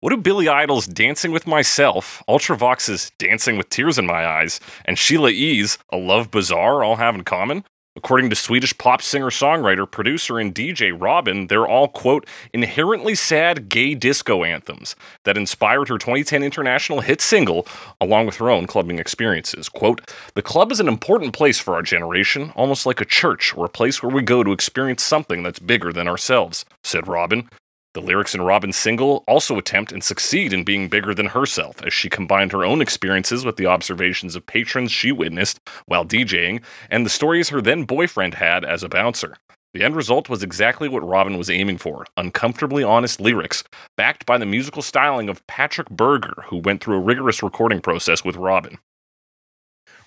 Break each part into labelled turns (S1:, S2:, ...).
S1: What do Billy Idol's Dancing with Myself, Ultravox's Dancing with Tears in My Eyes, and Sheila E.'s A Love Bazaar all have in common? According to Swedish pop singer songwriter, producer, and DJ Robin, they're all, quote, inherently sad gay disco anthems that inspired her 2010 international hit single, along with her own clubbing experiences. Quote, The club is an important place for our generation, almost like a church or a place where we go to experience something that's bigger than ourselves, said Robin. The lyrics in Robin's single also attempt and succeed in being bigger than herself as she combined her own experiences with the observations of patrons she witnessed while DJing and the stories her then boyfriend had as a bouncer. The end result was exactly what Robin was aiming for uncomfortably honest lyrics, backed by the musical styling of Patrick Berger, who went through a rigorous recording process with Robin.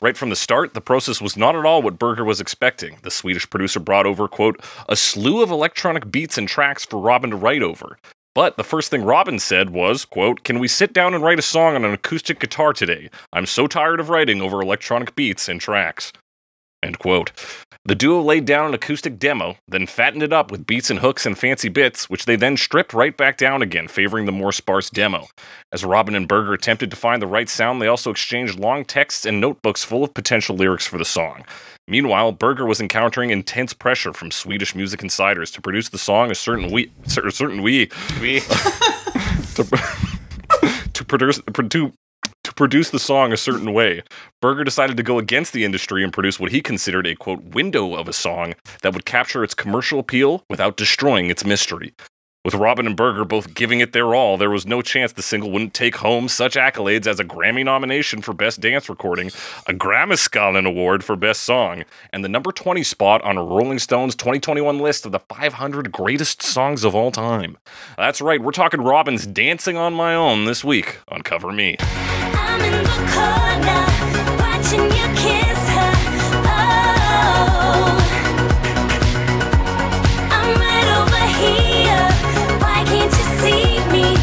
S1: Right from the start, the process was not at all what Berger was expecting. The Swedish producer brought over, quote, a slew of electronic beats and tracks for Robin to write over. But the first thing Robin said was, quote, Can we sit down and write a song on an acoustic guitar today? I'm so tired of writing over electronic beats and tracks. End quote. The duo laid down an acoustic demo, then fattened it up with beats and hooks and fancy bits, which they then stripped right back down again, favoring the more sparse demo. As Robin and Berger attempted to find the right sound, they also exchanged long texts and notebooks full of potential lyrics for the song. Meanwhile, Berger was encountering intense pressure from Swedish music insiders to produce the song a certain we a certain we
S2: We
S1: to, to produce to to produce the song a certain way. Berger decided to go against the industry and produce what he considered a quote window of a song that would capture its commercial appeal without destroying its mystery. With Robin and Berger both giving it their all, there was no chance the single wouldn't take home such accolades as a Grammy nomination for Best Dance Recording, a Grammiskallen Award for Best Song, and the number 20 spot on Rolling Stone's 2021 list of the 500 greatest songs of all time. That's right, we're talking Robin's Dancing on My Own this week on Cover Me.
S3: I'm in the corner, watching you kiss her. Oh, I'm right over here. Why can't you see me?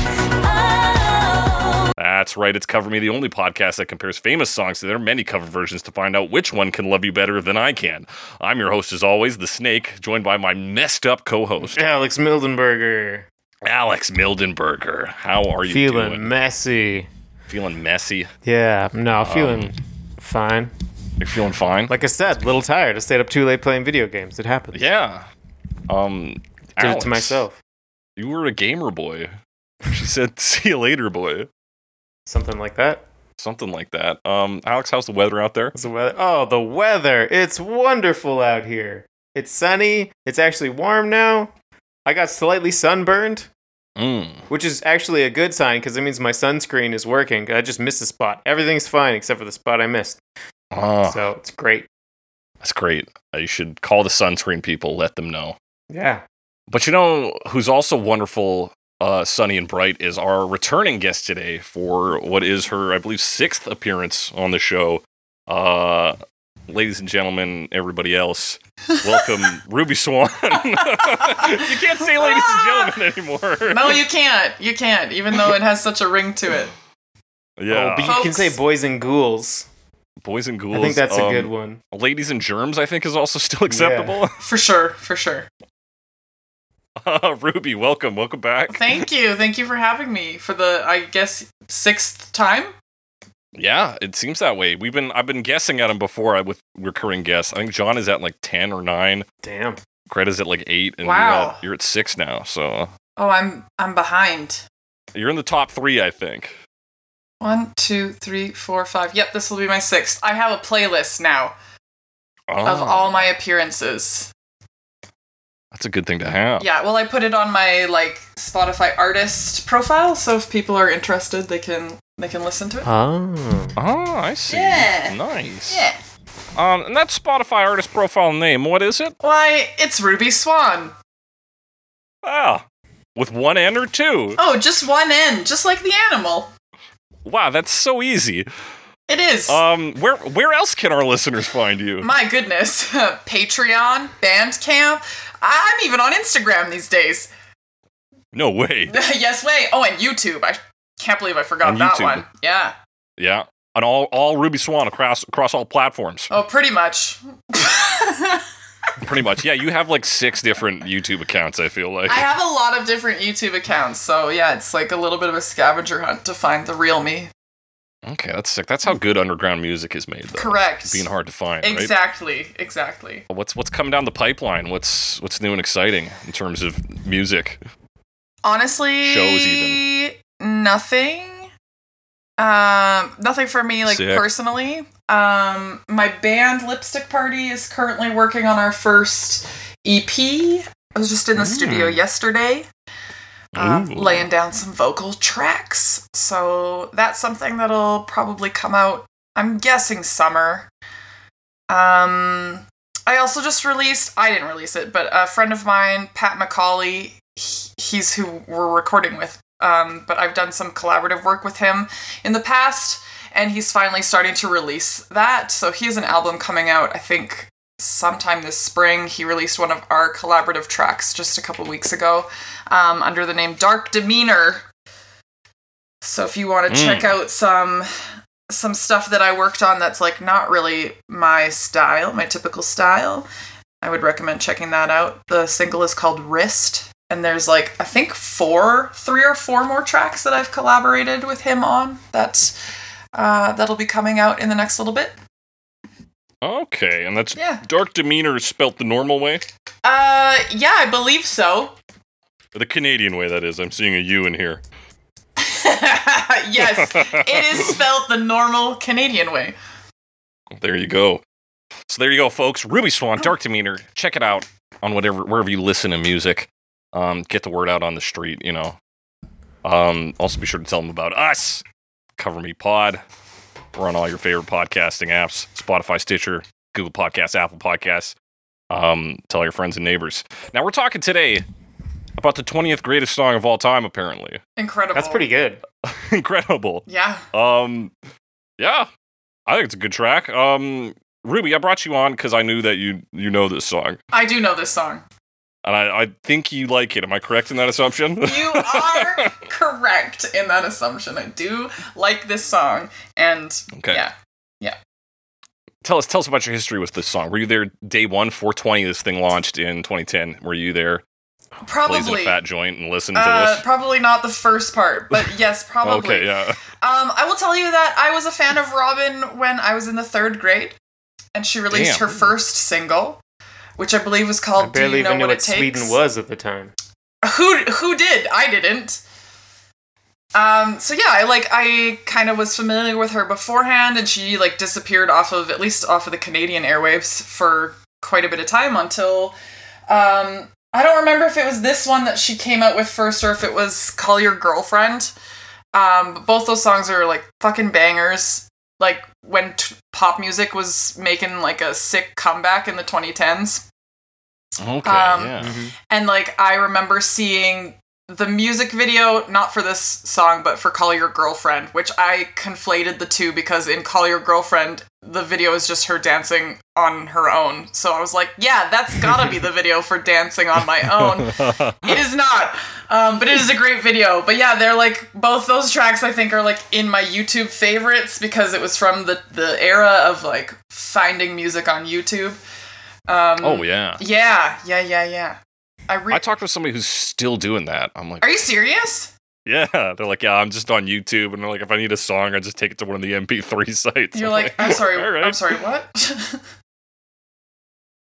S3: Oh.
S1: That's right, it's Cover Me, the only podcast that compares famous songs to their many cover versions to find out which one can love you better than I can. I'm your host, as always, The Snake, joined by my messed up co host,
S2: Alex Mildenberger
S1: Alex Mildenberger. How are you
S2: feeling
S1: doing?
S2: messy.
S1: Feeling messy.
S2: Yeah,
S1: Um,
S2: no, feeling fine.
S1: You're feeling fine?
S2: Like I said, a little tired. I stayed up too late playing video games. It happens.
S1: yeah. Um,
S2: did
S1: Alex,
S2: it to myself.
S1: You were a gamer boy. She said, see you later, boy.
S2: Something like that.
S1: Something like that. Um, Alex, how's the weather out there?
S2: What's the weather? Oh, the weather! It's wonderful out here. It's sunny. It's actually warm now. I got slightly sunburned,
S1: Mm.
S2: which is actually a good sign because it means my sunscreen is working. I just missed a spot. Everything's fine except for the spot I missed.
S1: Ah,
S2: So it's great.
S1: that's great. Uh, You should call the sunscreen people, let them know.
S2: Yeah.
S1: But you know who's also wonderful, uh, sunny and bright, is our returning guest today for what is her, I believe, sixth appearance on the show. Uh, ladies and gentlemen, everybody else, welcome Ruby Swan. you can't say ladies and gentlemen anymore.
S4: No, you can't. You can't, even though it has such a ring to it.
S1: yeah,
S2: Oh, but you can
S4: Folks.
S2: say boys and ghouls.
S1: boys and ghouls.
S2: I think that's a
S1: um,
S2: good one.
S1: Ladies and germs, I think, is also still acceptable.
S4: For sure, for sure.
S1: Uh, Ruby, welcome, welcome back.
S4: Thank you. Thank you for having me for the, I guess, sixth time?
S1: Yeah, it seems that way. We've been I've been guessing at him before uh, with recurring guests. I think John is at like ten or nine.
S2: Damn.
S1: Greta's at like eight, and
S4: Wow.
S1: you're, at, you're at six now. So
S4: Oh, I'm I'm behind.
S1: you're in the top three, I think.
S4: One, two, three, four, five. Yep, this will be my sixth. I have a playlist now of
S1: Ah,
S4: all my appearances.
S1: that's a good thing to have.
S4: Yeah, well, I put it on my like Spotify artist profile, so if people are interested, they can they can listen to it.
S2: Oh.
S1: Oh, I see.
S4: Yeah.
S1: Nice.
S4: Yeah.
S1: Um, and that Spotify artist profile name, what is it?
S4: Why, it's Ruby Swan.
S1: Ah, with one N or two.
S4: Oh, just one N, just like the animal.
S1: Wow, that's so easy.
S4: It is.
S1: Um, where where else can our listeners find you?
S4: My goodness. Patreon, Bandcamp. I- I'm even on Instagram these days.
S1: No way.
S4: yes way. Oh, and YouTube. I can't believe I forgot
S1: And
S4: that
S1: YouTube.
S4: one. Yeah.
S1: Yeah. On all all Ruby Swan across across all platforms.
S4: Oh, pretty much.
S1: Pretty much. Yeah, you have like six different YouTube accounts, I feel like.
S4: I have a lot of different YouTube accounts, so yeah, it's like a little bit of a scavenger hunt to find the real me.
S1: Okay, that's sick. That's how good underground music is made, though.
S4: Correct.
S1: Being hard to find, right?
S4: Exactly, exactly.
S1: What's what's coming down the pipeline? What's what's new and exciting in terms of music?
S4: Honestly,
S1: Shows even.
S4: nothing. Um, nothing for me, like
S1: Sick.
S4: personally. Um, my band Lipstick Party is currently working on our first EP. I was just in the studio
S1: Mm.
S4: yesterday, um,
S1: Ooh.
S4: laying down some vocal tracks. So that's something that'll probably come out. I'm guessing summer. Um, I also just released, I didn't release it, but a friend of mine, Pat McCauley, he, he's who we're recording with. Um, but I've done some collaborative work with him in the past, and he's finally starting to release that. So he has an album coming out, I think, sometime this spring. He released one of our collaborative tracks just a couple weeks ago um, under the name Dark Demeanor. So if you want to
S1: Mm.
S4: check out some some stuff that I worked on that's like not really my style, my typical style, I would recommend checking that out. The single is called Wrist, and there's like I think four, three or four more tracks that I've collaborated with him on. That's uh, that'll be coming out in the next little bit.
S1: Okay, and that's
S4: Yeah.
S1: dark demeanor is spelt the normal way,
S4: Uh, yeah, I believe so.
S1: the Canadian way that is. I'm seeing a U in here.
S4: yes, it is spelled the normal Canadian way.
S1: There you go. So there you go, folks. Ruby Swan, Dark Demeanor. Check it out on whatever wherever you listen to music. Um, get the word out on the street. You know. Um, also be sure to tell them about us. Cover Me Pod. We're on all your favorite podcasting apps: Spotify, Stitcher, Google Podcasts, Apple Podcasts. Um, tell your friends and neighbors. Now we're talking today about the 20th greatest song of all time. Apparently,
S4: Incredible.
S2: That's pretty good.
S1: incredible.
S4: Yeah.
S1: Um, yeah, I think it's a good track. Um, Ruby, I brought you on because I knew that you you know this song,
S4: I do know this song.
S1: and I, I think you like it. Am I correct in that assumption?
S4: You are correct in that assumption. I do like this song, and
S1: okay.
S4: yeah.
S1: Tell us tell us about your history with this song. Were you there day one, 420? This thing launched in 2010. Were you there blazing a
S4: Probably.
S1: fat joint and listened to
S4: Uh,
S1: this?
S4: probably not the first part, but yes, probably.
S1: Okay, yeah.
S4: Um, I will tell you that I was a fan of Robin when I was in the third grade, and she released
S1: Damn.
S4: her first single, which I believe was called
S2: I barely
S4: "Do You Know
S2: even knew
S4: What
S2: what
S4: It Takes."
S2: Sweden was at the time.
S4: who who did i didn't um so yeah i like i kind of was familiar with her beforehand and she like disappeared off of at least off of the canadian airwaves for quite a bit of time until um i don't remember if it was this one that she came out with first or if it was call your girlfriend um but both those songs are like fucking bangers like when t- pop music was making like a sick comeback in the 2010s
S1: Okay,
S4: Um,
S1: yeah.
S4: and like I remember seeing the music video, not for this song, but for Call Your Girlfriend, which I conflated the two because in Call Your Girlfriend, the video is just her dancing on her own. So I was like, yeah, that's gotta be the video for dancing on my own. It is not, um, but it is a great video. But yeah, they're like both those tracks. I think are like in my YouTube favorites because it was from the the era of like finding music on YouTube. Um,
S1: oh yeah.
S4: yeah, yeah, yeah, yeah. I, re-
S1: I talked with somebody who's still doing that. I'm like,
S4: Are you serious?
S1: yeah. They're like, yeah, I'm just on YouTube, and they're like, if I need a song, I just take it to one of the MP3 sites.
S4: You're
S1: I'm
S4: like, I'm sorry.
S1: all right.
S4: I'm sorry. What?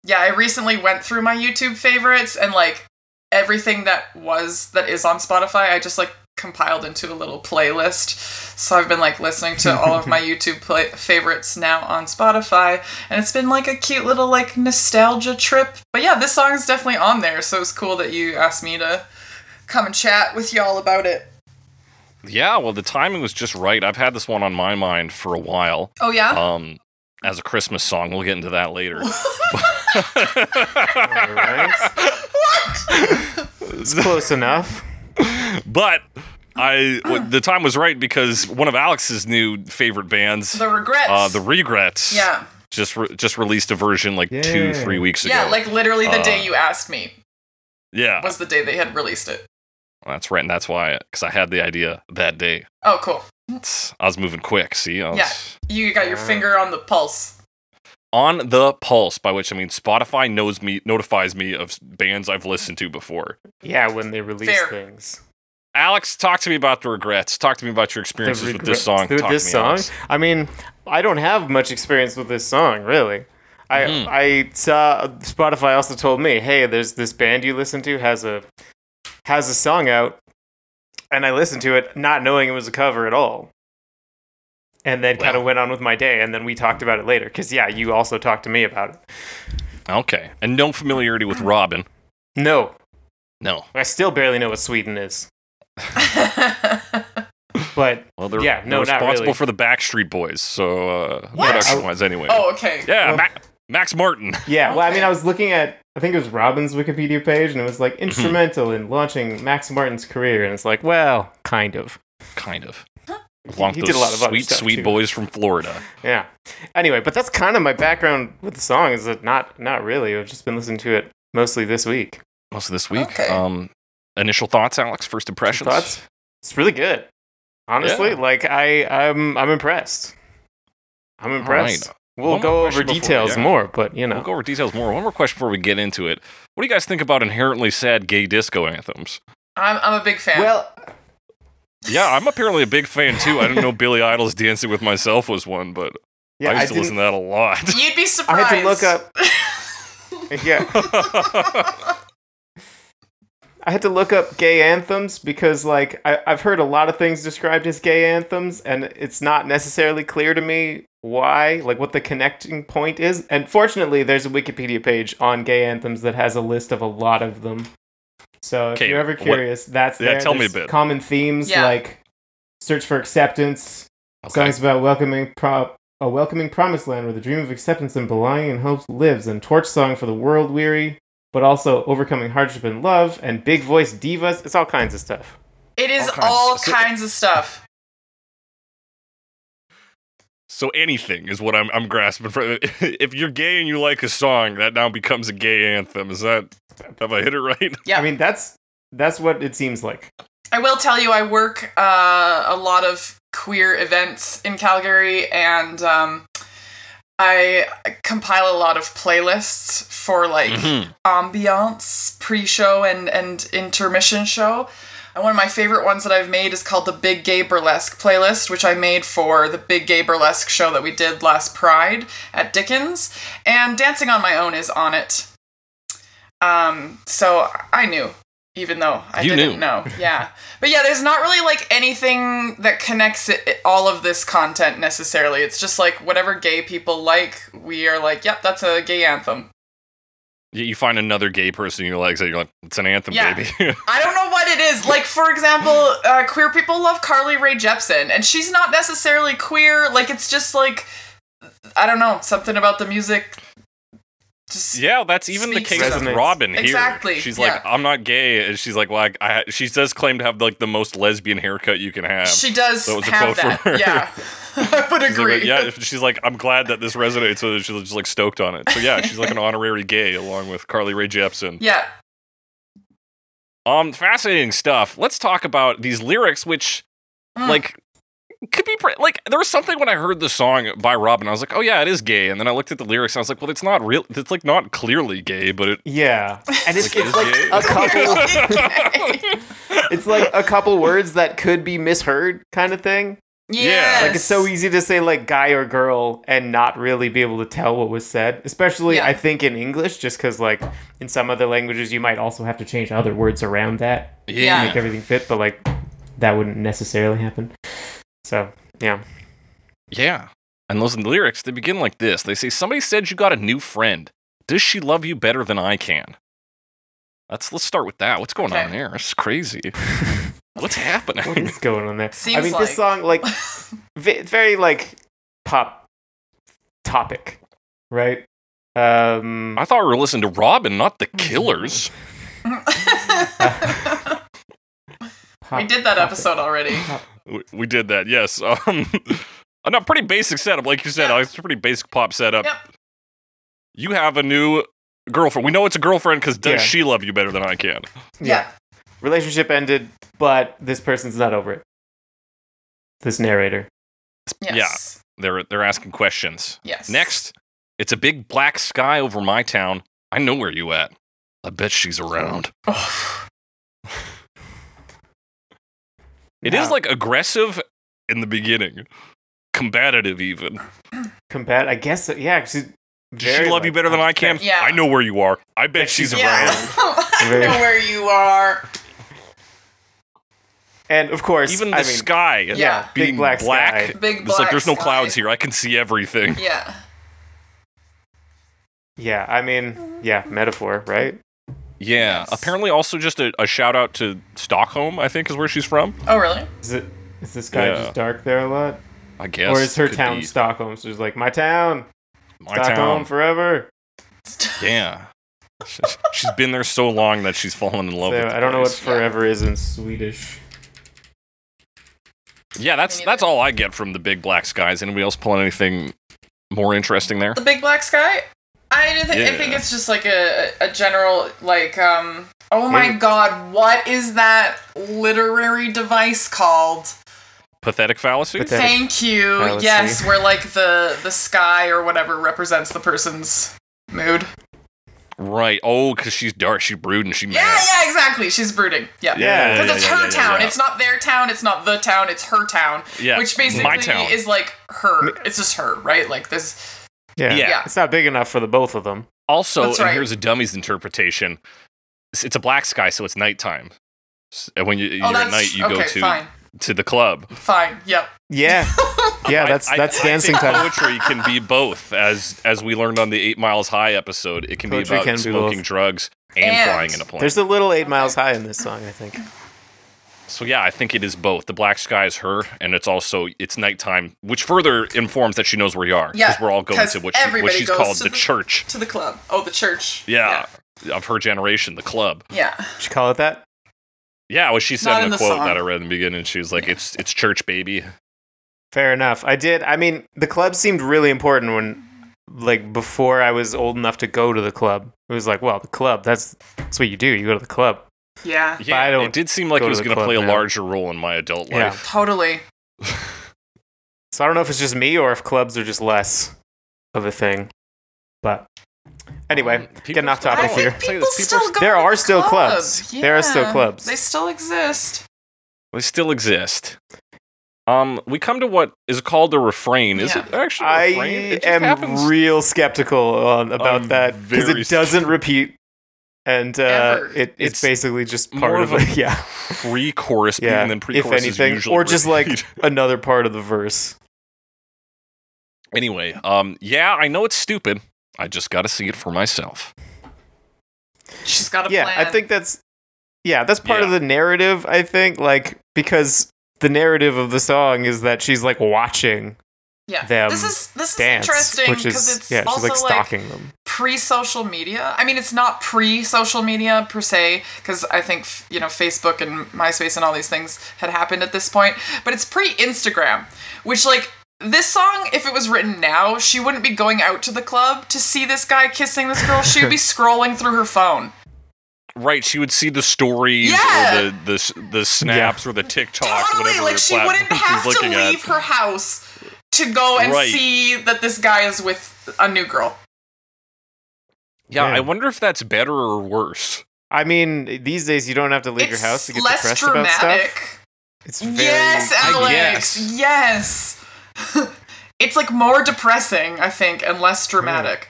S4: yeah, I recently went through my YouTube favorites and like everything that was that is on Spotify. I just like compiled into a little playlist. So I've been like listening to all of my YouTube play- favorites now on Spotify, and it's been like a cute little like nostalgia trip. But yeah, this song is definitely on there, so it's cool that you asked me to come and chat with y'all about it.
S1: Yeah, well, the timing was just right. I've had this one on my mind for a while.
S4: Oh yeah.
S1: Um, as a Christmas song, we'll get into that later.
S2: All right. it's close enough.
S1: but I, w- the time was right because one of Alex's new favorite bands,
S4: The regrets.
S1: uh, the Regrets,
S4: yeah.
S1: just re- just released a version like two,
S2: Yeah.
S1: three weeks ago.
S4: Yeah, like literally the day
S1: Uh,
S4: you asked me
S1: yeah,
S4: was the day they had released it.
S1: that's right, and that's why because I had the idea that day.
S4: Oh, cool.
S1: It's- I was moving quick. See, I was,
S4: You got your
S2: Uh.
S4: finger on the pulse.
S1: on the pulse, by which I mean Spotify knows me notifies me of s- bands I've listened to before.
S2: Yeah, when they release
S4: Fair.
S2: things.
S1: Alex, talk to me about the regrets. Talk to me about your
S2: The
S1: experiences with
S2: regrets
S1: this song.
S2: With
S1: Talk
S2: this
S1: to me,
S2: song?
S1: Alex.
S2: I mean, I don't have much experience with this song, really. I
S1: Mhm.
S2: I saw Spotify also told me, hey, there's this band you listen to has a has a song out, and I listened to it not knowing it was a cover at all. And then kind of
S1: Well.
S2: went on with my day, and then we talked about it later. Because yeah, you also talked to me about it.
S1: Okay, and no familiarity with Robin.
S2: No,
S1: No.
S2: I still barely know what Sweden is,
S4: Oh,
S2: but
S1: Well, they're,
S2: Yeah, no,
S1: they're
S2: not
S1: responsible
S2: really.
S1: for the Backstreet Boys, so uh,
S4: What?
S1: production wise, anyway.
S4: oh, okay.
S1: yeah,
S2: Well-
S1: Ma- Max Martin.
S2: Yeah, well, I mean,
S4: Okay.
S2: I was looking at, I think it was Robin's Wikipedia page, and it was like
S1: Mm-hmm.
S2: instrumental in launching Max Martin's career, and it's like, well, kind of.
S1: kind of. Along
S2: he
S1: with
S2: did a
S1: those
S2: lot of other
S1: sweet,
S2: stuff,
S1: sweet
S2: too.
S1: boys from Florida.
S2: Yeah. Anyway, but that's kind of my background with the song. Is that not not really? I've just been listening to it mostly this week.
S1: Most of this week.
S4: Okay.
S1: Um, initial thoughts, Alex. First impressions.
S2: Thoughts? It's really good. Honestly,
S1: Yeah.
S2: like I, I'm, I'm impressed. I'm impressed.
S1: right.
S2: We'll
S1: One more
S2: go over
S1: question before-
S2: details
S1: yeah.
S2: more, but you know,
S1: We'll go over details more. One more question before we get into it. What do you guys think about inherently sad gay disco anthems?
S4: I'm, I'm a big fan.
S2: well,
S1: Yeah, I'm apparently a big fan too. I didn't know Billy Idol's "Dancing with Myself" was one, but
S2: yeah,
S1: I
S2: I,
S1: used to listen to that a lot.
S4: You'd be
S2: I
S4: surprised.
S2: had to look up. yeah, I had to look up gay anthems because, like, I, I've heard a lot of things described as gay anthems, and it's not necessarily clear to me why, like, what the connecting point is. And fortunately, there's a Wikipedia page on gay anthems that has a list of a lot of them. So if
S1: Okay,
S2: you're ever
S1: what-
S2: curious, that's
S1: Yeah,
S2: there.
S1: tell me a
S2: There's
S1: bit.
S2: Common themes
S4: Yeah.
S2: like search for acceptance,
S1: Okay.
S2: songs about welcoming pro- a welcoming promised land where the dream of acceptance and belonging and hope lives, and torch song for the world weary, but also overcoming hardship and love, and big voice divas. It's all kinds of stuff.
S4: It is
S1: All kinds.
S4: all
S1: So-
S4: kinds of stuff.
S1: So anything is what I'm, I'm grasping for. If you're gay and you like a song, that now becomes a gay anthem. Is that have I hit it right?
S4: Yeah.
S2: I mean, that's that's what it seems like.
S4: I will tell you, I work uh, a lot of queer events in Calgary, and um, I compile a lot of playlists for like
S2: Mm-hmm.
S1: Mhm.
S4: ambiance, pre-show, and and intermission show. And one of my favorite ones that I've made is called the Big Gay Burlesque playlist, which I made for the Big Gay Burlesque show that we did last Pride at Dickens, and Dancing on My Own is on it. Um, so I knew, even though I
S1: You
S4: didn't
S1: knew.
S4: know. Yeah, but yeah, there's not really like anything that connects it, all of this content necessarily. It's just like whatever gay people like, we are like, yep, that's a gay anthem.
S1: You- You find another gay person you like, so you're like, it's an anthem,
S4: Yeah.
S1: baby.
S4: I don't know what it is. Like, for example, uh, queer people love Carly Rae Jepsen, and she's not necessarily queer. Like, it's just like, I don't know, something about the music. Just
S1: Yeah, that's even the
S4: Speaks
S1: case with
S2: Resonates.
S1: Robin here.
S4: Exactly,
S1: She's
S4: yeah.
S1: like, I'm not gay, and she's like, well, I, I, she does claim to have like the most lesbian haircut you can have.
S4: she does
S1: That was a
S4: have
S1: quote from
S4: that.
S1: her.
S4: Yeah, I would
S1: She's like,
S4: agree.
S1: yeah, if- she's like, I'm glad that this resonates with her. She's just like stoked on it. So yeah, she's like an honorary gay along with Carly Rae Jepsen.
S4: yeah.
S1: Um, fascinating stuff. Let's talk about these lyrics, which
S4: Mm.
S1: like could be pre- like there was something when I heard the song by Robin, I was like, oh yeah, it is gay, and then I looked at the lyrics and I was like, well, it's not real. It's like not clearly gay, but it.
S2: Yeah, and it's,
S1: Like,
S2: it's
S1: it
S2: like
S1: is
S2: a
S1: gay.
S2: couple. It's like a couple words that could be misheard, kind of thing.
S1: Yeah.
S2: Like it's so e- easy to say like guy or girl and not really be able to tell what was said. Especially
S4: Yeah.
S2: I think in English, just because like in some other languages you might also have to change other words around that to
S4: Yeah.
S2: make everything fit, but like that wouldn't necessarily happen. So yeah.
S1: Yeah. And those lyrics, they begin like this. They say, Somebody said you got a new friend. Does she love you better than I can? Let's let's start with that. What's going on
S4: Okay.
S1: there? It's crazy. What's happening?
S2: What is going on there? I
S4: Seems
S2: mean
S4: like-
S2: this song like ve- it's very like pop topic, right? Um
S1: I thought we were listening to Robin, not the killers.
S4: we
S2: pop
S4: did that
S2: topic.
S4: episode already.
S1: We, we did that, yes. Um no, pretty basic setup, like you said,
S4: Yeah.
S1: Alex. It's a pretty basic pop setup.
S4: Yep.
S1: You have a new girlfriend. We know it's a girlfriend because does
S2: Yeah.
S1: she love you better than I can?
S2: Yeah. Relationship ended, but this person's not over it. This narrator.
S4: Yes.
S1: They're they're asking questions.
S4: Yes.
S1: Next, It's a big black sky over my town. I know where you at. I bet she's around.
S4: Oh,
S1: It is like aggressive in the beginning, combative even.
S2: combat. I guess. so- Yeah, she's
S1: Does she
S2: very,
S1: love you
S2: like,
S1: better than I can?
S4: Yeah.
S1: I know where you are. I bet she's
S4: yeah.
S1: around.
S4: I
S2: Right.
S4: know where you are.
S2: And of course,
S1: Even the
S2: I mean,
S1: sky.
S4: Yeah.
S2: Big
S1: Being
S2: black
S1: black.
S2: sky.
S4: Big
S1: It's
S4: black
S1: like there's no
S4: sky.
S1: clouds here. I can see everything.
S4: Yeah.
S2: yeah, I mean, yeah, metaphor, right?
S1: Yeah.
S4: Yes.
S1: Apparently, also just a, a shout out to Stockholm. I think is where she's from.
S4: Oh, really?
S2: Is it? Is the sky
S1: Yeah.
S2: just dark there a lot,
S1: I guess.
S2: or is her
S1: Could
S2: town
S1: be.
S2: Stockholm? So she's like, my town,
S1: My
S2: Stockholm
S1: town.
S2: forever.
S1: Yeah. She's- she's been there so long that she's fallen in love
S2: So
S1: with the
S2: I don't know what
S1: place.
S2: forever is in Swedish.
S1: Yeah, that's
S4: Me
S1: that's
S4: neither.
S1: all I get from the big black skies. Anybody else pulling anything more interesting there?
S4: The big black sky? I didn't think I think
S1: Yeah.
S4: it's just like a, a general like um oh my
S2: Maybe-
S4: god, what is that literary device called?
S1: Pathetic fallacy?
S2: Pathet- Pathetic
S4: Thank you.
S2: fallacy.
S4: Yes, where like the the sky or whatever represents the person's mood.
S1: right. Oh, because she's dark, she's brooding, she
S4: Yeah,
S1: mad.
S4: yeah, exactly. She's brooding. Yeah.
S1: Yeah,
S4: Because
S1: yeah,
S4: it's
S1: yeah,
S4: her
S1: yeah, yeah,
S4: town.
S1: yeah.
S4: It's not their town. It's not the town. It's her town.
S1: Yeah,
S4: Which
S1: my
S4: basically
S1: town.
S4: is like her. It's just her, right? Like this.
S2: Yeah.
S1: Yeah.
S4: Yeah.
S2: it's not big enough for the both of them.
S1: Also,
S4: That's
S1: and
S4: right.
S1: here's a dummy's interpretation. It's, it's a black sky, so it's nighttime. S- And when you,
S4: Oh,
S1: you're
S4: that's
S1: at night, you
S4: okay.
S1: go to
S4: fine.
S1: to the club.
S4: Fine. Yep.
S2: Yeah, yeah,
S1: I-
S2: that's
S1: I-
S2: that's
S1: I
S2: dancing
S1: think
S2: time.
S1: Poetry can be both, as as we learned on the Eight Miles High episode. It can
S2: Poetry
S1: be about
S2: can be
S1: smoking
S2: both.
S1: drugs and,
S4: And-
S1: flying in a plane.
S2: There's a little eight miles high in this song, I think.
S1: So yeah, I think it is both. The black sky is her, and it's also it's nighttime, which further informs that she knows where you are.
S4: Yeah,
S1: we're all going
S4: 'cause
S1: to what, she, what
S4: everybody
S1: she's
S4: goes
S1: called
S4: to
S1: the,
S4: the-
S1: church.
S4: To the club. Oh, the church.
S1: Yeah, of her generation, the club.
S4: Yeah. Yeah.
S2: Should you call it that?
S1: Yeah, what she said
S4: Not
S1: in
S4: in
S1: the,
S4: the
S1: quote
S4: song.
S1: that I read in the beginning. She was like, "It's it's church, baby."
S2: Fair enough. I did. I mean, the club seemed really important when, like, before I was old enough to go to the club. It was like, well, the club. That's that's what you do. You go to the club.
S4: Yeah.
S1: Yeah,
S2: I don't
S1: it did seem like
S2: go
S1: it
S2: to
S1: was
S2: the
S1: going to
S2: club
S1: play a
S2: now.
S1: larger role in my adult
S2: Yeah.
S1: life.
S4: Totally.
S2: So I don't know if it's just me or if clubs are just less of a thing. But anyway, getting off
S1: still-
S4: Um, I
S2: topic
S1: I'll
S2: here.
S4: think
S1: tell you
S4: people
S1: this,
S4: still go
S2: There
S4: to
S2: are
S4: the
S2: still
S4: club.
S2: clubs. There are still
S4: Yeah.
S2: clubs.
S4: They still exist.
S1: they still exist. Um, we come to what is called a refrain. Is
S4: Yeah.
S1: it actually a
S2: I
S1: refrain? It just
S2: am
S1: happens.
S2: real skeptical on, about
S1: I'm
S2: that because
S1: very
S2: it doesn't repeat, and uh,
S4: Ever.
S2: it, it's,
S1: It's
S2: basically just
S1: more
S2: part
S1: of
S2: of,
S1: a
S2: it. Yeah,
S1: pre-chorus beat
S2: yeah.
S1: and then
S2: if
S1: pre-chorus is
S2: anything,
S1: usually
S2: or just like
S1: repeat.
S2: another part of the verse.
S1: anyway um yeah i know it's stupid i just gotta see it for myself
S4: She's got a
S2: yeah,
S4: plan.
S2: I think that's yeah, that's part of
S1: Yeah.
S2: the narrative. I think like because the narrative of the song is that she's like watching
S4: yeah.
S2: them
S4: this is this is
S2: dance,
S4: interesting
S2: which
S4: because
S2: is
S4: it's
S2: yeah, she's
S4: also
S2: like stalking them.
S4: pre-social media. I mean, it's not pre-social media per se because I think f- you know Facebook and MySpace and all these things had happened at this point, but it's pre-Instagram, which like. This song, if it was written now, she wouldn't be going out to the club to see this guy kissing this girl. She would be scrolling through her phone.
S1: right she would see the stories
S4: Yeah.
S1: or the the, s- the snaps or the tiktoks
S4: totally
S1: whatever
S4: like
S1: the
S4: she
S1: platform
S4: wouldn't
S1: she's
S4: have to
S1: looking
S4: leave
S1: at
S4: her house to go and
S1: Right.
S4: see that this guy is with a new girl
S1: yeah
S2: Yeah.
S1: i wonder if that's better or worse
S2: I mean, these days you don't have to leave
S4: it's
S2: your house to get
S4: less
S2: depressed about
S4: dramatic
S2: stuff. It's very
S4: yes
S1: I
S4: alex yes it's like more depressing i think and less
S2: Hmm.
S4: dramatic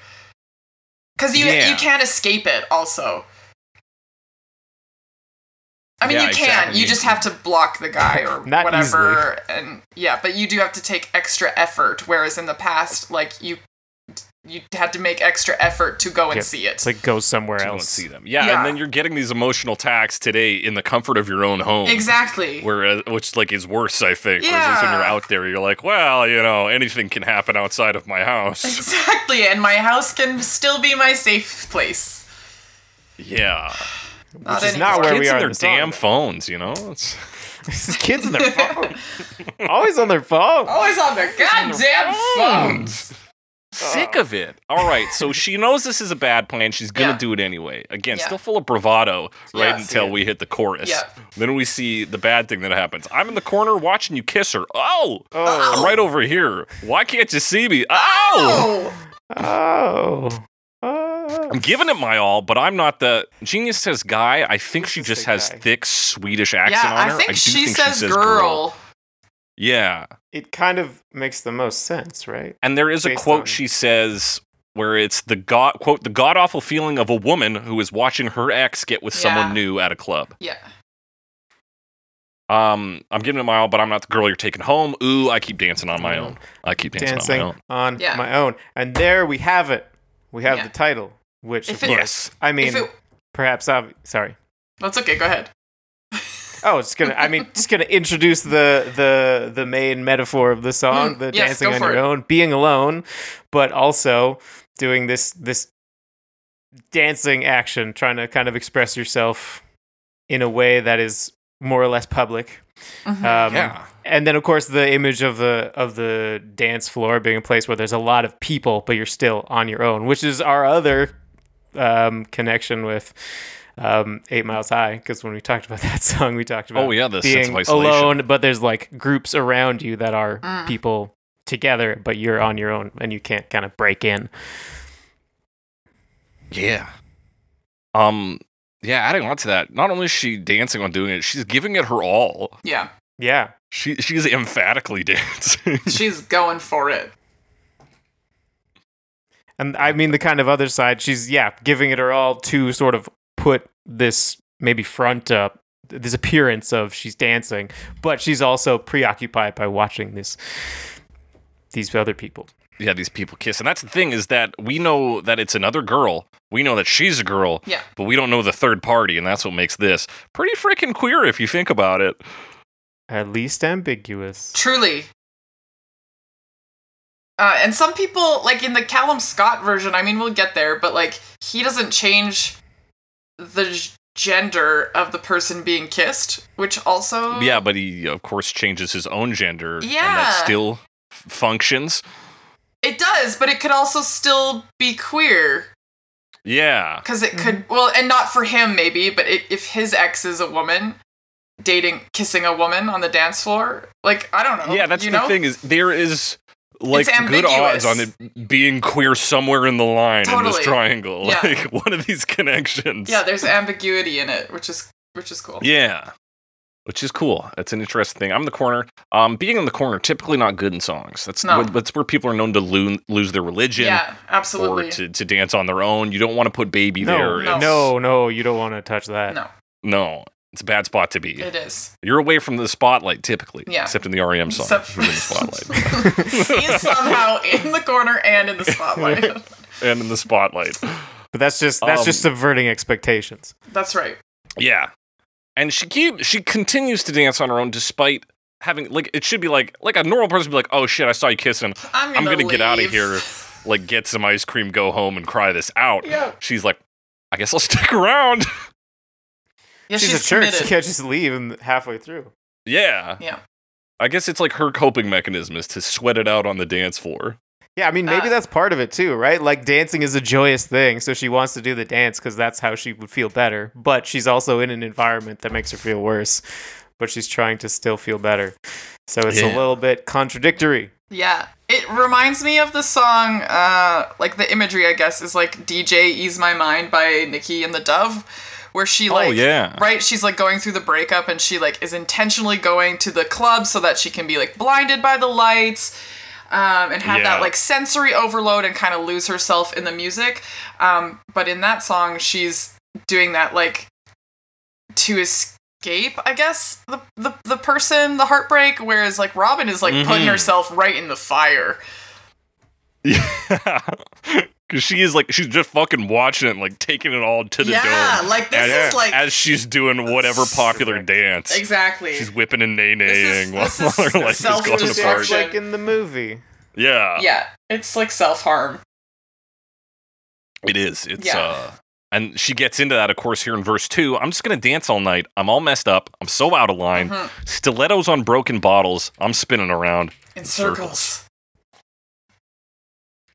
S4: because you
S1: Yeah.
S4: you can't escape it also I mean,
S1: Yeah,
S4: you can.
S1: exactly.
S4: You just have to block the guy or
S2: Not
S4: whatever, and yeah. But you do have to take extra effort. Whereas in the past, like you, you had to make extra effort to go and
S2: Yep.
S4: see it.
S2: It's like go somewhere
S1: to go and
S2: else.
S1: see them yeah,
S4: Yeah.
S1: and then you're getting these emotional attacks today in the comfort of your own
S2: oh,
S1: home
S4: exactly.
S1: Whereas, which like is worse, I think. Whereas this when you're
S4: Yeah.
S1: out there, you're like, well, you know, anything can happen outside of my house.
S4: Exactly, and my house can still be my safe place.
S1: Yeah,
S4: Not
S2: is not
S4: anymore.
S2: Where
S1: kids
S2: we
S1: and
S2: are in
S1: their
S2: the song,
S1: damn
S2: though.
S1: phones, you know. It's-
S2: Kids on their phone. Always on their phone.
S4: Always on their goddamn phones.
S1: Sick of it. All right, so she knows this is a bad plan. She's gonna
S4: Yeah.
S1: do it anyway. Again,
S4: Yeah.
S1: still full of bravado, right
S4: Yes.
S1: until we hit the chorus.
S4: Yeah.
S1: Then we see the bad thing that happens. I'm in the corner watching you kiss her. Oh,
S2: Oh.
S1: I'm right over here. Why can't you see me? Oh,
S4: Oh,
S2: Oh. Oh.
S1: I'm giving it my all, but I'm not the genius says guy. I think she
S2: Genius
S1: just
S2: says
S1: has
S2: guy.
S1: thick Swedish accent
S4: yeah,
S1: on her.
S4: I think
S1: do
S4: she
S1: think
S4: says
S1: she says
S4: girl.
S1: Yeah.
S2: It kind of makes the most sense, right?
S1: And there is a
S2: Based
S1: quote
S2: on-
S1: she says where it's the god quote the god awful feeling of a woman who is watching her ex get with
S4: Yeah.
S1: someone new at a club.
S4: Yeah.
S1: Um, I'm giving it my all, but I'm not the girl you're taking home. Ooh, I keep dancing on my own. I keep dancing,
S2: Mm. Dancing
S1: on my own.
S2: on
S4: Yeah.
S2: my own. And there we have it. We have
S4: Yeah.
S2: the title, which
S4: If
S2: of
S4: it-
S2: course-
S1: Yes.
S2: I mean,
S4: if it
S2: perhaps obvi- sorry.
S4: that's okay, go ahead.
S2: Oh, it's gonna. I mean, it's gonna introduce the the the main metaphor of the song,
S4: Mm,
S2: the
S4: yes,
S2: dancing
S4: go
S2: on
S4: for
S2: your
S4: it.
S2: own, being alone, but also doing this this dancing action, trying to kind of express yourself in a way that is more or less public.
S4: Mhm.
S2: Um,
S1: yeah.
S2: And then, of course, the image of the of the dance floor being a place where there's a lot of people, but you're still on your own, which is our other um, connection with um, Eight Miles High. Because when we talked about that song, we talked about
S1: Oh yeah, the sense
S2: being
S1: of isolation.
S2: alone, but there's like groups around you that are
S4: Mm.
S2: people together, but you're on your own and you can't kind of break in.
S1: Yeah. Um yeah, adding on to that, not only is she dancing on doing it, she's giving it her all.
S4: yeah.
S2: Yeah,
S1: She she's emphatically dancing.
S4: She's going for it.
S2: and I mean the kind of other side. She's yeah giving it her all to sort of put this maybe front up, this appearance of she's dancing, but she's also preoccupied by watching this these other people.
S1: yeah, these people kiss. And that's the thing is that we know that it's another girl. We know that she's a girl,
S4: Yeah.
S1: but we don't know the third party, and that's what makes this pretty freaking queer if you think about it.
S2: At least ambiguous.
S4: Truly. Uh, and some people, like in the Callum Scott version, I mean, we'll get there, but like he doesn't change the g- gender of the person being kissed, which also
S1: Yeah, but he of course changes his own gender, and
S4: Mm. Yeah.
S1: that still f- functions.
S4: it does, but it could also still be queer
S1: Yeah,
S4: because it could
S1: Mm-hmm.
S4: well, and not for him maybe, but it, if his ex is a woman dating, kissing a woman on the dance floor, like I don't know.
S1: yeah, that's
S4: Oh, you
S1: the
S4: know?
S1: thing is there is like good odds
S4: ambiguous.
S1: on it being queer somewhere in the line in
S4: Totally.
S1: this triangle,
S4: Yeah.
S1: like one of these connections.
S4: Yeah, there's ambiguity in it, which is which is cool.
S1: Yeah. Which is cool. That's an interesting thing. I'm the corner. Um, being in the corner typically not good in songs. That's
S4: No.
S1: wh- that's where people are known to loo- lose their religion
S4: Yeah,
S1: or
S4: absolutely.
S1: to, to dance on their own. You don't want to put baby
S2: No,
S1: there.
S4: No.
S1: It's-
S2: no, no, you don't want to touch that.
S4: no,
S1: no, it's a bad spot to be.
S4: it is.
S1: You're away from the spotlight typically.
S4: Yeah.
S1: Except in the REM song,
S4: Except-
S1: who's in the spotlight
S4: He's somehow in the corner and in the spotlight.
S1: and in the spotlight.
S2: But that's just that's just
S1: Um,
S2: subverting expectations.
S4: That's right.
S1: Yeah. And she keep she continues to dance on her own despite having like it should be like like a normal person would be like, oh shit, I saw you kissing.
S4: I'm
S1: I'm
S4: gonna,
S1: gonna get out of
S4: leave.
S1: here, like get some ice cream, go home, and cry this out.
S4: Yeah.
S1: She's like, I guess I'll stick around.
S4: Yeah, she's,
S2: she's, a church. She
S4: committed.
S2: can't just leave and halfway through.
S1: yeah.
S4: Yeah.
S1: I guess it's like her coping mechanism is to sweat it out on the dance floor.
S2: Yeah, I mean maybe
S4: Uh,
S2: that's part of it too, right? Like dancing is a joyous thing, so she wants to do the dance because that's how she would feel better. But she's also in an environment that makes her feel worse, but she's trying to still feel better. So it's a
S1: Yeah.
S2: little bit contradictory.
S4: Yeah, it reminds me of the song. Uh, like the imagery, I guess, is like DJ "Ease My Mind" by Nicki and the Dove, where she like
S1: yeah.
S4: right, she's like going through the breakup, and she like is intentionally going to the club so that she can be like blinded by the lights. Um, and have
S1: Yeah.
S4: that like sensory overload and kind of lose herself in the music. Um, but in that song, she's doing that like to escape, I guess, the the, the person, the heartbreak, whereas like Robin is like putting
S1: Mhm.
S4: herself right in the fire.
S1: Cause she is like she's just fucking watching it, and, like taking it all to the
S4: yeah,
S1: dome.
S4: like this
S1: as,
S4: is like
S1: as she's doing whatever popular dance,
S4: exactly.
S1: she's whipping and nay naying
S4: This is-
S1: while
S4: this is
S1: while her life is going
S4: self-destruction.
S1: apart.
S2: Just like in the movie.
S1: Yeah,
S4: yeah, it's like self harm.
S1: It is. It's
S4: Yeah.
S1: uh and she gets into that of course here in verse 2. I'm just going to dance all night. I'm all messed up. I'm so out of line.
S4: Mhm.
S1: Stilettos on broken bottles. I'm spinning around.
S4: In circles.
S1: Circles.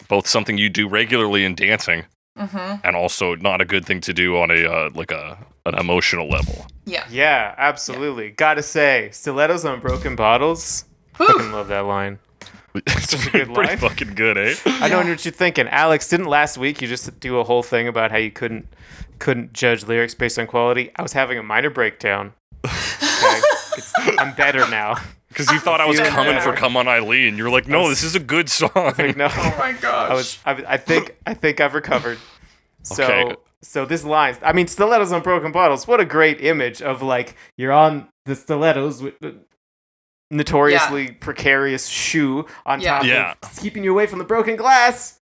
S1: Both something you do regularly in dancing
S4: Mm-hmm.
S1: and also not a good thing to do on a uh, like a an emotional level.
S4: Yeah.
S2: Yeah, absolutely. Gotta say, stilettos on broken bottles.
S4: Whew.
S2: Fucking love that line.
S1: it's
S2: That's a
S1: pretty,
S2: good
S1: pretty
S2: line.
S1: fucking good, eh?
S2: I don't
S4: Yeah.
S2: know what you're thinking, Alex. Didn't last week you just do a whole thing about how you couldn't couldn't judge lyrics based on quality? I was having a minor breakdown. Okay? It's- I'm better now.
S1: Because you thought I was
S2: feel
S1: coming
S2: that.
S1: for "Come On Eileen." You're like, no, this is a good song.
S2: Like, no,
S4: Oh my gosh.
S2: I was. I, I think. I think I've recovered. So.
S1: Okay.
S2: So this line. I mean, stilettos on broken bottles. What a great image of like you're on the stilettos with the notoriously precarious shoe on
S4: Yeah.
S2: top
S1: Yeah.
S2: of it's keeping you away from the broken glass,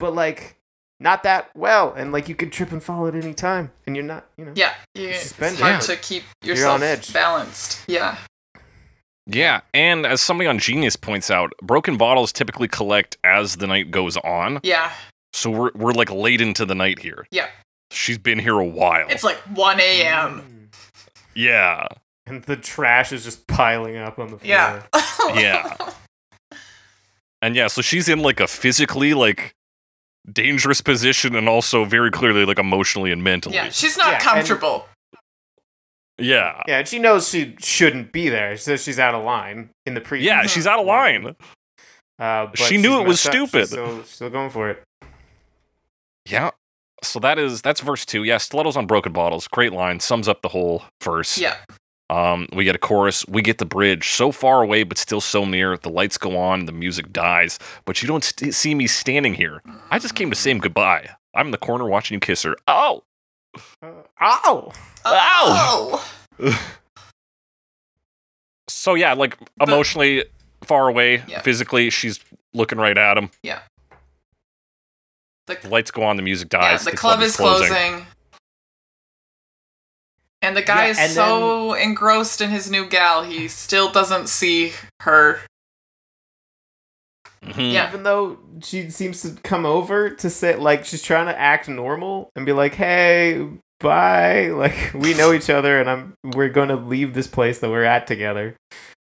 S2: but like not that well, and like you could trip and fall at any time, and you're not. You know.
S4: yeah, you, it's
S2: Suspended.
S4: hard
S1: Yeah.
S4: to keep yourself
S2: on edge.
S4: balanced. Yeah.
S1: Yeah, and as somebody on Genius points out, broken bottles typically collect as the night goes on.
S4: Yeah.
S1: So we're we're like late into the night here.
S4: Yeah.
S1: She's been here a while.
S4: It's like 1
S2: Mm.
S4: a.m.
S1: yeah.
S2: And the trash is just piling up on the floor.
S4: Yeah.
S1: Yeah. And yeah, so she's in like a physically like dangerous position and also very clearly like emotionally and mentally.
S4: Yeah. She's not
S2: Yeah, and-
S4: comfortable.
S1: Yeah.
S2: Yeah, and she knows she shouldn't be there. She says she's out of line in the pre.
S4: Mm-hmm.
S1: Yeah, she's out of line.
S2: Uh, but
S1: She knew
S2: she's
S1: it was
S2: messed up. She's
S1: stupid.
S2: Still, still going for it.
S1: Yeah. So that is that's verse two. Yeah, stilettos on broken bottles. Great line. Sums up the whole verse.
S4: Yeah.
S1: Um, we get a chorus. We get the bridge. So far away, but still so near. The lights go on. The music dies. But you don't st- see me standing here. I just came to
S4: Mm.
S1: say goodbye. I'm in the corner watching you kiss her. Oh,
S2: Uh, ow!
S1: Ow!
S4: Oh!
S1: so yeah, like
S4: But-
S1: emotionally far away.
S4: Yeah.
S1: Physically, she's looking right at him.
S4: The,
S1: The lights go on. The music
S4: yeah,
S1: dies.
S4: the, club, is closing. And the guy
S2: Yeah, and
S4: is so engrossed in his new gal, he still doesn't see her.
S1: Mhm.
S4: Yeah.
S2: Even though she seems to come over to say, like, she's trying to act normal and be like, "Hey, bye." Like, we know each other, and I'm we're going to leave this place that we're at together.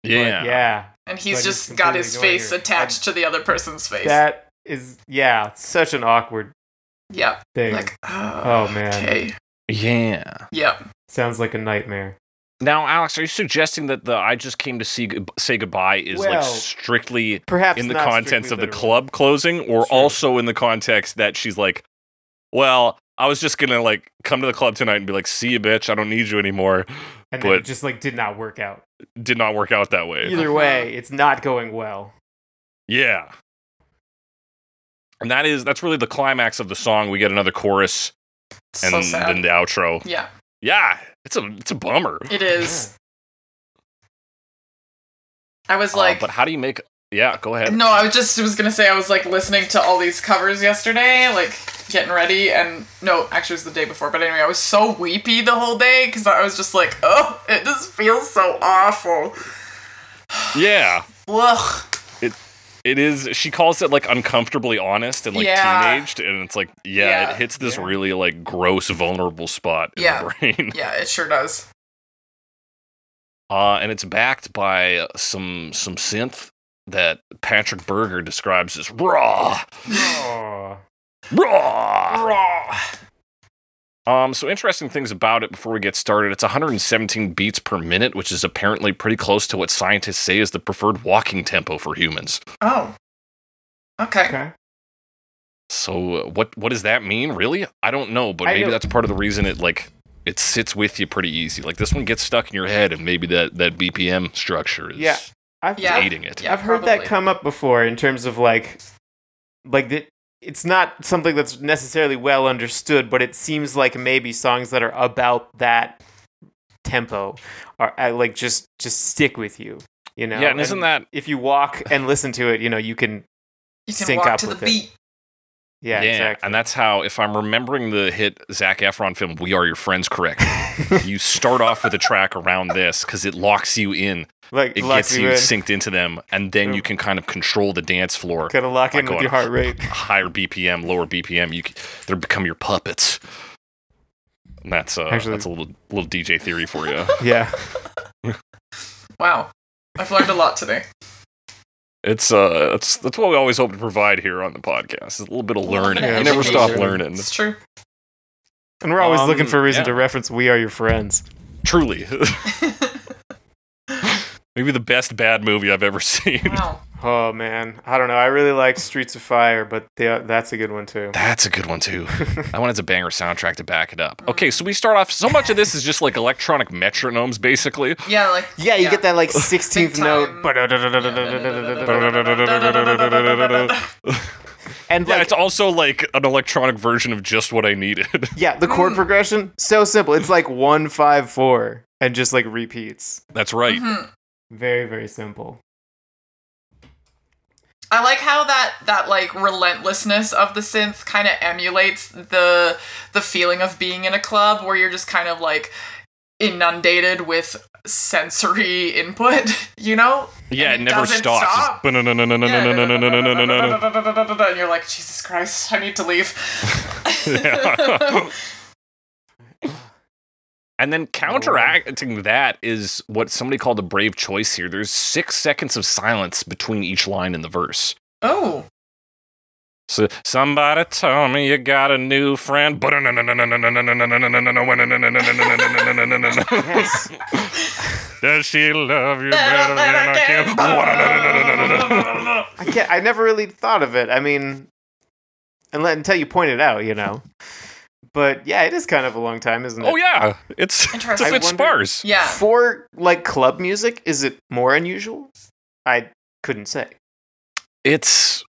S2: But
S1: Yeah.
S2: yeah.
S4: And
S2: So I
S4: he's
S2: just
S4: just got
S2: completely
S4: his
S2: ignored
S4: face
S2: her.
S4: attached to the other person's face.
S2: That is, yeah, such an awkward
S4: yep.
S2: thing.
S4: Like, oh,
S2: oh man,
S4: okay.
S1: Yeah.
S4: Yep.
S2: sounds like a nightmare.
S1: Now, Alex, are you suggesting that the "I just came to see good- say goodbye" is
S2: Well,
S1: like strictly
S2: Perhaps
S1: in the
S2: not
S1: contents
S2: strictly
S1: of the
S2: literal.
S1: club closing, or
S2: Sure.
S1: also in the context that she's like, "Well, I was just gonna like come to the club tonight and be like, see you, bitch. I don't need you anymore."
S2: and then
S1: but-
S2: it just like did not work out.
S1: Did not work out that way.
S2: Either way, it's not going well.
S1: Yeah. And that is that's really the climax of the song. We get another chorus and
S4: So sad.
S1: then the outro.
S4: yeah,
S1: Yeah, it's a it's a bummer.
S4: it is. I was
S1: Uh,
S4: like,
S1: but how do you make? Yeah, go ahead.
S4: No, I was just was gonna say I was like listening to all these covers yesterday, like getting ready, and no, actually it was the day before. But anyway, I was so weepy the whole day because I was just like, oh, it just feels so awful.
S1: Yeah.
S4: Ugh.
S1: It is. She calls it like uncomfortably honest and like
S4: Yeah.
S1: teenaged, and it's like yeah,
S4: Yeah.
S1: it hits this
S2: Yeah.
S1: really like gross, vulnerable spot in
S4: Yeah.
S1: the brain.
S4: Yeah, it sure does.
S1: Uh, and it's backed by some some synth that Patrick Berger describes as raw,
S2: Oh.
S1: raw.
S4: Raw.
S1: Um, so interesting things about it before we get started. It's 117 beats per minute, which is apparently pretty close to what scientists say is the preferred walking tempo for humans.
S4: Oh. Okay.
S2: Okay.
S1: So uh, what what does that mean, really? I don't know, but
S2: I
S1: maybe
S2: don't-
S1: that's part of the reason it like it sits with you pretty easy. Like this one gets stuck in your head, and maybe that that BPM structure is
S2: Yeah. I've,
S4: Yeah.
S2: I've,
S1: eating it.
S4: Yeah,
S2: I've heard that
S4: probably.
S2: come up before in terms of like, like the, it's not something that's necessarily well understood, but it seems like maybe songs that are about that tempo are uh, like just just stick with you, you know.
S1: Yeah, and isn't that
S2: if you walk and listen to it, you know you can.
S4: You can
S2: Sync
S4: walk
S2: up
S4: to the
S2: with it.
S4: beat.
S2: Yeah, exactly.
S1: and that's how if I'm remembering the hit Zach Efron film We Are Your Friends correct, you start off with a track around this because it locks you in.
S2: like
S1: It
S2: locks
S1: gets you
S2: in.
S1: synced into them, and then you can kind of control the dance floor.
S2: Gotta lock in
S1: Like
S2: with
S1: going-
S2: your heart rate.
S1: Higher BPM, lower BPM, you c- they become your puppets. And that's uh,
S2: Actually-
S1: that's a little little DJ theory for you.
S2: Yeah.
S4: Wow. I've learned a lot today.
S1: It's uh, that's that's what we always hope to provide here on the podcast. Is a little bit of learning.
S2: Yeah,
S1: you never stop
S2: education.
S1: learning.
S4: It's true.
S2: And we're always
S1: Um,
S2: looking for a reason
S1: yeah.
S2: to reference We Are Your Friends.
S1: Truly, maybe the best bad movie I've ever seen.
S4: Wow.
S2: Oh man, I don't know. I really like Streets of Fire, but the, that's a good one too.
S1: That's a good one too. that one has a banger soundtrack to back it up. Okay, so we start off. So much of this is just like electronic metronomes, basically.
S4: Yeah, like
S2: Yeah, you get that like 16th
S4: time.
S2: note. And
S1: Yeah,
S2: like
S1: it's also like an electronic version of just what I needed.
S2: Yeah, the chord progression so simple. It's like one five four, and just like repeats.
S1: That's right.
S4: Mhm.
S2: Very very simple.
S4: I like how that that like relentlessness of the synth kind of emulates the the feeling of being in a club where you're just kind of like inundated with sensory input, you know?
S1: Yeah, it
S4: And
S1: never
S4: doesn't
S1: stops. It's
S4: stop.
S1: ba-na-na-na-na-na-na-na-na-na-na-na-na.
S4: And you're like, Jesus Christ, I need to leave.
S1: Yeah. And then counteracting that is what somebody called a brave choice here. There's six seconds of silence between each line in the verse.
S4: oh.
S1: So somebody told me you got a new friend. Does
S2: Yes.
S1: she love you better than I can?
S2: I can't. I never really thought of it. I mean, unle- until you point it out, you know. But yeah, it is kind of a long time, isn't it?
S1: Oh yeah, it's it's a
S4: Interesting.
S1: bit
S2: I wonder-
S1: sparse.
S4: Yeah.
S2: For like club music, is it more unusual? I couldn't say.
S1: it's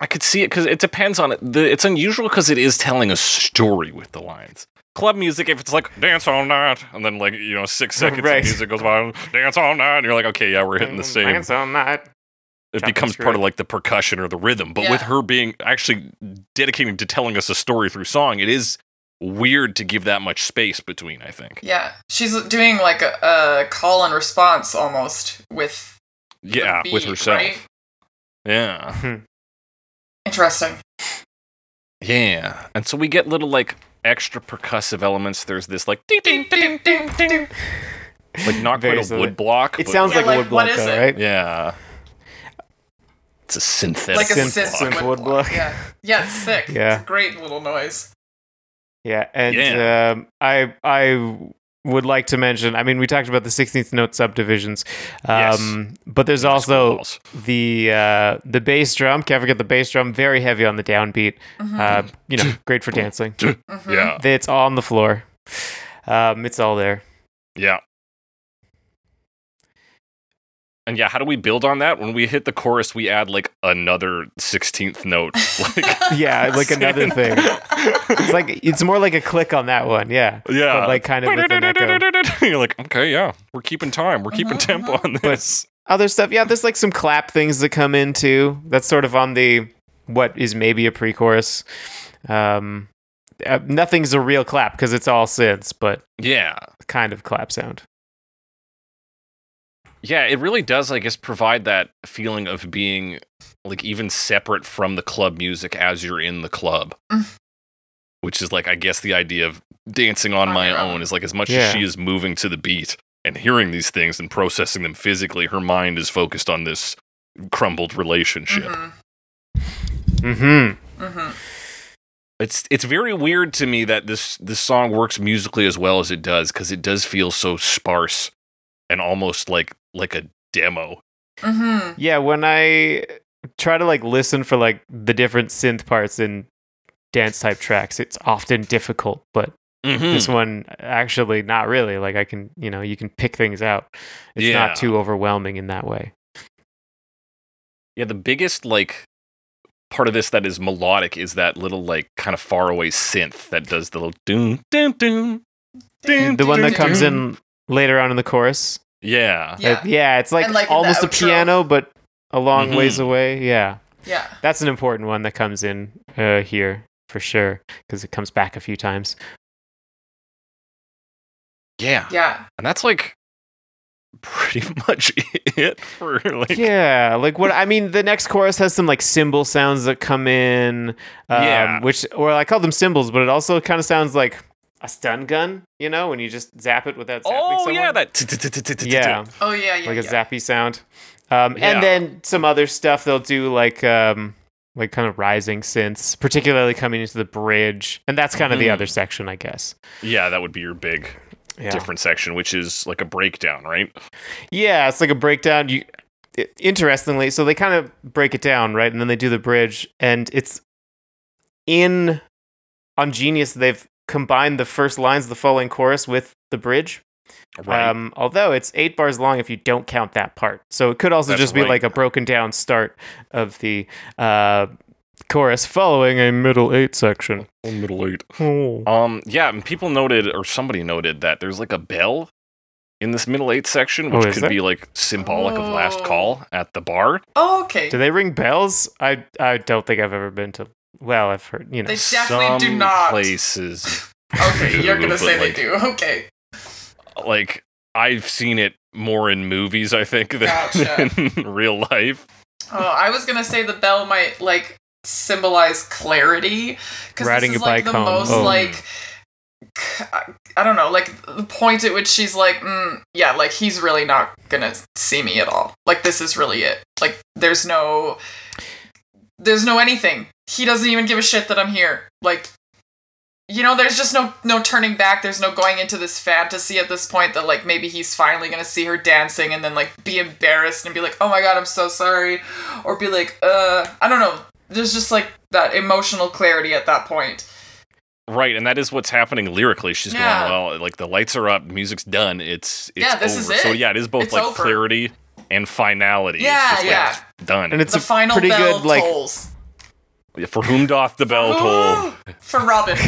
S1: i could see it because it depends on it the, it's unusual because it is telling a story with the lines club music if it's like dance all night and then like you know six seconds
S2: Right.
S1: of music goes by dance all night and you're like okay yeah we're hitting
S4: Mm,
S1: the same
S2: Dance all night.
S1: it
S2: Chopping
S1: becomes
S2: screw.
S1: part of like the percussion or the rhythm but with
S4: Yeah.
S1: her being actually dedicating to telling us a story through song it is weird to give that much space between i think
S4: Yeah. She's doing like a, a call and response almost with
S1: yeah
S4: the
S1: with
S4: beat,
S1: herself
S4: right?
S1: yeah
S4: Interesting.
S1: Yeah. And so we get little like extra percussive elements. There's this like ding ding ding ding ding ding. Like not
S2: Very
S1: quite a
S2: silly.
S1: wood block.
S2: It
S1: but-
S2: sounds
S4: Yeah,
S2: like,
S4: like,
S2: a wood
S4: what
S2: block,
S4: is
S2: though,
S4: it?
S2: right?
S1: Yeah. It's a synthetic.
S4: like a
S2: synth-
S4: synth,
S2: synth
S4: wood
S2: wood
S4: block.
S2: block.
S4: Yeah, yeah, it's sick.
S2: Yeah.
S4: It's a great little noise.
S2: Yeah, and
S1: Yeah.
S2: Um, I I would like to mention. I mean, we talked about the 16th note subdivisions,
S1: Yes.
S2: um, but there's also
S1: Balls.
S2: the uh, the bass drum. Can't forget the bass drum. Very heavy on the downbeat. Uh, you know, great for dancing.
S4: Mhm.
S1: Yeah.
S2: It's all on the floor. Um, it's all there. Hmm.
S1: Yeah. And yeah, how do we build on that? When we hit the chorus, we add like another 16th note. Like,
S2: Yeah, like another thing. It's like it's more like a click on that one. Yeah,
S1: yeah.
S2: but like kind of with an echo. Uh-huh,
S1: You're like, okay, yeah, we're keeping time. We're keeping
S4: Mhm,
S1: tempo on this.
S2: But other stuff, yeah, there's like some clap things that come in too. That's sort of on the what is maybe a pre-chorus. Um, uh, nothing's a real clap because it's all synths, but
S1: yeah.
S2: kind of clap sound.
S1: Yeah, it really does, I guess, provide that feeling of being like even separate from the club music as you're in the club.
S4: Mm.
S1: Which is like, I guess, the idea of dancing on
S4: On
S1: my
S4: your
S1: own,
S4: own.
S1: is like as much
S2: Yeah.
S1: as she is moving to the beat and hearing these things and processing them physically, her mind is focused on this crumbled relationship.
S4: Mhm.
S2: Mm-hmm.
S4: Mhm.
S1: It's it's very weird to me that this this song works musically as well as it does because it does feel so sparse and almost like like a demo.
S4: Mhm.
S2: Yeah, when I try to like listen for like the different synth parts in dance type tracks, it's often difficult, but
S1: Mhm.
S2: this one actually not really. Like I can, you know, you can pick things out. It's
S1: Yeah.
S2: not too overwhelming in that way.
S1: Yeah, the biggest like part of this that is melodic is that little like kind of faraway synth that does the little doom doom doom. doom
S2: The one that comes
S1: doom.
S2: in later on in the chorus.
S1: Yeah.
S4: Yeah.
S2: Uh, yeah, it's like,
S4: And, like, in the
S2: almost a
S4: outro.
S2: piano, but a long
S1: Mhm.
S2: ways away. Yeah,
S4: Yeah.
S2: that's an important one that comes in uh, here for sure because it comes back a few times.
S1: Yeah.
S4: Yeah.
S1: And that's like pretty much it for like
S2: yeah, like what I mean, the next chorus has some like cymbal sounds that come in, um,
S1: Yeah.
S2: which or I call them cymbals, but it also kind of sounds like a stun gun, you know, when you just zap it without zapping
S1: Oh
S2: someone.
S1: yeah, that t- t- t- t- t- t-
S2: yeah,
S4: Oh yeah. Yeah.
S2: like a
S4: yeah.
S2: zappy sound. Um,
S1: Yeah.
S2: And then some other stuff they'll do, like um, like kind of rising synths, particularly coming into the bridge, and that's kind of the
S1: Mhm.
S2: other section, I guess.
S1: Yeah, that would be your big
S2: Yeah,
S1: different section which is like a breakdown, right?
S2: yeah, it's like a breakdown. You, i- interestingly, so they kind of break it down, right? And then they do the bridge, and it's in on Genius they've combined the first lines of the following chorus with the bridge.
S1: Right.
S2: Um, although it's eight bars long if you don't count that part, so it could also
S1: That's
S2: just be
S1: right.
S2: like a broken down start of the uh, chorus following a middle eight section.
S1: middle eight.
S2: Oh.
S1: Um, yeah, and people noted, or somebody noted, that there's like a bell in this middle eight section, which
S2: Oh, is
S1: could
S2: there?
S1: be like symbolic of last
S4: Oh.
S1: call at the bar.
S4: Oh, okay.
S2: Do they ring bells? I I don't think I've ever been to. Well, I've heard you know.
S4: They definitely do
S1: Some
S4: not.
S1: Places
S4: okay, you're gonna
S1: But,
S4: say
S1: like,
S4: they do. Okay.
S1: like I've seen it more in movies, I think, than
S4: Gotcha.
S1: in real life.
S4: Oh, I was gonna say the bell might like symbolize clarity because
S2: Riding
S4: this is
S2: your
S4: like
S2: bike
S4: the
S2: home.
S4: most
S1: Oh.
S4: like c- I- I don't know, like the point at which she's like, mm, yeah, like he's really not gonna see me at all. Like this is really it. Like there's no, there's no anything. He doesn't even give a shit that I'm here. Like, you know, there's just no no turning back. There's no going into this fantasy at this point that like maybe he's finally gonna see her dancing and then like be embarrassed and be like, oh my god, I'm so sorry, or be like, uh, I don't know. There's just like that emotional clarity at that point.
S1: Right, and that is what's happening lyrically. She's
S4: Yeah.
S1: going, well, like the lights are up, music's done, it's it's
S4: Yeah, this
S1: over.
S4: is
S1: So
S4: it.
S1: yeah, it is both
S4: It's
S1: like
S4: over.
S1: clarity and finality. It's
S4: Yeah,
S1: just, like,
S4: yeah.
S1: it's done.
S2: and it's
S4: the
S2: a
S4: final
S2: pretty
S4: bell
S2: good like
S4: tolls.
S1: For whom doth the bell toll?
S4: Ooh, for Robin.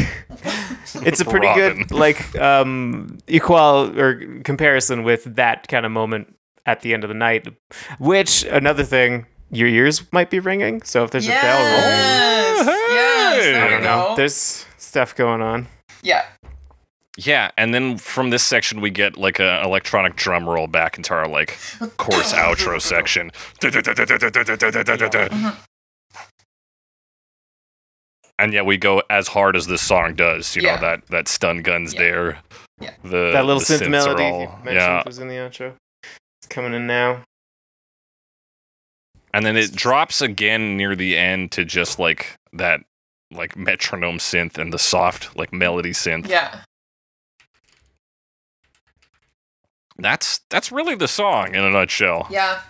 S2: it's a pretty
S1: Robin.
S2: good like um equal or comparison with that kind of moment at the end of the night which another thing your ears might be ringing so if there's
S4: yes.
S2: a bell rolling
S4: Yes.
S1: Hey.
S4: There
S2: i
S4: we
S2: don't know
S4: go.
S2: there's stuff going on
S4: yeah.
S1: Yeah, and then from this section we get like an electronic drum roll back into our like chorus outro section. And yeah, we go as hard as this song does. You
S4: Yeah.
S1: know that that stun guns
S4: Yeah.
S1: there.
S4: Yeah.
S1: The
S2: that little
S1: the
S2: synth
S1: synths are
S2: melody you
S1: all-
S2: mentioned
S1: yeah,
S2: was in the outro it's coming in now
S1: and then it drops again near the end to just like that like metronome synth and the soft like melody synth.
S4: Yeah.
S1: That's that's really the song in a nutshell.
S4: Yeah.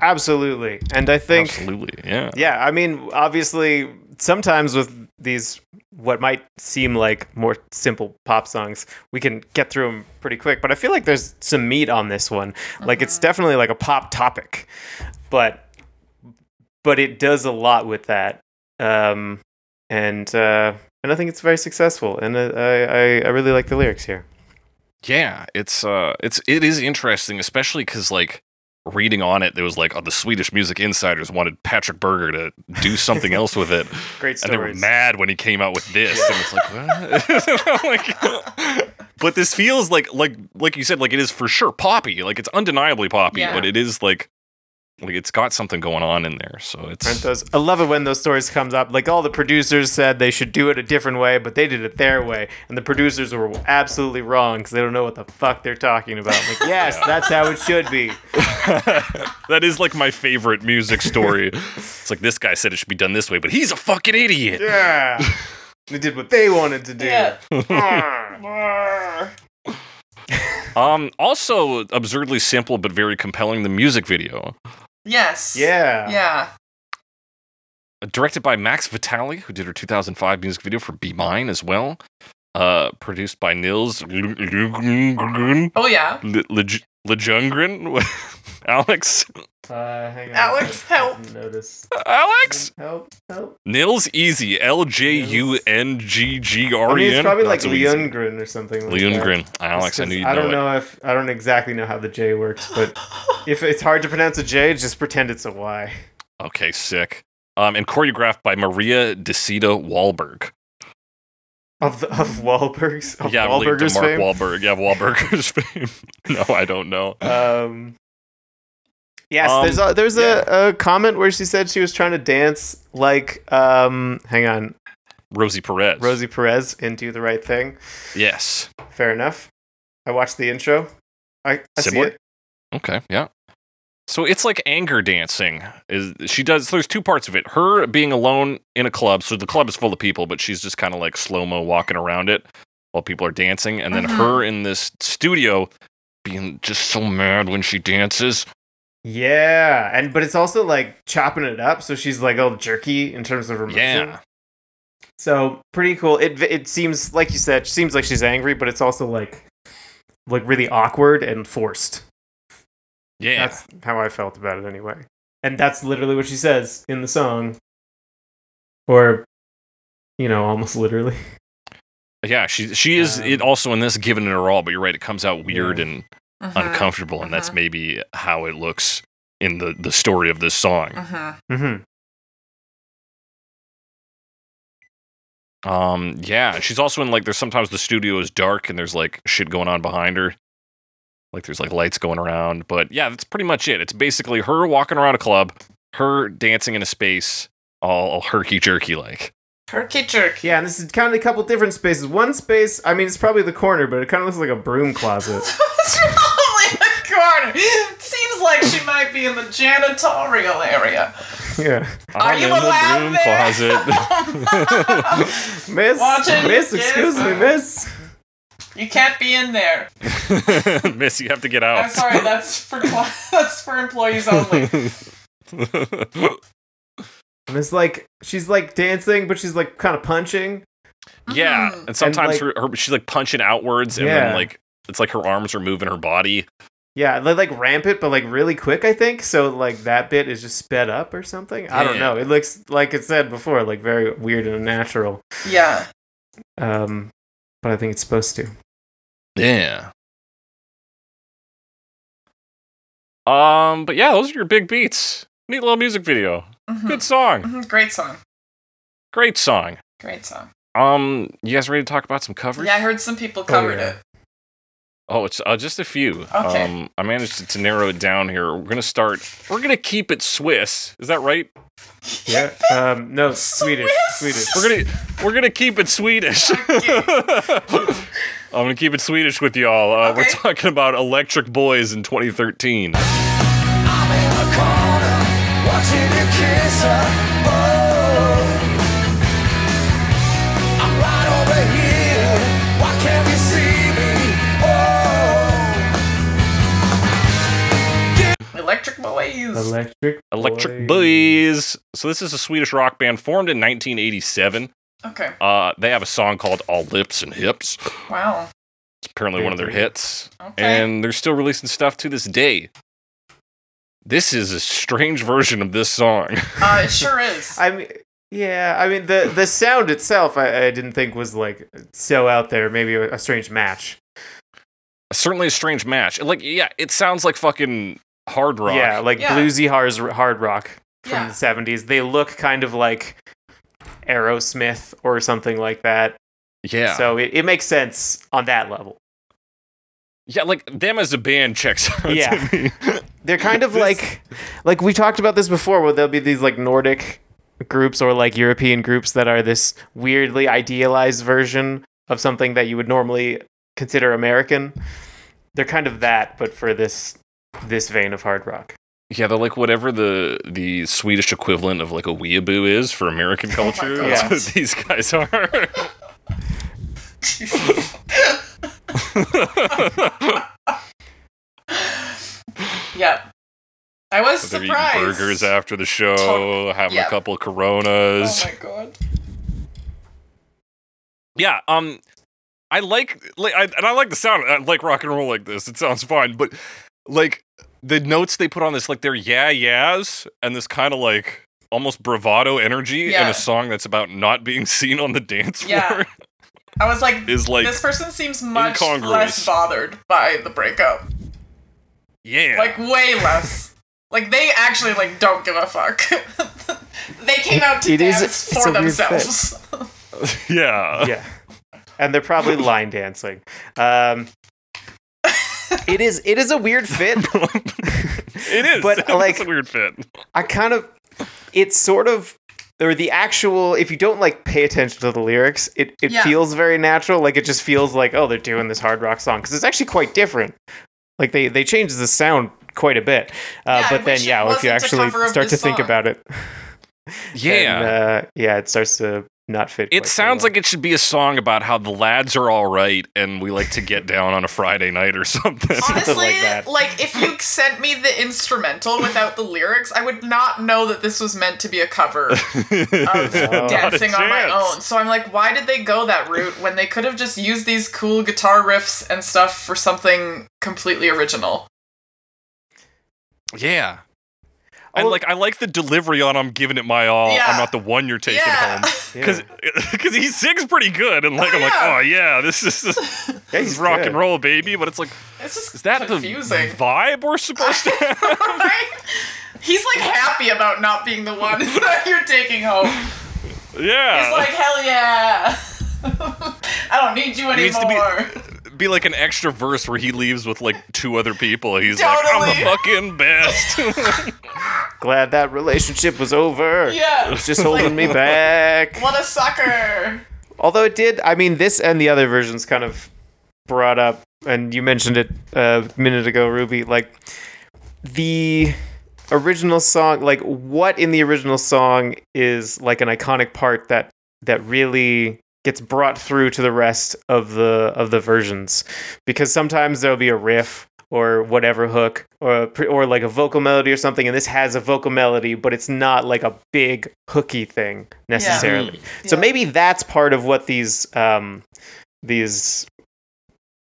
S2: absolutely and i think
S1: Absolutely. Yeah.
S2: Yeah, I mean, obviously, sometimes with these what might seem like more simple pop songs, we can get through them pretty quick. But I feel like there's some meat on this one. Like it's definitely like a pop topic, but but it does a lot with that, um, and uh, and I think it's very successful. And uh, I, I I really like the lyrics here.
S1: Yeah, it's uh it's it is interesting, especially cuz like reading on it there was like oh, the Swedish music insiders wanted Patrick Berger to do something else with it.
S2: Great
S1: And they were
S2: stories.
S1: mad when he came out with this. And it's like, what? Like, but this feels like like like you said like it is for sure poppy. Like it's undeniably poppy,
S4: Yeah.
S1: but it is like like it's got something going on in there. So
S2: Aren't
S1: it's
S2: those- I love it when those stories comes up. Like all the producers said they should do it a different way, but they did it their way, and the producers were absolutely wrong because they don't know what the fuck they're talking about. Like, yes, that's how it should be.
S1: that is like my favorite music story. it's like this guy said it should be done this way, but he's a fucking idiot.
S2: Yeah, they did what they wanted to do.
S4: Yeah.
S1: Um, also absurdly simple but very compelling. The music video,
S4: Yes.
S2: Yeah.
S4: Yeah.
S1: directed by Max Vitali, who did her 2005 music video for "Be Mine" as well. Uh, produced by Nils Lejungren.
S4: Oh yeah.
S1: Alex,
S2: Uh, hang on.
S4: Alex,
S2: I
S4: help.
S2: didn't Notice.
S1: Alex,
S2: Help. Help.
S1: Nils Easy, L J U N G G
S2: I
S1: R
S2: mean,
S1: E
S2: it's
S1: N.
S2: probably like
S1: Not so easy.
S2: Leungren or something. Like That.
S1: Leungren.
S2: Just
S1: Alex, I
S2: 'cause
S1: knew you'd
S2: I don't
S1: know,
S2: know if I don't exactly know how the J works, but if it's hard to pronounce a J, just pretend it's a Y.
S1: it. Okay, sick. Um, and choreographed by Maria DeCita Wahlberg.
S2: Of the, of Wahlberg's of
S1: yeah, I believe
S2: Wahlberger's
S1: DeMarc
S2: fame.
S1: Wahlberg. Yeah, Wahlberger's fame. No, I don't know.
S2: um, yes,
S1: Um,
S2: there's a, there's a, a comment where she said she was trying to dance like um, hang on,
S1: Rosie Perez.
S2: Rosie Perez and do the right thing.
S1: Yes.
S2: Fair enough. I watched the intro. I, I see
S1: Similar?
S2: it.
S1: Okay. Yeah. So it's like anger dancing. Is she does? So there's two parts of it. Her being alone in a club. So the club is full of people, but she's just kind of like slow mo walking around it while people are dancing, and then
S4: Mhm.
S1: her in this studio being just so mad when she dances.
S2: Yeah, and but it's also like chopping it up, so she's like all jerky in terms of her motion.
S1: Yeah.
S2: So pretty cool. It it seems like you said, seems like she's angry, but it's also like like really awkward and forced.
S1: Yeah.
S2: That's how I felt about it anyway. And that's literally what she says in the song. Or you know, almost literally.
S1: yeah, she she is
S2: Um,
S1: it also in this giving it her all, but you're right, it comes out weird
S2: Yeah.
S1: and
S4: Mhm,
S1: uncomfortable, and that's
S4: Mhm.
S1: maybe how it looks in the, the story of this song.
S4: mhm.
S2: Mm-hmm.
S1: Um, yeah, she's also in like there's sometimes the studio is dark and there's like shit going on behind her. Like there's like lights going around, but yeah, that's pretty much it. It's basically her walking around a club, her dancing in a space all herky jerky like.
S4: Turkey jerky.
S2: Yeah, and this is kind of a couple different spaces. One space, I mean, it's probably the corner, but it kind of looks like a broom closet.
S4: it's probably the corner. Seems like she might be in the janitorial area.
S2: yeah.
S4: Are
S1: I'm
S4: you
S1: in
S4: allowed
S1: the broom
S4: there?
S1: closet.
S2: Miss,
S4: Watch it,
S2: miss,
S4: you
S2: excuse me,
S4: jerk.
S2: miss.
S4: you can't be in there.
S1: Miss, you have to get
S2: Oh.
S4: I'm
S1: out.
S4: sorry, that's for cli- that's for employees only.
S2: And it's like she's like dancing, but she's like kind of punching.
S1: yeah,
S4: Mhm.
S1: and sometimes
S2: like-
S1: her, her she's like punching outwards, and
S2: Yeah.
S1: then like it's like her arms are moving her body.
S2: Yeah, they like ramp it, but like really quick, I think. So like that bit is just sped up or something. I don't
S1: Yeah.
S2: know. It looks like it said before, like very weird and unnatural.
S4: Yeah.
S2: Um, but I think it's supposed to.
S1: Yeah. Um, but yeah, those are your big beats. Neat little music video.
S4: Mhm.
S1: Good song.
S4: Mhm, Great song.
S1: Great song.
S4: Great song.
S1: Um, you guys ready to talk about some covers?
S4: Yeah, I heard some people covered
S2: yeah.
S4: it.
S1: Oh, it's uh, just a few.
S4: Okay.
S1: Um, I managed to, to narrow it down here. We're gonna start. We're gonna keep it Swiss. Is that right?
S2: Yeah. Um, no, Swedish, Swedish.
S1: We're gonna we're gonna keep it Swedish. I'm gonna keep it Swedish with y'all. Uh, We're
S4: Okay.
S1: talking about Electric Boys in 2013.
S5: I'm in the corner watching you kiss her. Oh, I'm right over here. Why can't you see me? Oh,
S4: Electric Boys.
S2: Electric.
S1: Electric
S2: Boy.
S1: Boys. So this is a Swedish rock band formed in 1987.
S4: okay.
S1: Uh, they have a song called "All Lips and Hips."
S4: Wow.
S1: It's apparently one of their hits,
S4: Okay.
S1: and they're still releasing stuff to this day. This is a strange version of this song.
S4: uh, it sure is.
S2: I mean, yeah. I mean, the the sound itself, I, I didn't think was like so out there. Maybe a, a strange match.
S1: Certainly a strange match. Like, yeah, it sounds like fucking hard rock.
S2: Yeah, like
S4: Yeah.
S2: bluesy hard hard rock from
S4: Yeah.
S2: the seventies. They look kind of like Aerosmith or something like that.
S1: yeah.
S2: So it, it makes sense on that level.
S1: Yeah, like them as a band checks out
S2: Yeah.
S1: to me.
S2: They're kind of
S1: This-
S2: like like we talked about this before where there'll be these like Nordic groups or like European groups that are this weirdly idealized version of something that you would normally consider American. They're kind of that, but for this this vein of hard rock.
S1: Yeah, they're like whatever the the Swedish equivalent of like a weeaboo is for American
S4: Oh my
S1: culture.
S4: God.
S1: that's
S2: Yeah.
S1: what these guys are.
S4: yeah. I was
S1: they're eating
S4: surprised.
S1: burgers after the show,
S4: Totally.
S1: having
S4: Yeah.
S1: a couple of
S4: Oh
S1: Coronas.
S4: my god.
S1: yeah, um, I like like I, and I like the sound. I like rock and roll like this. It sounds fine, but like the notes they put on this, like they're yeah yeahs and this kind of like almost bravado energy in
S4: Yeah.
S1: a song that's about not being seen on the dance floor.
S4: Yeah. I was like,
S1: is like
S4: this person seems much
S1: incongruous.
S4: less bothered by the breakup.
S1: yeah
S4: Like way less. like they actually like don't give a fuck. they came out to
S2: It is-
S4: dance
S2: it's
S4: for
S2: a weird fit.
S4: themselves.
S1: yeah
S2: yeah and they're probably line dancing um it is it is a weird fit
S1: it is
S2: But,
S1: It's
S2: like-
S1: a weird fit
S2: i kind of it's sort of or the actual if you don't like pay attention to the lyrics it, it
S4: Yeah.
S2: feels very natural like it just feels like oh they're doing this hard rock song because it's actually quite different like they they change the sound quite a bit uh,
S4: Yeah, I
S2: but then
S4: wish it
S2: yeah if you
S4: wasn't a
S2: actually
S4: cover of
S2: start to
S4: this
S2: think
S4: song.
S2: about it
S1: yeah
S2: then, uh, yeah it starts to not fit.
S1: It sounds
S2: uh,
S1: like it should be a song about how the lads are all right and we like to get down on a Friday night or something.
S4: Honestly,
S2: like
S4: like,
S2: that.
S4: if you sent me the instrumental without the lyrics, I would not know that this was meant to be a cover of Oh, dancing on my
S1: chance.
S4: own. So I'm like, why did they go that route when they could have just used these cool guitar riffs and stuff for something completely original?
S1: yeah. I
S2: Well-
S1: like I like the delivery on I'm giving it my all.
S4: Yeah.
S1: I'm not the one you're taking
S4: yeah.
S1: home. Cuz he sings pretty good and like
S4: Oh,
S1: I'm like,
S4: yeah.
S1: "Oh yeah, this is this
S2: Yeah,
S1: is
S2: he's
S1: rock
S2: good.
S1: and roll, baby." But it's like,
S4: It's just
S1: is that
S4: confusing.
S1: the vibe we're supposed to have?
S4: right? He's like happy about not being the one that you're taking home.
S1: yeah.
S2: Oh.
S4: He's like, hell yeah. I don't need you
S1: needs
S4: anymore.
S1: to be- be like an extra verse where he leaves with like two other people. He's like,
S4: Totally.
S1: I'm the fucking best.
S2: glad that relationship was over.
S4: yeah.
S2: It's just holding me back.
S4: What a sucker.
S2: Although it did, I mean, this and the other versions kind of brought up, and you mentioned it a minute ago, Ruby. Like the original song, like what in the original song is like an iconic part that that really gets brought through to the rest of the of the versions, because sometimes there'll be a riff or whatever hook or a, pre- or like a vocal melody or something, and this has a vocal melody, but it's not like a big hooky thing necessarily. So
S4: Yeah.
S2: maybe that's part of what these um, these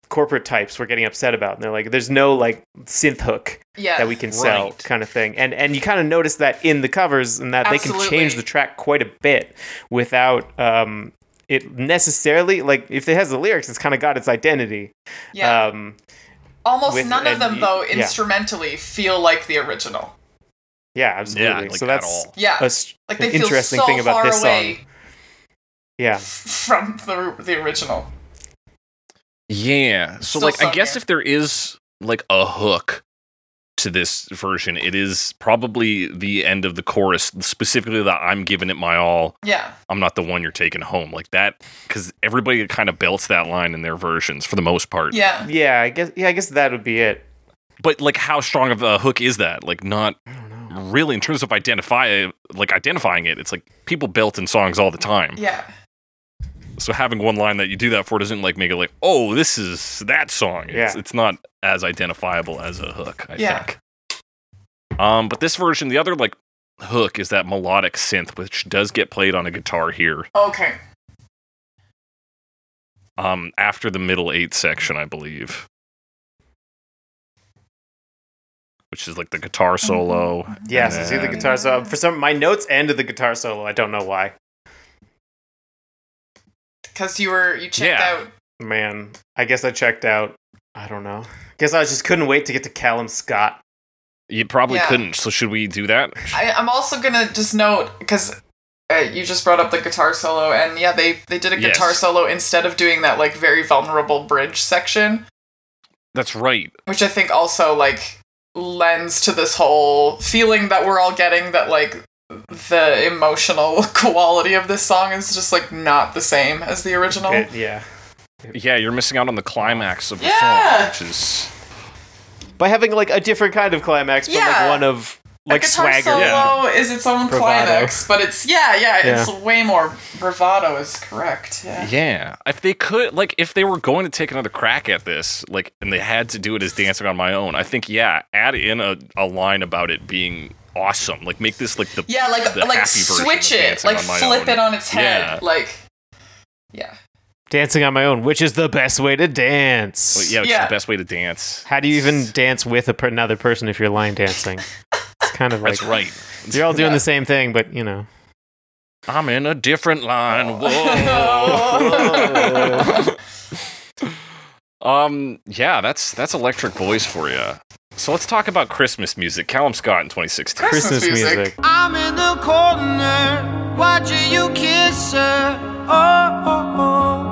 S2: corporate types were getting upset about. And they're like, "There's no like synth hook
S4: Yeah.
S2: that we can sell,"
S1: Right.
S2: kind of thing. And and you kind of notice that in the covers, and that they can change
S4: Absolutely.
S2: the track quite a bit without um, it necessarily like if it has the lyrics, it's kind of got its identity.
S4: yeah.
S2: Um,
S4: Almost
S2: with-
S4: none of
S2: and
S4: them,
S2: you-
S4: though,
S2: yeah.
S4: instrumentally feel like the original.
S2: yeah, absolutely.
S1: like,
S2: so
S1: at
S2: that's
S1: all.
S4: Yeah.
S2: a s-
S4: like
S2: an
S4: they feel
S2: interesting
S4: so
S2: thing about
S4: far
S2: this song.
S4: away
S2: yeah.
S4: from the the original.
S1: Yeah. So
S4: Still
S1: like I
S4: sung
S1: guess
S4: there.
S1: if there is like a hook to this version, it is probably the end of the chorus, specifically that I'm giving it my all.
S4: Yeah.
S1: I'm not the one you're taking home. Like that cuz everybody kind of belts that line in their versions for the most part.
S4: Yeah.
S2: Yeah, I guess yeah, I guess that would be it.
S1: But like how strong of a hook is that? Like not
S2: I don't know.
S1: really in terms of identify like identifying it. It's like people belt in songs all the time.
S4: Yeah.
S1: So having one line that you do that for doesn't like make it like, oh, this is that song. It's,
S2: Yeah.
S1: it's not as identifiable as a hook, I
S4: Yeah.
S1: think. Um, but this version, the other like hook is that melodic synth, which does get played on a guitar here.
S4: Okay.
S1: Um, after the middle eight section, I believe. Which is like the guitar
S4: Mm-hmm.
S1: solo.
S2: Yeah,
S1: and
S2: so see the
S1: then-
S2: guitar solo. For some, my notes ended the guitar solo. I don't know why.
S4: Because you were you checked
S1: Yeah.
S4: out.
S2: Man, I guess I checked out. I don't know. Guess I just couldn't wait to get to Callum Scott.
S1: You probably
S4: Yeah.
S1: couldn't. So should we do that?
S4: I, I'm also gonna just note because uh, you just brought up the guitar solo, and yeah, they they did a
S1: Yes.
S4: guitar solo instead of doing that like very vulnerable bridge section,
S1: That's right.
S4: which I think also like lends to this whole feeling that we're all getting that like the emotional quality of this song is just like not the same as the original.
S2: It- yeah.
S1: Yeah, you're missing out on the climax of the song,
S4: Yeah.
S1: which is
S2: By having like a different kind of climax, but
S4: Yeah.
S2: like one of
S4: A
S2: like
S4: guitar
S2: swagger.
S4: solo
S1: Yeah.
S4: is its own
S2: Bravado.
S4: climax, but it's yeah, yeah, it's
S2: Yeah.
S4: way more bravado is correct. Yeah.
S1: Yeah. If they could, like, if they were going to take another crack at this, like, and they had to do it as dancing on my own, I think, yeah, add in a, a line about it being awesome. Like, make this, like, the.
S4: Yeah, like
S1: the
S4: like
S1: happy version
S4: switch
S1: of
S4: it,
S1: Dancing
S4: like
S1: on My
S4: flip
S1: Own.
S4: it on its head,
S1: Yeah.
S4: like yeah,
S2: Dancing on my own, which is the best way to dance.
S1: But yeah, it's
S4: Yeah.
S1: the best way to dance.
S2: How do you even dance with a per- another person if you're line dancing? It's kind of like
S1: That's right.
S2: you're all doing
S4: Yeah.
S2: the same thing, but you know.
S1: I'm in a different line.
S4: Oh.
S1: Whoa. um. Yeah, that's that's electric voice for you. So let's talk about Christmas music. Callum Scott in 2016.
S4: Christmas, music.
S6: I'm in the corner watching you kiss her. Oh, oh, oh.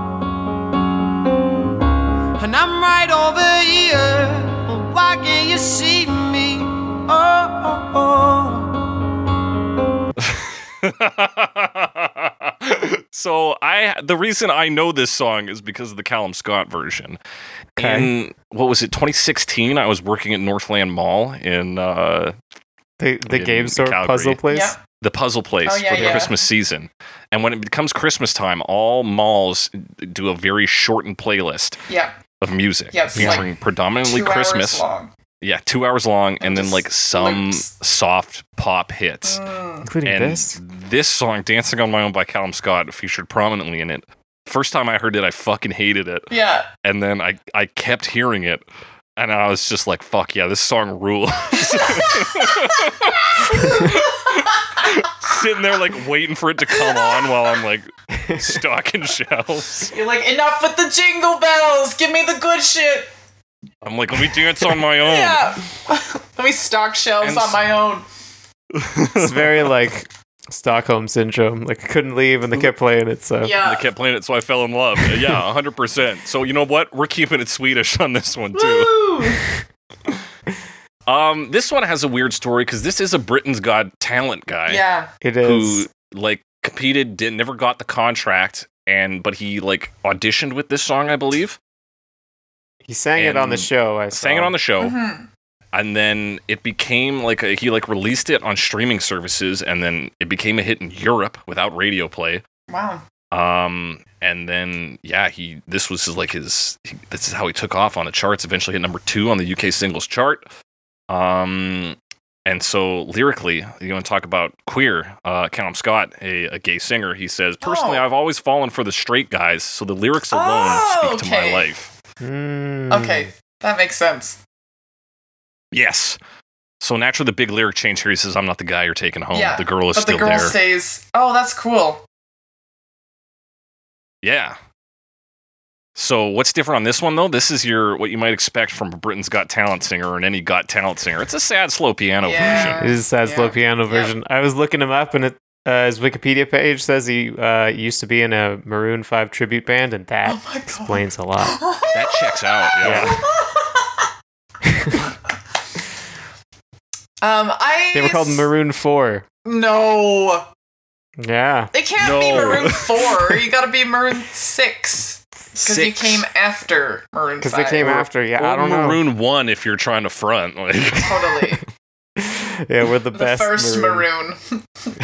S6: and I'm right over here. Well, why can't you see me? Oh, oh, oh.
S1: so I the reason I know this song is because of the Callum Scott version.
S2: Okay.
S1: In what was it 2016 I was working at Northland Mall in uh
S2: The the
S1: In
S2: game store
S1: Calgary.
S2: puzzle place.
S4: Yeah.
S1: the puzzle place
S4: Oh, yeah,
S1: for the
S4: yeah.
S1: Christmas season. And when it becomes Christmas time, all malls do a very shortened playlist
S4: Yeah,
S1: of music
S4: Yeah, it's like
S1: featuring predominantly
S4: two hours
S1: Christmas.
S4: long.
S1: Yeah, two hours long, and,
S4: And
S1: then
S4: just
S1: like some
S4: loops.
S1: soft pop hits.
S4: Mm.
S2: including
S1: and
S2: this.
S1: this song, "Dancing on My Own" by Callum Scott, featured prominently in it. First time I heard it, I fucking hated it,
S4: Yeah,
S1: and then I I kept hearing it, and I was just like, "Fuck yeah, this song rules." Sitting there like waiting for it to come on while I'm like stocking shelves.
S4: you're like enough with the jingle bells. Give me the good shit.
S1: I'm like, let me dance on my
S2: Hmm.
S1: own.
S4: Yeah, let me stock shelves
S1: And
S4: on
S1: s-
S4: my own.
S2: It's very like Stockholm syndrome. Like I couldn't leave, and they kept playing it. So
S1: I
S4: Yeah,
S1: kept playing it, so I fell in love. Yeah, 100%. So, you know what? We're keeping it Swedish on this one, too.
S4: Woo!
S1: Um, this one has a weird story because this is a Britain's Got Talent guy
S4: yeah.
S2: it
S1: who,
S2: is.
S1: like, competed, did, never got the contract, and but he, like, auditioned with this song, I believe,
S2: He sang it on the
S1: and
S2: show. I
S1: sang it on the show,
S4: Mhm.
S1: and then it became, like, a, he, like, released it on streaming services, and then it became a hit in Europe without radio play.
S4: Wow.
S1: Um, and then yeah, he this was his, like his he, this is how he took off on the charts. Eventually hit number two on the UK singles chart. Um, and so lyrically, you want to talk about queer? Uh, Callum Scott, a, a gay singer, he says, personally,
S4: Oh.
S1: I've always fallen for the straight guys, so the lyrics alone
S4: Oh,
S1: speak to
S4: okay.
S1: my life.
S2: Mm.
S4: Okay, that makes sense.
S1: Yes. So naturally, the big lyric change here. He says, "I'm not the guy you're taking home.
S4: Yeah,
S1: the girl is
S4: But the
S1: still
S4: girl
S1: there."
S4: stays. Oh, that's cool.
S1: Yeah. So what's different on this one though? This is your what you might expect from a Britain's Got Talent singer or in any Got Talent singer. It's a sad slow piano
S4: Yeah.
S1: version.
S2: It is a sad slow
S4: Yeah.
S2: piano version. I was looking him up, and it, uh, his Wikipedia page says he uh, used to be in a Maroon Five tribute band, and that
S4: Oh my God.
S2: explains a lot.
S1: That checks out. Yeah.
S4: um, I.
S2: They were called Maroon Four.
S4: No,
S2: Yeah,
S4: it can't be
S1: No.
S4: Maroon Four. You gotta be Maroon Six because you
S1: Six.
S4: came after Maroon.
S2: because they came after. Yeah,
S1: Or
S2: I don't know.
S1: Maroon One if you're trying to front. Like
S4: Totally,
S2: Yeah, we're the,
S4: the
S2: best.
S4: first Maroon. first and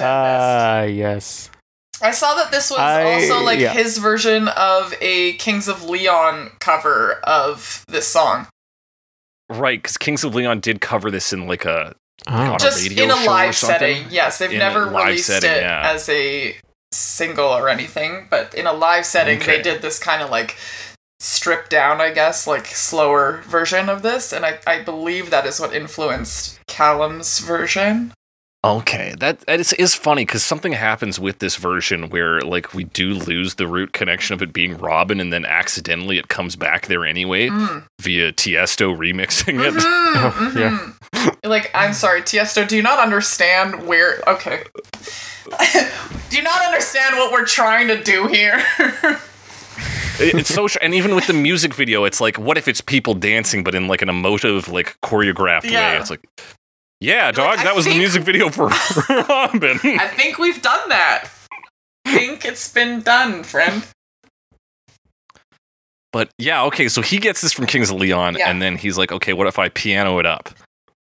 S2: Ah, yes.
S4: I saw that this was
S2: I-
S4: also like
S2: yeah.
S4: his version of a Kings of Leon cover of this song,
S1: right, because Kings of Leon did cover this in like a
S2: Oh.
S1: On a
S4: just
S1: radio
S4: in a
S1: show or
S4: live
S1: something?
S4: setting. Yes, they've
S1: In a
S4: never
S1: live
S4: released
S1: setting,
S4: it
S1: yeah.
S4: as a single or anything, but in a live setting,
S1: Okay.
S4: they did this kind of like stripped down, I guess, like slower version of this, and I, I believe that is what influenced Callum's version.
S1: Okay, that, that is, is funny because something happens with this version where like we do lose the root connection of it being Robin, and then accidentally it comes back there anyway
S4: Mm.
S1: via Tiesto remixing it.
S4: Mhm,
S2: Oh, yeah.
S4: mhm. Like, I'm sorry, Tiesto, do you not understand where. Okay. do you not understand what we're trying to do here?
S1: It- it's so and even with the music video it's like what if it's people dancing but in like an emotive like choreographed way
S4: Yeah.
S1: it's like yeah dog
S4: I
S1: that was the
S4: think-
S1: music video for robin
S4: I think we've done that. I think it's been done, friend.
S1: but yeah okay so he gets this from kings of leon
S4: Yeah.
S1: and then he's like okay what if i piano it up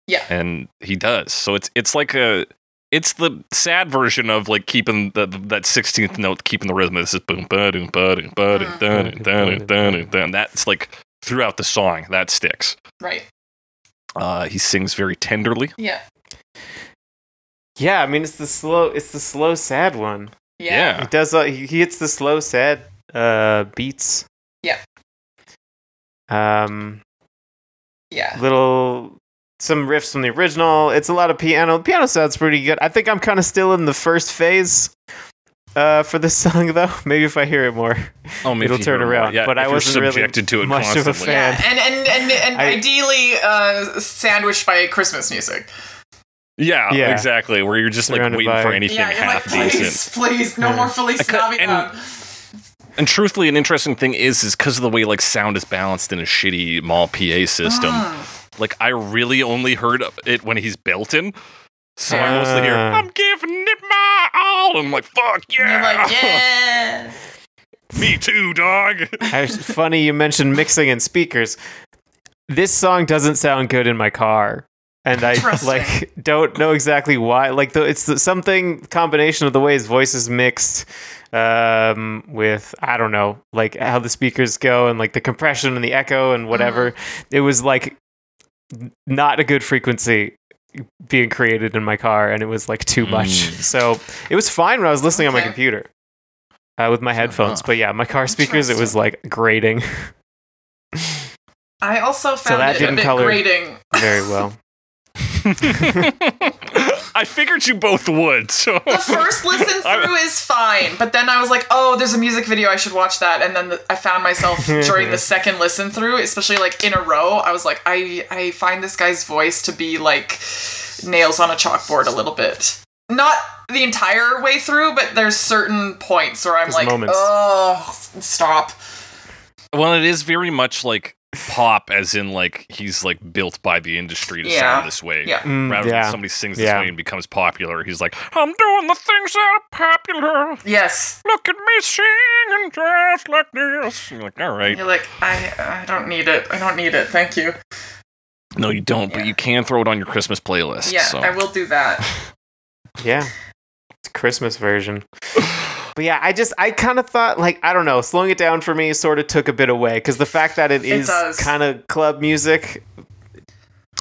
S4: Yeah.
S1: and he does so it's it's like a it's the sad version of like keeping the, the- that 16th note keeping the rhythm this is boom ba doom ba doom ba doom da
S4: Mm-hmm.
S1: doom da doom da doom da doom. that's like throughout the song that sticks
S4: Right.
S1: uh, he sings very tenderly
S4: Yeah.
S2: Yeah, I mean it's the slow, it's the slow sad one.
S1: Yeah.
S4: Yeah.
S2: He does. Uh, he he hits the slow sad uh, beats.
S4: Yeah.
S2: Um,
S4: Yeah.
S2: little some riffs from the original. It's a lot of piano. The piano sounds pretty good. I think I'm kind of still in the first phase uh, for this song, though. Maybe if I hear it more,
S1: Oh, maybe
S2: it'll
S1: if you
S2: turn
S1: were-
S2: around.
S1: Yeah,
S2: but
S1: if
S2: I
S1: you're
S2: wasn't really
S1: subjected to it
S2: much
S1: constantly.
S2: of a fan.
S4: And and and, and
S2: I-
S4: ideally uh, sandwiched by Christmas music.
S1: Yeah,
S2: Yeah.
S1: exactly. Where you're just like
S2: Surrounded
S1: waiting for
S2: by-
S1: anything
S4: Yeah, you're like,
S1: half
S4: please,
S1: decent.
S4: please, no more Feliz
S1: I cut- and-
S4: Navidad.
S1: And truthfully, an interesting thing is, is because of the way like sound is balanced in a shitty mall PA system.
S4: Ah. Hmm.
S1: Like I really only heard it when he's belting. So I mostly hear,
S2: Ah.
S1: I'm giving it my all. I'm like, fuck
S4: And you're
S1: yeah.
S4: like, yeah.
S1: Me too, dog.
S2: I- it's funny you mentioned mixing and speakers. This song doesn't sound good in my car. and I
S4: Interesting.
S2: like don't know exactly why. Like the, it's the, something combination of the way his voice is mixed um, with I don't know, like how the speakers go and like the compression and the echo and whatever. It was like n- not a good frequency being created in my car, and it was like too much.
S1: Mm.
S2: So it was fine when I was listening on my
S4: Okay.
S2: computer. Uh, with my headphones, but yeah, my car speakers, it was like grating
S4: I also found
S2: that
S4: it
S2: didn't
S4: a bit
S2: color-
S4: grating.
S2: very well.
S1: I figured you both would, so
S4: The first listen through is fine, but then I was like, "Oh, there's a music video. I should watch that." And then the, I found myself during the second listen through, especially like in a row, I was like, "I I find this guy's voice to be like nails on a chalkboard a little bit." Not the entire way through, but there's certain points where I'm
S2: There's
S4: like,
S2: moments.
S4: "Oh, stop."
S1: well, it is very much like pop, as in like he's like built by the industry to
S4: Yeah.
S1: sound this way.
S4: Yeah.
S2: Mm,
S1: Rather
S2: yeah.
S1: than somebody sings this
S2: Yeah.
S1: way and becomes popular, he's like, "I'm doing the things that are popular.
S4: Yes.
S1: Look at me singing just like this." And you're like, "All right,
S4: You're like, "I I don't need it. I don't need it. Thank you."
S1: no, you don't, but
S4: Yeah.
S1: you can throw it on your Christmas playlist."
S4: Yeah,
S1: so.
S4: I will do that.
S2: Yeah. It's Christmas version. But yeah, I just I kind of thought like I don't know, slowing it down for me sort of took a bit away cuz the fact that it is
S4: does.
S2: kind of club music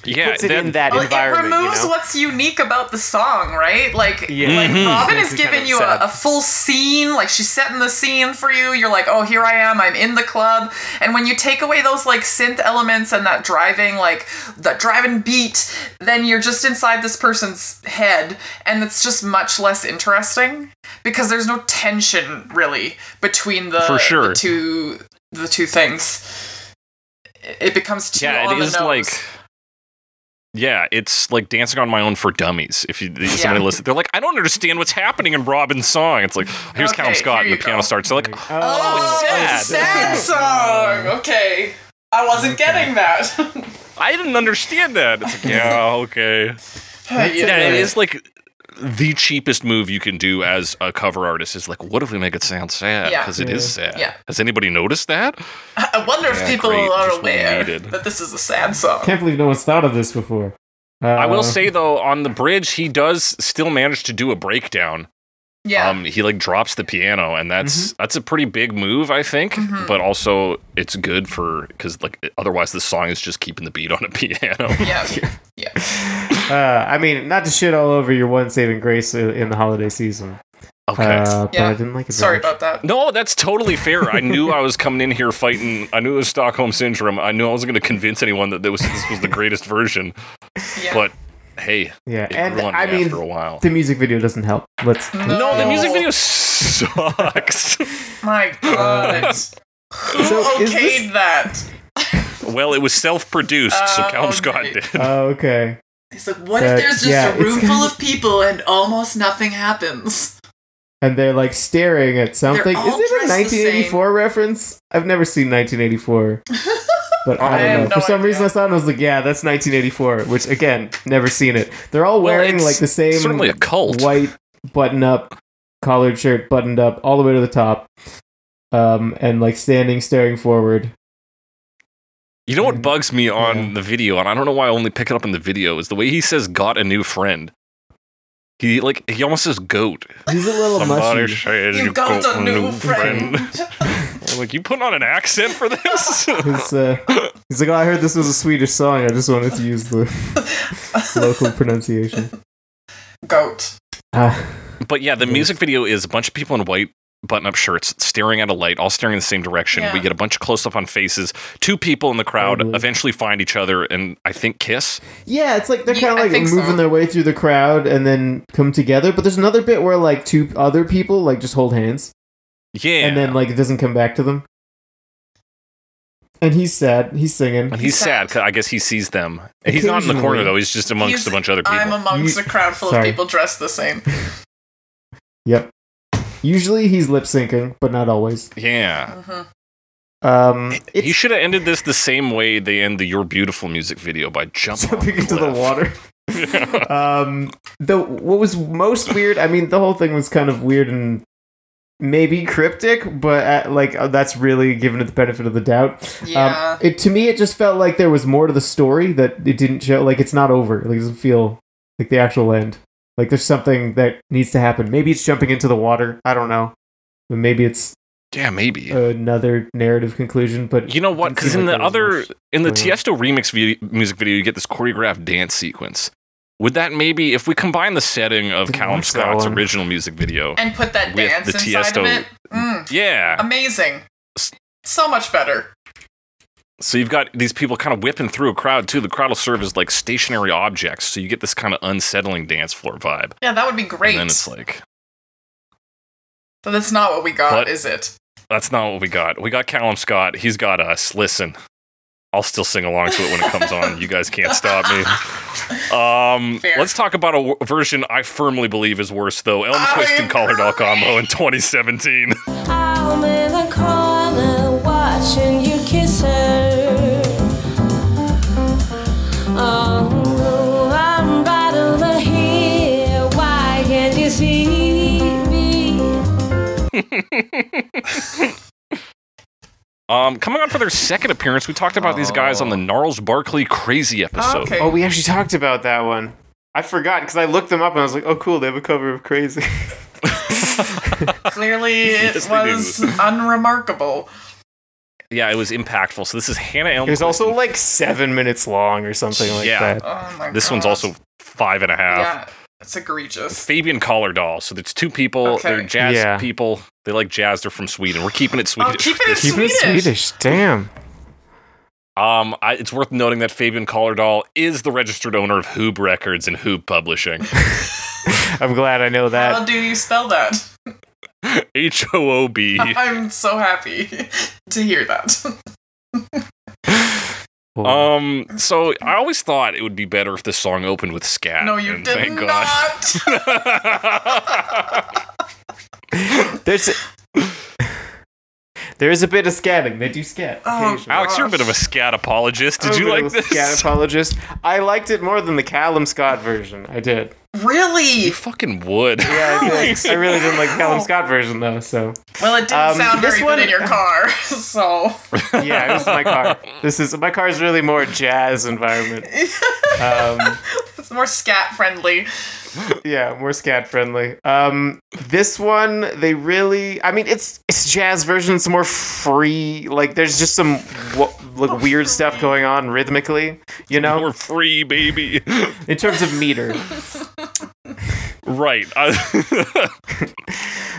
S1: Yeah,
S2: puts it
S1: then-
S2: in that
S4: Well, it
S2: environment,
S4: removes
S2: you know.
S4: what's unique about the song, right? Like,
S2: Yeah.
S4: like
S1: Mhm.
S4: Robin
S2: Makes
S4: is
S2: it kind
S4: giving
S2: of
S4: you a,
S2: sad.
S4: a full scene. Like she's setting the scene for you. You're like, oh, here I am. I'm in the club. And when you take away those like synth elements and that driving, like that driving beat, then you're just inside this person's head, and it's just much less interesting because there's no tension really between the,
S1: For sure.
S4: the two the two things. It becomes too
S1: yeah,
S4: on
S1: it
S4: the
S1: is
S4: nose.
S1: like yeah, it's like dancing on my own for dummies. If you if somebody
S4: Yeah.
S1: listens, they're like, I don't understand what's happening in Robin's song. It's like here's
S4: Okay,
S1: Callum Scott, and
S4: here
S1: the
S4: you
S1: piano
S4: go.
S1: starts. They're like,
S4: Oh,
S1: it's
S4: it's a sad song. Okay. I wasn't getting that.
S1: I didn't understand that. It's like, yeah, okay. Yeah, it is like the cheapest move you can do as a cover artist is like, what if we make it sound sad?
S4: Yeah.
S1: Because it is sad.
S4: Yeah.
S1: Has anybody noticed that?
S4: I wonder if
S1: Yeah,
S4: people
S1: great,
S4: are
S1: just what we
S4: aware
S1: needed.
S4: that this is a sad song.
S7: Can't believe no one's thought of this before. Uh,
S1: I will say though, on the bridge, he does still manage to do a breakdown.
S4: Yeah.
S1: Um, he like drops the piano, and that's that's a pretty big move, I think.
S4: Mhm.
S1: But also, it's good for because like otherwise, the song is just keeping the beat on a piano.
S4: yeah.
S7: uh, I mean, not to shit all over your one saving grace i- in the holiday season.
S1: okay.
S7: Uh, but
S4: Yeah.
S7: I didn't like it. very
S4: Sorry
S7: much.
S1: uh,
S4: about that.
S1: no, that's totally fair. I knew I was coming in here fighting. I knew it was Stockholm syndrome. I knew I wasn't going to convince anyone that there was, this was the greatest version.
S4: Yeah.
S1: But hey,
S7: Yeah,
S1: it
S7: and
S1: grew on
S7: I
S1: me
S7: mean,
S1: after a while.
S7: the music video doesn't help. Let's.
S1: no, the music video sucks.
S4: My God. Who
S7: So is
S4: okayed that?
S1: well, it was self-produced, so
S7: Um,
S4: Oh,
S1: Calum Scott
S4: great.
S1: did.
S7: Oh, okay.
S4: He's like, what
S7: That-
S4: if there's just
S7: yeah,
S4: a room
S7: it's-
S4: full of people and almost nothing happens?
S7: And they're like staring at something. Is
S4: all
S7: it a
S4: dressed the
S7: 1984 reference? I've never seen 1984. But I don't know.
S4: I have
S7: For
S4: no
S7: some
S4: idea.
S7: reason, I thought it was like, yeah, that's 1984. Which again, never seen it. They're all wearing
S1: it's
S7: like the same
S1: Certainly a cult.
S7: white button up collared shirt buttoned up all the way to the top um and like standing staring forward
S1: You know what
S7: And-
S1: bugs me on
S7: yeah.
S1: the video, and I don't know why I only pick it up in the video, is the way he says "got a new friend." He like he almost says "goat."
S7: he's a little
S1: Somebody
S7: mushy
S1: said
S4: You got a new friend.
S1: I'm like you putting on an accent for this?
S7: he's, uh, he's like oh i heard this was a swedish song i just wanted to use the local pronunciation
S4: Goat.
S7: Ah,
S1: but yeah, the music video is a bunch of people in white button-up shirts staring at a light, all staring in the same direction.
S4: Yeah.
S1: We get a bunch of close-up on faces. Two people in the crowd
S7: Totally.
S1: eventually find each other, and I think kiss.
S7: yeah it's like they're
S4: Yeah,
S7: kind of
S4: I
S7: like
S4: think so.
S7: moving their way through the crowd and then come together but there's another bit where like two other people like just hold hands
S1: Yeah,
S7: and then like it doesn't come back to them and he's sad he's singing
S1: And he's sad. 'cause I guess he sees them. He's not in the corner
S7: Occasionally.
S1: though. He's just amongst
S4: He's-
S1: a bunch of other people.
S4: I'm amongst
S7: You-
S4: a crowd full
S7: Sorry.
S4: of people dressed the same.
S7: Yep. Usually he's lip syncing, but not always.
S1: Yeah.
S4: hmm
S7: Um,
S1: you
S7: it's
S1: should have ended this the same way they end the Your Beautiful music video by jumping, off
S7: jumping
S1: the
S7: into the
S1: cliff.
S7: water. um, the what was most weird. I mean, the whole thing was kind of weird and maybe cryptic, but uh, like uh, that's really given it the benefit of the doubt. Um,
S4: Yeah.
S7: it to me, it just felt like there was more to the story that it didn't show. Like it's not over. Like it doesn't feel like the actual end. Like there's something that needs to happen. Maybe it's jumping into the water. I don't know. But maybe it's
S1: Yeah, maybe.
S7: another narrative conclusion. But
S1: You know what?
S7: Didn't
S1: Because
S7: seem
S1: in
S7: like
S1: the
S7: there
S1: other
S7: was much
S1: in the
S7: going on.
S1: Tiesto remix video, music video, you get this choreographed dance sequence. Would that maybe, if we combine the setting of
S7: Didn't
S1: Callum
S7: watch that
S1: Scott's
S7: one.
S1: original music video,
S4: and put that
S1: With
S4: dance
S1: the
S4: inside of
S1: Tiesto-
S4: it. Mm,
S1: yeah.
S4: amazing. So much better.
S1: So you've got these people kind of whipping through a crowd too. The crowd will serve as like stationary objects, so you get this kind of unsettling dance floor vibe.
S4: Yeah, that would be great.
S1: And then it's like,
S4: but that's not what we got,
S1: But-
S4: is it?
S1: that's not what we got. We got Callum Scott. He's got us. Listen, I'll still sing along to it when it comes on. You guys can't stop me. Um,
S4: Fair.
S1: let's talk about a w- version I firmly believe is worse, though. Elmquist
S4: I'm
S1: and Collardall combo in 2017.
S3: I'm in the corner watching you kiss her. Oh, I'm right over here. Why can't you see me?
S1: Um, coming on for their second appearance, we talked about these guys on the Gnarls Barkley Crazy episode.
S4: Oh. okay.
S2: Oh, we actually talked about that one. I forgot because I looked them up and I was like, oh, cool, they have a cover of Crazy.
S4: Clearly, it
S1: Yes, we do.
S4: was unremarkable.
S1: Yeah, it was impactful. So this is Hannah Elmquist.
S2: it was also like seven minutes long or something like
S1: Yeah.
S2: that.
S4: Oh my god.
S1: this one's also five and a half.
S4: Yeah, it's egregious.
S1: Fabian Collardall. So there's two people.
S4: Okay.
S1: They're jazz
S2: Yeah.
S1: people. They like jazz. They're from Sweden. We're keeping it
S4: Oh,
S1: Swedish.
S4: keep it in
S2: Keep it
S4: Swedish.
S2: Swedish. Damn.
S1: Um, I, it's worth noting that Fabian Collardall is the registered owner of Hoob Records and Hoob Publishing.
S2: I'm glad I know
S4: How
S2: that.
S4: do you spell that?
S1: H O O B.
S4: I'm so happy to hear that.
S2: Uh,
S1: Um, so I always thought it would be better if this song opened with scat.
S4: no, you
S1: and
S4: did
S1: thank
S4: not.
S1: God.
S2: There's. There is a bit of scatting. They do scat.
S4: Oh,
S2: occasionally.
S1: Alex, you're a bit of a scat apologist. Did
S2: I'm
S1: you
S2: a bit
S1: like
S2: of a
S1: this?
S2: Scat apologist. I liked it more than the Callum Scott version. I did.
S1: you
S4: really?
S1: fucking would.
S2: Yeah, I, did. Oh. I really didn't like Callum
S4: Wow.
S2: Scott version though. So
S4: Well, it didn't
S2: Um,
S4: sound
S2: this
S4: very
S2: one-
S4: good in your car, so
S2: yeah, this is my car. This is my car is really more jazz environment. Um,
S4: it's more scat friendly.
S2: yeah, more scat friendly. Um, this one they really. I mean, it's it's jazz version. It's more free. Like there's just some w- like weird stuff going on rhythmically. You know,
S1: We're free, baby.
S2: in terms of meter,
S1: right. I-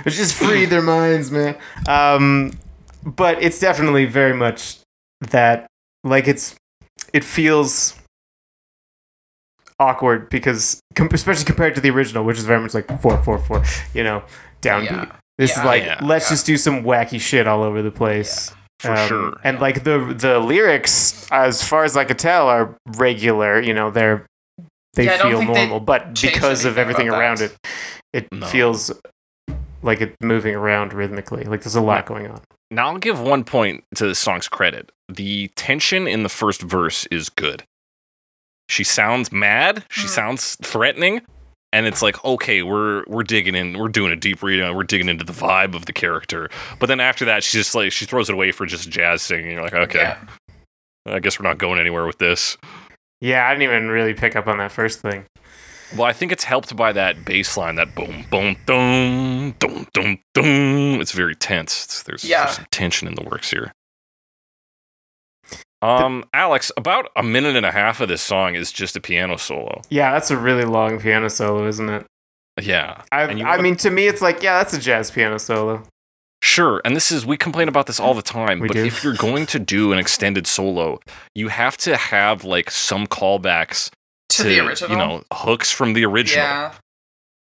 S2: it's just free their minds, man. Um, but it's definitely very much that. Like it's it feels awkward because com- especially compared to the original, which is very much like four four four. You know, downbeat.
S4: Yeah.
S2: This
S4: Yeah.
S2: is like
S1: Yeah.
S2: let's just do some wacky shit all over the place.
S1: For
S2: Um,
S1: sure.
S2: And like the the lyrics, as far as I could tell, are regular. You know, they're they
S4: Yeah, I don't
S2: feel
S4: think they
S2: normal, but
S4: changed
S2: because of everything
S4: anything about
S2: around
S4: that.
S2: it, it
S1: No.
S2: feels like it's moving around rhythmically. Like there's a lot going on.
S1: Now I'll give one point to this song's credit. The tension in the first verse is good. She sounds mad, she
S4: Mm.
S1: sounds threatening, and it's like, okay, we're we're digging in, we're doing a deep read, and we're digging into the vibe of the character. But then after that, she just like she throws it away for just jazz singing. You're like, okay,
S4: Yeah.
S1: I guess we're not going anywhere with this.
S2: Yeah, I didn't even really pick up on that first thing.
S1: Well, I think it's helped by that bass line, that boom, boom, boom, boom, boom, boom. It's very tense. It's- there's,
S4: Yeah.
S1: there's some tension in the works here. Um, Alex, about a minute and a half of this song is just a piano solo.
S2: Yeah, that's a really long piano solo, isn't it?
S1: Yeah,
S2: I
S1: And you
S2: I
S1: wanna-
S2: mean, to me, it's like yeah, that's a jazz piano solo.
S1: sure. And this is we complain about this all the time.
S2: We
S1: but
S2: do.
S1: if you're going to do an extended solo, you have to have like some callbacks
S4: To, the original.
S1: you know, hooks from the original.
S4: Yeah.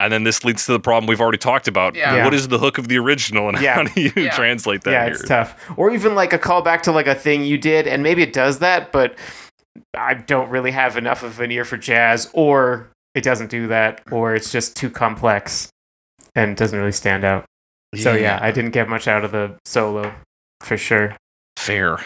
S1: And then this leads to the problem we've already talked about.
S4: Yeah. Yeah.
S1: What is the hook of the original, and
S2: Yeah.
S1: how do you
S4: Yeah.
S1: translate that?
S2: yeah,
S1: here?
S2: it's tough. Or even like a callback to like a thing you did, and maybe it does that, but I don't really have enough of an ear for jazz, or it doesn't do that, or it's just too complex and doesn't really stand out. So yeah, I didn't get much out of the solo for sure.
S1: fair.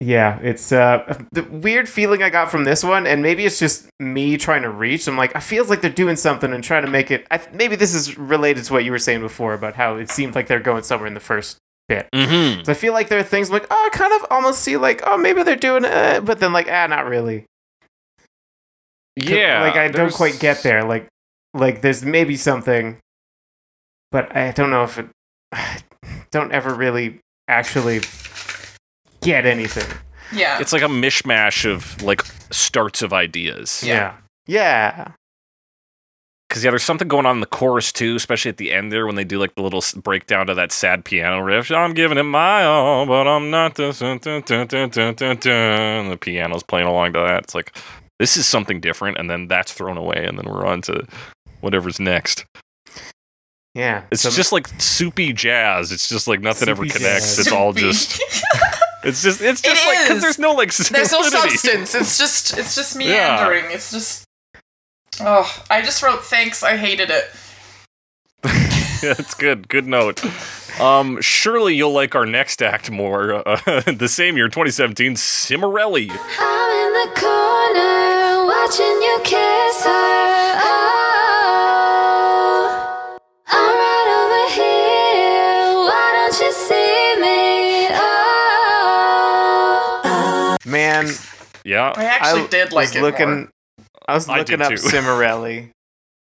S2: Yeah, it's uh the weird feeling I got from this one, and maybe it's just me trying to reach. I'm like, I feels like they're doing something and trying to make it. I, th- maybe this is related to what you were saying before about how it seemed like they're going somewhere in the first bit.
S1: Mm-hmm.
S2: So I feel like there are things like, oh, I kind of almost see like, oh, maybe they're doing it, but then like, ah, not really.
S1: Yeah,
S2: like I don't
S1: there's-
S2: quite get there. Like, like there's maybe something, but I don't know if it. don't ever really actually get anything.
S4: Yeah.
S1: It's like a mishmash of like starts of ideas.
S2: Yeah. Yeah.
S1: Because yeah, there's something going on in the chorus too, especially at the end there when they do like the little s- breakdown to that sad piano riff. I'm giving it my all, but I'm not. This, dun, dun, dun, dun, dun, dun, dun. And the piano's playing along to that. It's like this is something different, and then that's thrown away, and then we're on to whatever's next.
S2: Yeah.
S1: It's
S2: So-
S1: just like soupy jazz. It's just like nothing ever
S7: Soupy
S1: connects.
S7: jazz.
S1: It's all
S4: Stupid.
S1: just. It's just. It's just like because
S4: is.
S1: there's no like.
S4: There's no
S1: solidity.
S4: substance. It's just it's just meandering. It's just Oh, I just wrote thanks, I hated it.
S1: yeah, that's good. Good note. Um, surely you'll like our next act more. Uh, the same year, 2017, Cimarelli.
S3: I'm in the corner watching you kiss her. Oh, I'm right over here. Why don't you see me? Oh.
S2: man.
S1: Yeah.
S4: I actually did like
S2: was
S4: it.
S2: looking.
S4: more.
S2: I was
S1: I
S2: looking
S1: did
S2: up
S1: too.
S2: Cimarelli.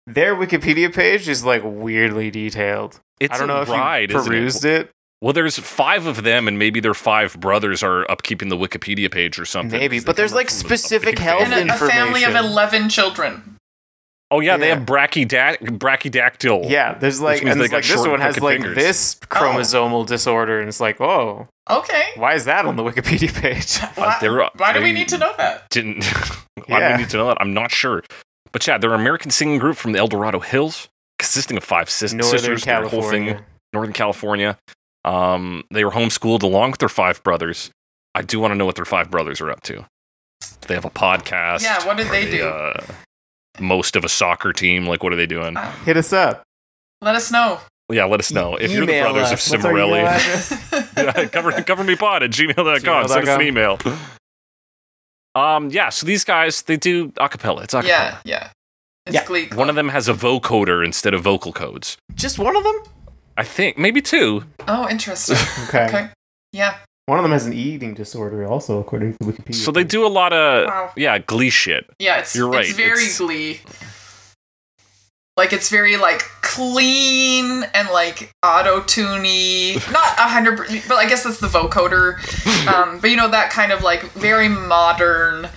S2: Their Wikipedia page is like weirdly detailed.
S1: It's
S2: I don't know
S1: a
S2: if
S1: ride,
S2: you
S1: isn't it?
S2: perused it.
S1: Well, there's five of them, and maybe their five brothers are upkeeping the Wikipedia page or something.
S2: Maybe,
S1: 'cause they
S2: but there's
S1: come up
S2: like
S1: from the-
S2: specific health
S4: And a, a family of
S2: information.
S4: eleven children.
S1: Oh yeah, they
S2: Yeah.
S1: have brachydac- brachydactyl.
S2: Yeah, there's like,
S1: means
S2: and
S1: they
S2: it's
S1: got
S2: like this
S1: short
S2: one has
S1: crooked
S2: like
S1: fingers.
S2: this chromosomal disorder, and it's like, oh,
S4: Okay.
S2: why is that on the Wikipedia page?
S1: Uh,
S4: Why,
S1: they're-
S4: why do we
S1: they-
S4: need to know that?
S1: Didn't. Why do
S2: Yeah.
S1: we need to know that? I'm not sure. But yeah, they're an American singing group from the El Dorado Hills, consisting of five sis-
S2: Northern
S1: sisters. their whole thing-
S2: California.
S1: Northern California. Um, they were homeschooled along with their five brothers. I do want to know what their five brothers are up to. Do they have a podcast?
S4: Yeah, what did
S1: Are
S4: they do?
S1: uh, most of a soccer team. Like, what are they doing?
S4: Uh,
S2: Hit us up.
S4: Let us know.
S1: Yeah, let us know. If you're the
S7: E- Email
S1: brothers
S7: us.
S1: of
S7: What's our email
S1: Cimarelli,
S7: address?
S1: yeah, cover, cover me pod at gmail.com. Send us an
S2: Gmail.com.
S1: email. Um, yeah, so these guys, they do acapella. It's acapella.
S4: yeah, yeah. It's
S7: Yeah.
S4: Glee Club.
S1: One of them has a vocoder instead of vocal codes.
S2: Just one of them.
S1: I think, maybe two.
S4: Oh, interesting.
S7: Okay.
S4: okay. Yeah.
S7: One of them has an eating disorder, also according to Wikipedia.
S1: So they do a lot of,
S4: Wow.
S1: yeah, glee shit.
S4: Yeah, it's
S1: You're right,
S4: it's very
S1: it's-
S4: glee. Like it's very like clean and like auto tuney. Not a hundred per- but I guess that's the vocoder. Um, but you know that kind of like very modern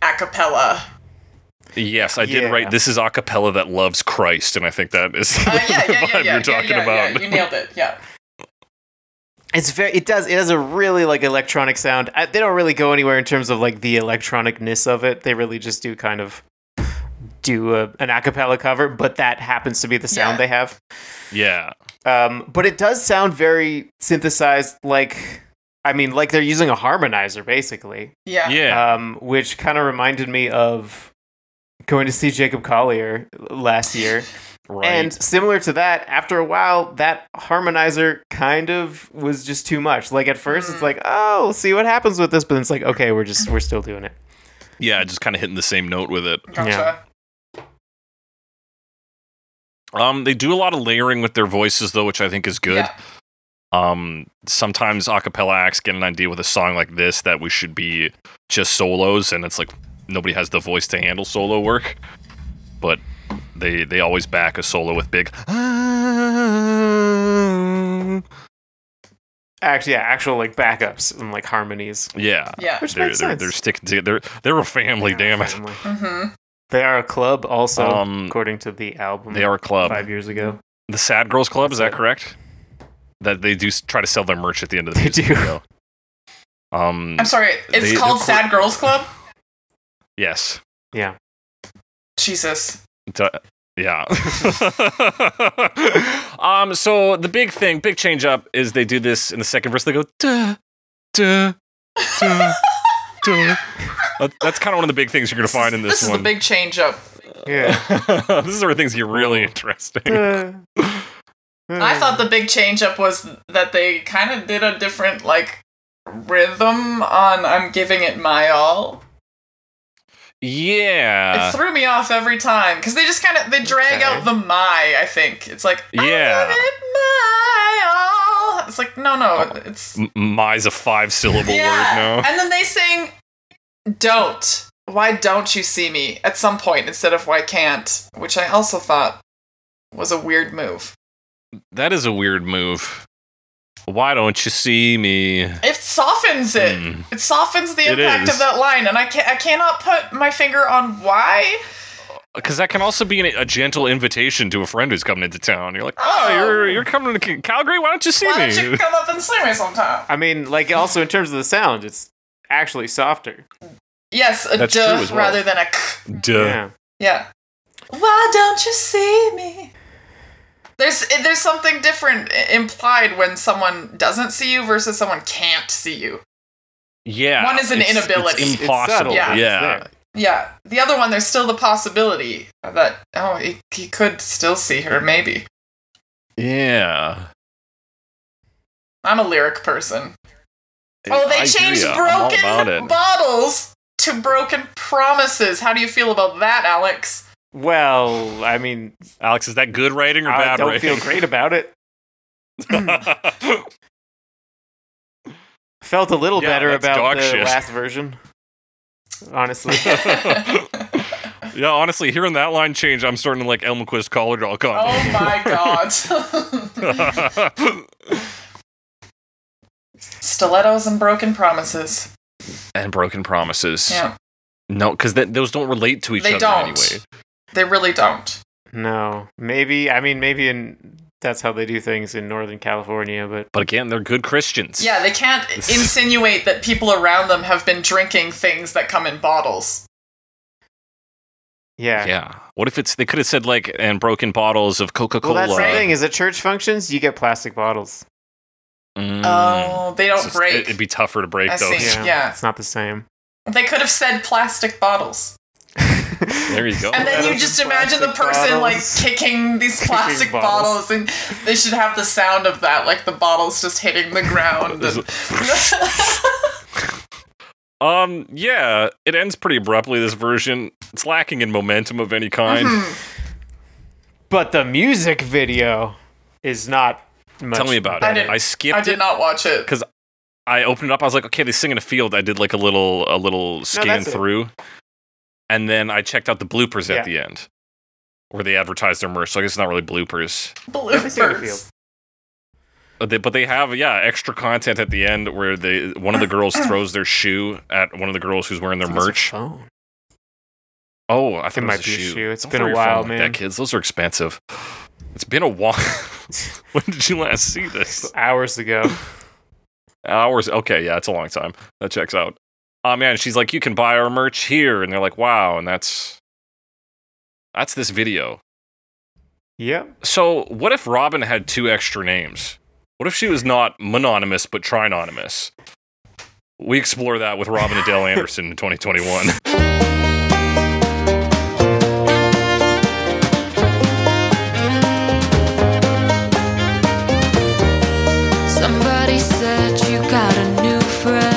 S4: a cappella.
S1: Yes, I did
S2: Yeah.
S1: write. This is acapella that loves Christ, and I think that is
S4: Uh, yeah,
S1: the
S4: yeah, yeah,
S1: vibe
S4: yeah,
S1: you're
S4: yeah,
S1: talking
S4: yeah, yeah,
S1: about.
S4: You nailed it. Yeah.
S2: It's very. It does. It has a really like electronic sound. I, they don't really go anywhere in terms of like the electronicness of it. They really just do kind of do a, an acapella cover, but that happens to be the sound
S4: Yeah.
S2: they have.
S1: yeah,
S2: Um, but it does sound very synthesized. Like, I mean, like they're using a harmonizer basically.
S4: Yeah.
S1: yeah.
S2: Um, which kind of reminded me of going to see Jacob Collier last year.
S1: right.
S2: Uh, And similar to that, after a while, that harmonizer kind of was just too much. Like at 1st it's like, oh, we'll see what happens with this, but then it's like, okay, we're just we're still doing it.
S1: yeah, just kind of hitting the same note with it.
S4: Gotcha.
S1: Um, they do a lot of layering with their voices though, which I think is good.
S4: Yeah.
S1: Um, sometimes acapella acts get an idea with a song like this that we should be just solos, and it's like nobody has the voice to handle solo work. But they they always back a solo with big.
S2: Actually, yeah, actual like backups and like harmonies.
S1: Yeah,
S4: Yeah.
S2: Which
S1: they're
S2: makes
S1: they're,
S2: sense.
S1: they're sticking together. They're they're a family. damn it.
S2: Family.
S4: Mm-hmm.
S2: They are a club also,
S1: Um,
S2: according to the album
S1: They are a club.
S2: five years ago.
S1: The Sad Girls Club, is that
S2: That's it.
S1: correct? That they do s- try to sell their merch at the end of the
S2: They
S1: music
S2: do.
S1: video. Um,
S4: I'm sorry. It's
S1: They-
S4: called
S1: they're
S4: Sad Girls Club.
S1: yes.
S2: Yeah.
S4: Jesus.
S1: D- yeah. um, so the big thing, big change up is they do this in the second verse. They go, duh, duh, duh, duh. That- That's kind of one of the big things you're going to find in this,
S4: This is the
S1: one.
S4: big change up.
S2: Yeah.
S1: this is where things get really interesting.
S2: Hmm.
S4: I thought the big change up was that they kind of did a different like rhythm on I'm Giving It My All. It
S1: Yeah.
S4: threw me off every time because they just kind of they drag
S2: Okay.
S4: out the my. I think it's like I
S1: Yeah.
S4: give it my all. It's like no, no, it's
S1: M- My's a five syllable word now.
S4: And then they sing Don't. Why don't you see me at some point instead of why can't? Which I also thought was a weird move.
S1: That is a weird move. Why don't you see me?
S4: It softens it.
S1: Mm.
S4: It softens the
S1: It
S4: impact
S1: is.
S4: of that line, and I can I cannot put my finger on why.
S1: Because that can also be an, a gentle invitation to a friend who's coming into town. You're like, oh,
S4: Oh.
S1: you're you're coming to Ca- Calgary. Why don't you see
S4: Why
S1: me?
S4: don't you come up and sing me sometime?
S2: I mean, like also in terms of the sound, it's actually softer.
S4: Yes, a
S1: That's
S4: duh
S1: true as well.
S4: rather than a k.
S1: Duh.
S2: Yeah.
S4: Yeah. Why don't you see me? There's eh, there's something different i- implied when someone doesn't see you versus someone can't see you.
S1: Yeah.
S4: One is an
S1: it's-
S4: inability.
S1: It's
S4: It's
S1: impossible.
S2: subtle,
S4: Yeah.
S1: yeah.
S2: but it's
S4: Yeah, the other one, there's still the possibility that oh, he, he could still see her. Maybe
S1: Yeah.
S4: I'm a lyric person. oh, they
S1: I hear
S4: changed
S1: ya. I'm all about
S4: broken
S1: it.
S4: bottles to broken promises. How do you feel about that, Alex?
S2: there. Well, I mean,
S1: Alex, is that good writing or
S2: I
S1: bad
S2: don't
S1: writing?
S2: feel great about it. Felt a little
S1: Yeah,
S2: better
S1: that's
S2: about
S1: dog
S2: the
S1: shit.
S2: last version. Honestly.
S1: yeah, honestly, hearing that line change, I'm starting to like Elmquist collar.com.
S4: Oh my god! Stilettos and broken promises.
S1: and broken promises.
S4: Yeah,
S1: No, because those don't relate to each
S4: They
S1: other
S4: don't.
S1: anyway.
S4: they really don't.
S2: no. Maybe I mean maybe in that's how they do things in Northern California, but
S1: But again, they're good Christians.
S4: Yeah, they can't insinuate that people around them have been drinking things that come in bottles.
S2: yeah.
S1: Yeah. What if it's they could have said like and broken bottles of Coca
S2: Well,
S1: Cola?
S2: that's the thing is at church functions you get plastic bottles.
S4: Oh, they don't break.
S1: Mm. It, would be tougher to break
S4: I see.
S1: those.
S4: Yeah. Yeah.
S2: It's not the same.
S4: They could have said plastic bottles.
S1: There you go.
S4: And then you
S2: Bottles
S4: just
S2: and
S4: imagine the
S2: plastic
S4: person
S2: bottles.
S4: like kicking these
S2: Kicking
S4: plastic bottles.
S2: bottles.
S4: and they should have the sound of that, like the bottles just hitting the ground. and-
S1: Um, yeah, it ends pretty abruptly. This version, it's lacking in momentum of any kind.
S2: Mm-hmm. But the music video is not much
S1: Tell me about it.
S4: I
S1: I,
S4: didn't-
S1: skipped
S4: I did
S1: it.
S4: not watch it.
S1: I opened it up. I was like, okay, they sing in a field. I did like a little a little scan
S2: that's it.
S1: through, and then I checked out the bloopers
S2: Yeah.
S1: at the end, where they advertise their merch. So I guess it's not really bloopers,
S4: Bloopers.
S1: but they, but they have yeah extra content at the end where they one of the girls throws their shoe at one of the girls who's wearing their merch.
S2: Phone.
S1: Oh, I think
S2: It
S1: it
S2: might
S1: was a
S2: be a
S1: shoe.
S2: shoe. It's
S1: Don't
S2: been
S1: throw
S2: a
S1: your phone
S2: while,
S1: like
S2: man.
S1: That kids, those are expensive. It's been a while. when did you last see this?
S2: Hours ago.
S1: hours. Okay, yeah, it's a long time. That checks out. Oh man, she's like, you can buy our merch here, and they're like, wow, and that's that's this video.
S2: yep.
S1: So what if Robin had two extra names? What if she was not mononymous but trinonymous? We explore that with Robin Adele Anderson in 2021.
S3: Somebody said you got a new friend.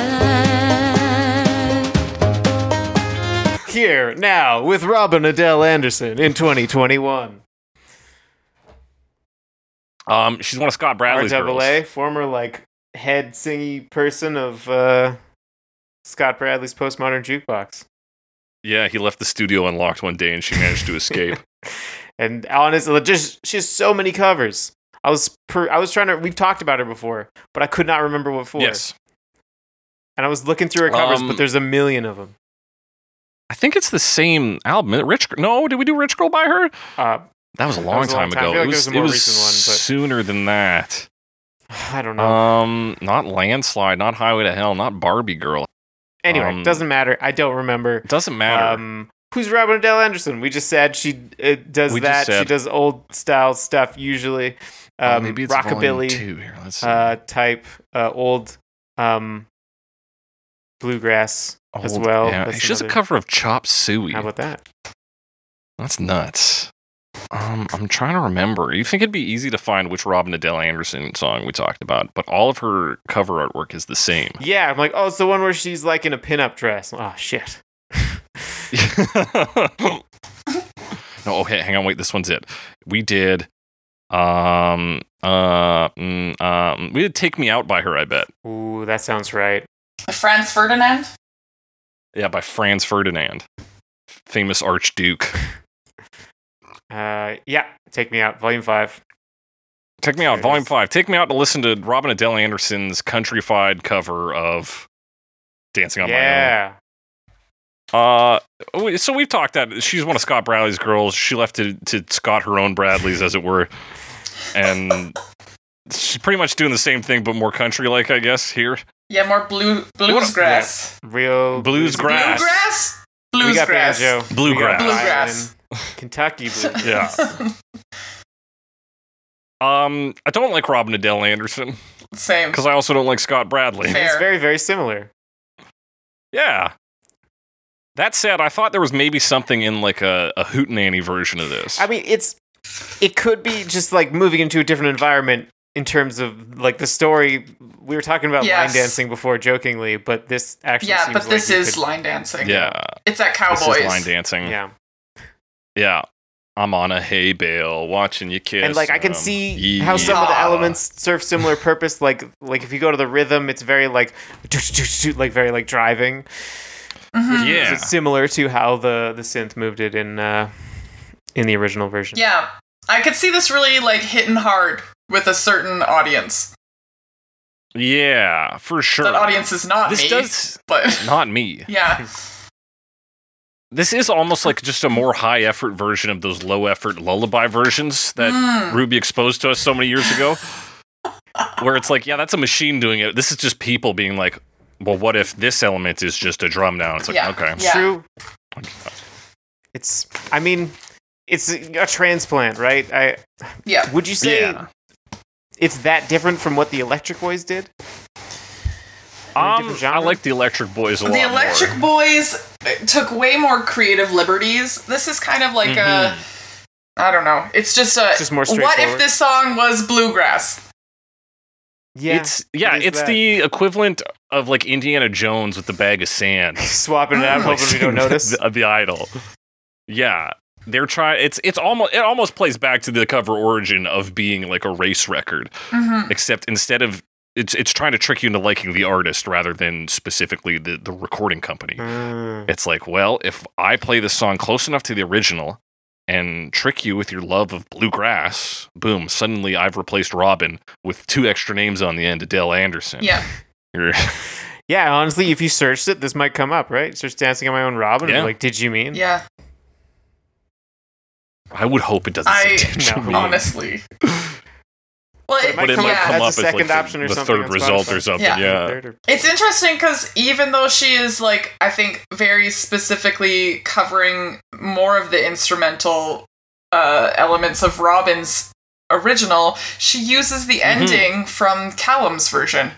S2: Here now with Robin Adele Anderson in 2021.
S1: Um, she's one of Scott Bradley's girls.
S2: RAA, former like head singy person of uh, Scott Bradley's postmodern jukebox.
S1: Yeah, he left the studio unlocked one day, and she managed to escape.
S2: And honestly, just she has so many covers. I was per, I was trying to. We've talked about her before, but I could not remember what for.
S1: yes,
S2: And I was looking through her covers,
S1: Um,
S2: but there's a million of them.
S1: I think it's the same album. Rich? No, did we do Rich Girl by her?
S2: Uh,
S1: That was a long,
S2: was a long
S1: time,
S2: time. I
S1: ago.
S2: feel like
S1: it
S2: there
S1: was,
S2: was a
S1: it
S2: more
S1: was
S2: recent one, but-
S1: sooner than that.
S2: I don't know.
S1: Um, not landslide, not highway to hell, not Barbie girl.
S2: anyway,
S1: um,
S2: doesn't matter. I don't remember.
S1: It doesn't matter.
S2: Um, who's Robin Adele Anderson? We just said she uh, does
S1: We just
S2: that. She
S1: said-
S2: does old style stuff usually.
S1: Uh,
S2: Um,
S1: volume
S2: rockabilly.
S1: two here. Let's see.
S2: uh, type uh, old um, bluegrass as
S1: Old-
S2: well.
S1: yeah,
S2: That's
S1: she does a
S2: another-
S1: cover of Chop Suey.
S2: How about that?
S1: That's nuts. Um, I'm trying to remember. You think it'd be easy to find which Robin Adele Anderson song we talked about, but all of her cover artwork is the same.
S2: Yeah, I'm like, oh, it's the one where she's like in a pinup dress. Oh shit.
S1: no, okay, hang on, wait. This one's it. We did, um, uh, mm, um, we did "Take Me Out" by her. I bet.
S2: Ooh, that sounds right.
S4: Franz Ferdinand?
S1: Yeah, by Franz Ferdinand, famous Archduke.
S2: Uh, yeah, take me out, volume five.
S1: Take me out,
S2: There it
S1: volume
S2: is.
S1: five. Take me out to listen to Robin Adele Anderson's countryfied cover of "Dancing on My Own."
S2: yeah,
S1: Uh, we- so we've talked that she's one of Scott Bradley's girls. She left to to Scott her own Bradleys, as it were, and she's pretty much doing the same thing, but more country like, I guess. Here,
S4: Yeah, more blue bluesgrass.
S2: real
S1: Blues grass.
S4: Bluegrass? Bluesgrass.
S2: We got banjo. We got
S1: Bluegrass.
S4: Bluegrass.
S2: violin. Kentucky blues.
S1: yeah. um, I don't like Robin Adele Anderson
S4: Same.
S1: because I also don't like Scott Bradley.
S2: It's
S4: Fair.
S2: very, very similar.
S1: Yeah. That said, I thought there was maybe something in like a, a hootenanny version of this.
S2: I mean, it's it could be just like moving into a different environment in terms of like the story. We were talking about
S4: Yes.
S2: line dancing before jokingly, but this actually
S4: yeah,
S2: seems
S4: but
S2: like
S4: this
S2: you
S4: is
S2: could-
S4: line dancing.
S1: yeah,
S4: It's at Cowboys.
S1: this is line dancing.
S2: Oh, yeah.
S1: Yeah. I'm on a hay bale watching you kiss.
S2: and like I can
S1: um,
S2: see how some of the
S1: yeah.
S2: elements serve similar purpose. Like like if you go to the rhythm, it's very like like very like driving.
S4: Mhm.
S1: Yeah.
S2: It's similar to how the the synth moved it in uh, in the original version.
S4: Yeah. I could see this really like hitting hard with a certain audience.
S1: Yeah, for sure.
S4: That audience is not
S1: This
S4: me,
S1: does-
S4: but
S1: Not me.
S4: yeah.
S1: This is almost like just a more high effort version of those low effort lullaby versions that
S4: Mm.
S1: Ruby exposed to us so many years ago. where it's like, yeah, that's a machine doing it. This is just people being like, well, what if this element is just a drum now? It's like,
S4: Yeah.
S1: okay.
S4: Yeah.
S2: True. It's I mean, it's a, a transplant, right? I
S4: Yeah.
S2: would you say
S1: Yeah.
S2: it's that different from what the Electric Boys did? a
S1: Um, I
S2: different genre?
S1: like the Electric Boys a lot.
S4: The Electric
S1: more.
S4: Boys uh, took way more creative liberties. This is kind of like a I don't know. It's just a
S2: It's just more
S4: what if
S2: straightforward.
S4: this song was bluegrass?
S2: Yeah,
S1: it's yeah,
S2: it is
S1: it's
S2: that.
S1: the equivalent of like Indiana Jones with the bag of sand.
S2: swapping it out, hoping we don't notice.
S1: the, the idol. Yeah, they're trying. It's it's almost it almost plays back to the cover origin of being like a race record,
S4: Mhm.
S1: except instead of it's it's trying to trick you into liking the artist rather than specifically the the recording company.
S2: Mm.
S1: It's like, well, if I play this song close enough to the original and trick you with your love of bluegrass, boom, suddenly I've replaced Robin with two extra names on the end, Adele Anderson.
S4: Yeah.
S1: You're-
S2: Yeah, honestly, if you searched it, this might come up, right? Search "Dancing on My Own," Robin.
S1: Yeah.
S2: Yeah. Like, did you mean?
S4: Yeah.
S1: I would hope it doesn't
S4: I-
S1: say did you
S2: No.
S1: mean?
S4: honestly. well, it,
S1: but it might
S4: yeah.
S1: come up as
S2: That's a
S1: like
S2: second
S1: the,
S2: option or
S1: the
S2: something
S1: third
S2: on
S1: result
S2: Spotify.
S1: or something.
S4: Yeah.
S1: Yeah,
S2: Third or-
S4: It's interesting because even though she is like, I think, very specifically covering more of the instrumental uh, elements of Robin's original, she uses the
S1: Mm-hmm.
S4: ending from Callum's version.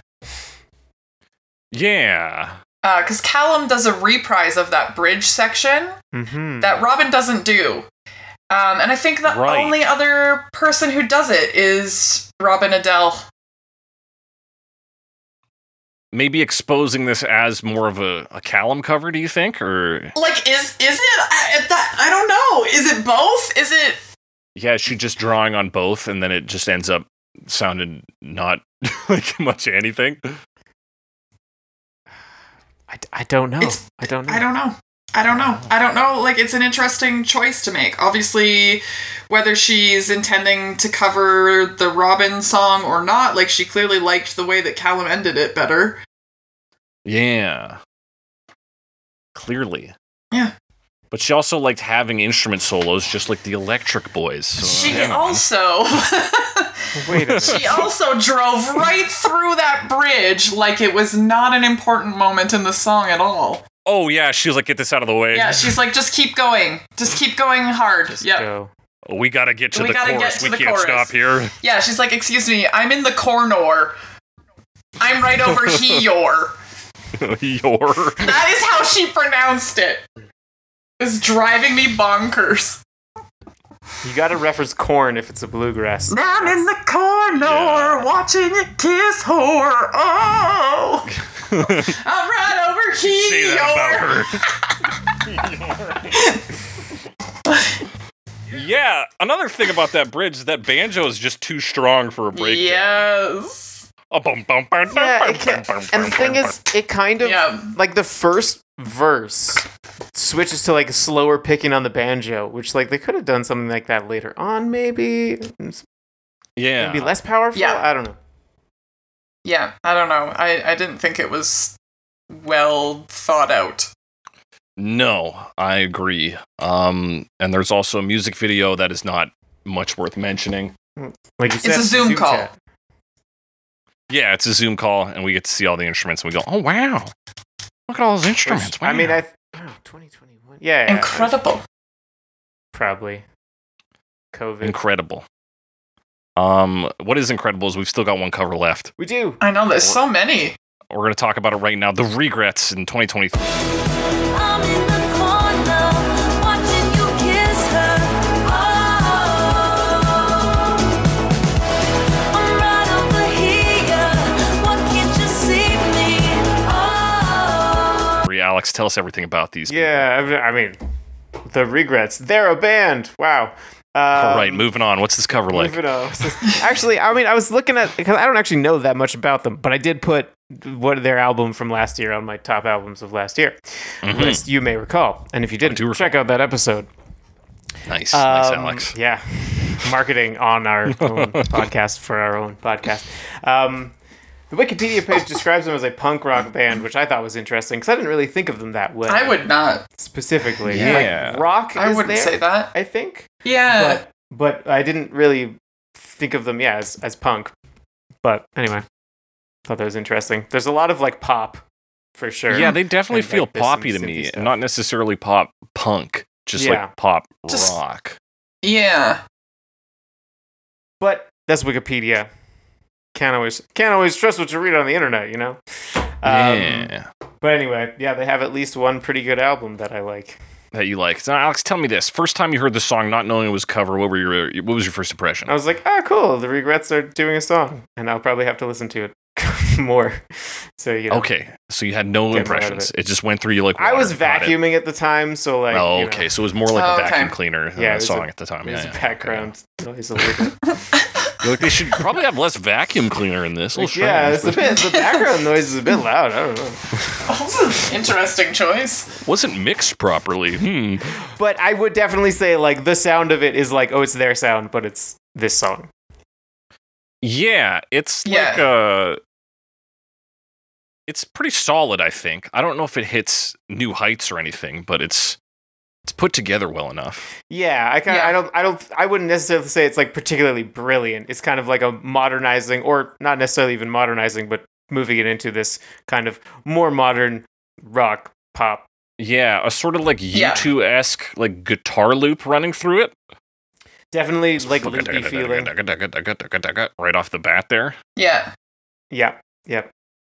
S1: yeah.
S4: Because Uh, Callum does a reprise of that bridge section
S2: Mhm.
S4: that Robin doesn't do. Um, and I think the
S1: Mm. Right.
S4: only other person who does it is Robin Adele.
S1: Maybe exposing this as more of a, a Callum cover, do you think? Or
S4: Like, is is it I, I- that? I don't know. Is it both? Is it
S1: yeah, she just drawing on both, and then it just ends up sounding not like much anything.
S2: I, I don't know.
S4: It's-
S2: I don't know.
S4: I don't know. I don't know. I don't know. Like, it's an interesting choice to make. Obviously, whether she's intending to cover the Robin song or not, like, she clearly liked the way that Callum ended it better.
S1: Yeah. Clearly.
S4: Yeah.
S1: But she also liked having instrument solos, just like the Electric Boys. So,
S4: She
S1: yeah.
S4: also.
S2: Wait a minute.
S4: She also drove right through that bridge like it was not an important moment in the song at all.
S1: Oh yeah, she was like, "Get this out of the way.
S4: Yeah, she's like, just keep going. Just keep going hard. Yep.
S2: Go.
S1: we gotta get to
S4: We
S1: the
S4: gotta get
S1: chorus.
S4: to
S1: we
S4: the
S1: can't
S4: chorus."
S1: stop here."
S4: Yeah, she's like, excuse me, I'm in the corner. I'm right over here.
S1: Your.
S4: That is how she pronounced it. It's driving me bonkers.
S2: You gotta reference corn if it's a bluegrass.
S4: I'm in the corner
S1: Yeah.
S4: watching you kiss whore. Oh, I'm right over here.
S1: Say that about her. yeah, another thing about that bridge is that banjo is just too strong for a breakdown.
S4: Yes.
S1: A bum, bum, bum, bum,
S2: Yeah,
S1: bum,
S2: it ca-
S1: bum, bum,
S2: and the
S1: bum,
S2: thing
S1: bum,
S2: is, it kind of
S4: Yeah.
S2: like the first verse switches to like a slower picking on the banjo, which like they could have done something like that later on, maybe It's
S1: bum. yeah,
S2: maybe less powerful.
S4: Yeah.
S2: I don't know.
S4: Yeah, I don't know. I, I didn't think it was well thought out.
S1: No, I agree. Um, and there's also a music video that is not much worth mentioning.
S2: Like you said,
S4: a Zoom call.
S2: chat.
S1: Yeah, it's a Zoom call, and we get to see all the instruments, and we go, "Oh wow, look at all those instruments!"
S2: Which, I mean,
S1: wow."
S2: I th- oh, 2021. Yeah, yeah,
S4: Incredible.
S2: probably COVID.
S1: incredible. Um, what is incredible is we've still got one cover left.
S2: we do.
S4: I know there's so many.
S1: We're gonna talk about it right now. The regrets in 2023.
S3: I'm in the corner watching you kiss her. Oh, I'm right over here. Why can't you see me? Oh.
S1: Alex, tell us everything about these.
S2: Yeah, I've- I mean, the regrets. They're a band. Wow. Um,
S1: people. All right, moving on. What's this cover like?
S2: Moving on. actually, I mean, I was looking at because I don't actually know that much about them, but I did put what their album from last year on my top albums of last year list. You may recall, and if you didn't,
S1: Mm-hmm. do recall.
S2: check out that episode.
S1: Nice, nice,
S2: Um,
S1: Alex.
S2: Yeah, marketing on our own podcast for our own podcast. Um, the Wikipedia page describes them as a punk rock band, which I thought was interesting because I didn't really think of them that way.
S4: I would not.
S2: specifically,
S1: Yeah.
S2: like rock.
S4: I
S2: is
S4: wouldn't
S2: there,
S4: say that.
S2: I think
S4: Yeah.
S2: but but I didn't really think of them yeah as as punk. But anyway, thought that was interesting. There's a lot of like pop for sure.
S1: Yeah, they definitely
S2: And, like,
S1: feel
S2: there's some
S1: poppy to me,
S2: synthy stuff.
S1: not necessarily pop punk, just
S2: Yeah.
S1: like pop
S4: Just-
S1: rock.
S4: yeah.
S2: but that's Wikipedia. Can't always can't always trust what you read on the internet, you know. Um,
S1: yeah,
S2: But anyway, yeah, they have at least one pretty good album that I like.
S1: that you like. Now, Alex, tell me this: first time you heard the song, not knowing it was cover, what were your what was your first impression?
S2: I was like, oh, cool. The Regrets are doing a song, and I'll probably have to listen to it more. So you know,
S1: okay, so you had no
S2: Get more out of
S1: impressions;
S2: it.
S1: it. just went through you like.
S2: I
S1: water.
S2: was
S1: Got it.
S2: vacuuming at the time, so like.
S1: oh,
S2: you know,
S1: okay, so it was more like
S4: Oh,
S1: a
S4: okay.
S1: vacuum cleaner than
S2: Yeah,
S1: that
S2: there's
S1: song
S2: a-
S1: at the time.
S2: there's
S1: yeah,
S2: a
S1: yeah,
S2: background noise a little bit.
S1: okay. Like, they should probably have less vacuum cleaner in this. Little
S2: yeah,
S1: strange,
S2: it's a
S1: but-
S2: bit. The background noise is a bit loud. I don't know.
S4: That's an interesting choice.
S1: wasn't mixed properly. Hmm.
S2: But I would definitely say like the sound of it is like oh, it's their sound, but it's this song.
S1: Yeah, it's
S4: Yeah.
S1: like uh it's pretty solid, I think. I don't know if it hits new heights or anything, but it's it's put together well enough.
S2: Yeah, I kind of.
S4: Yeah.
S2: I don't. I don't. I wouldn't necessarily say it's like particularly brilliant. It's kind of like a modernizing, or not necessarily even modernizing, but moving it into this kind of more modern rock pop.
S1: Yeah, a sort of like
S4: Yeah.
S1: U2 esque like guitar loop running through it.
S2: Definitely like loopy feeling.
S1: Right off the bat there.
S4: Yeah.
S2: Yeah. Yep.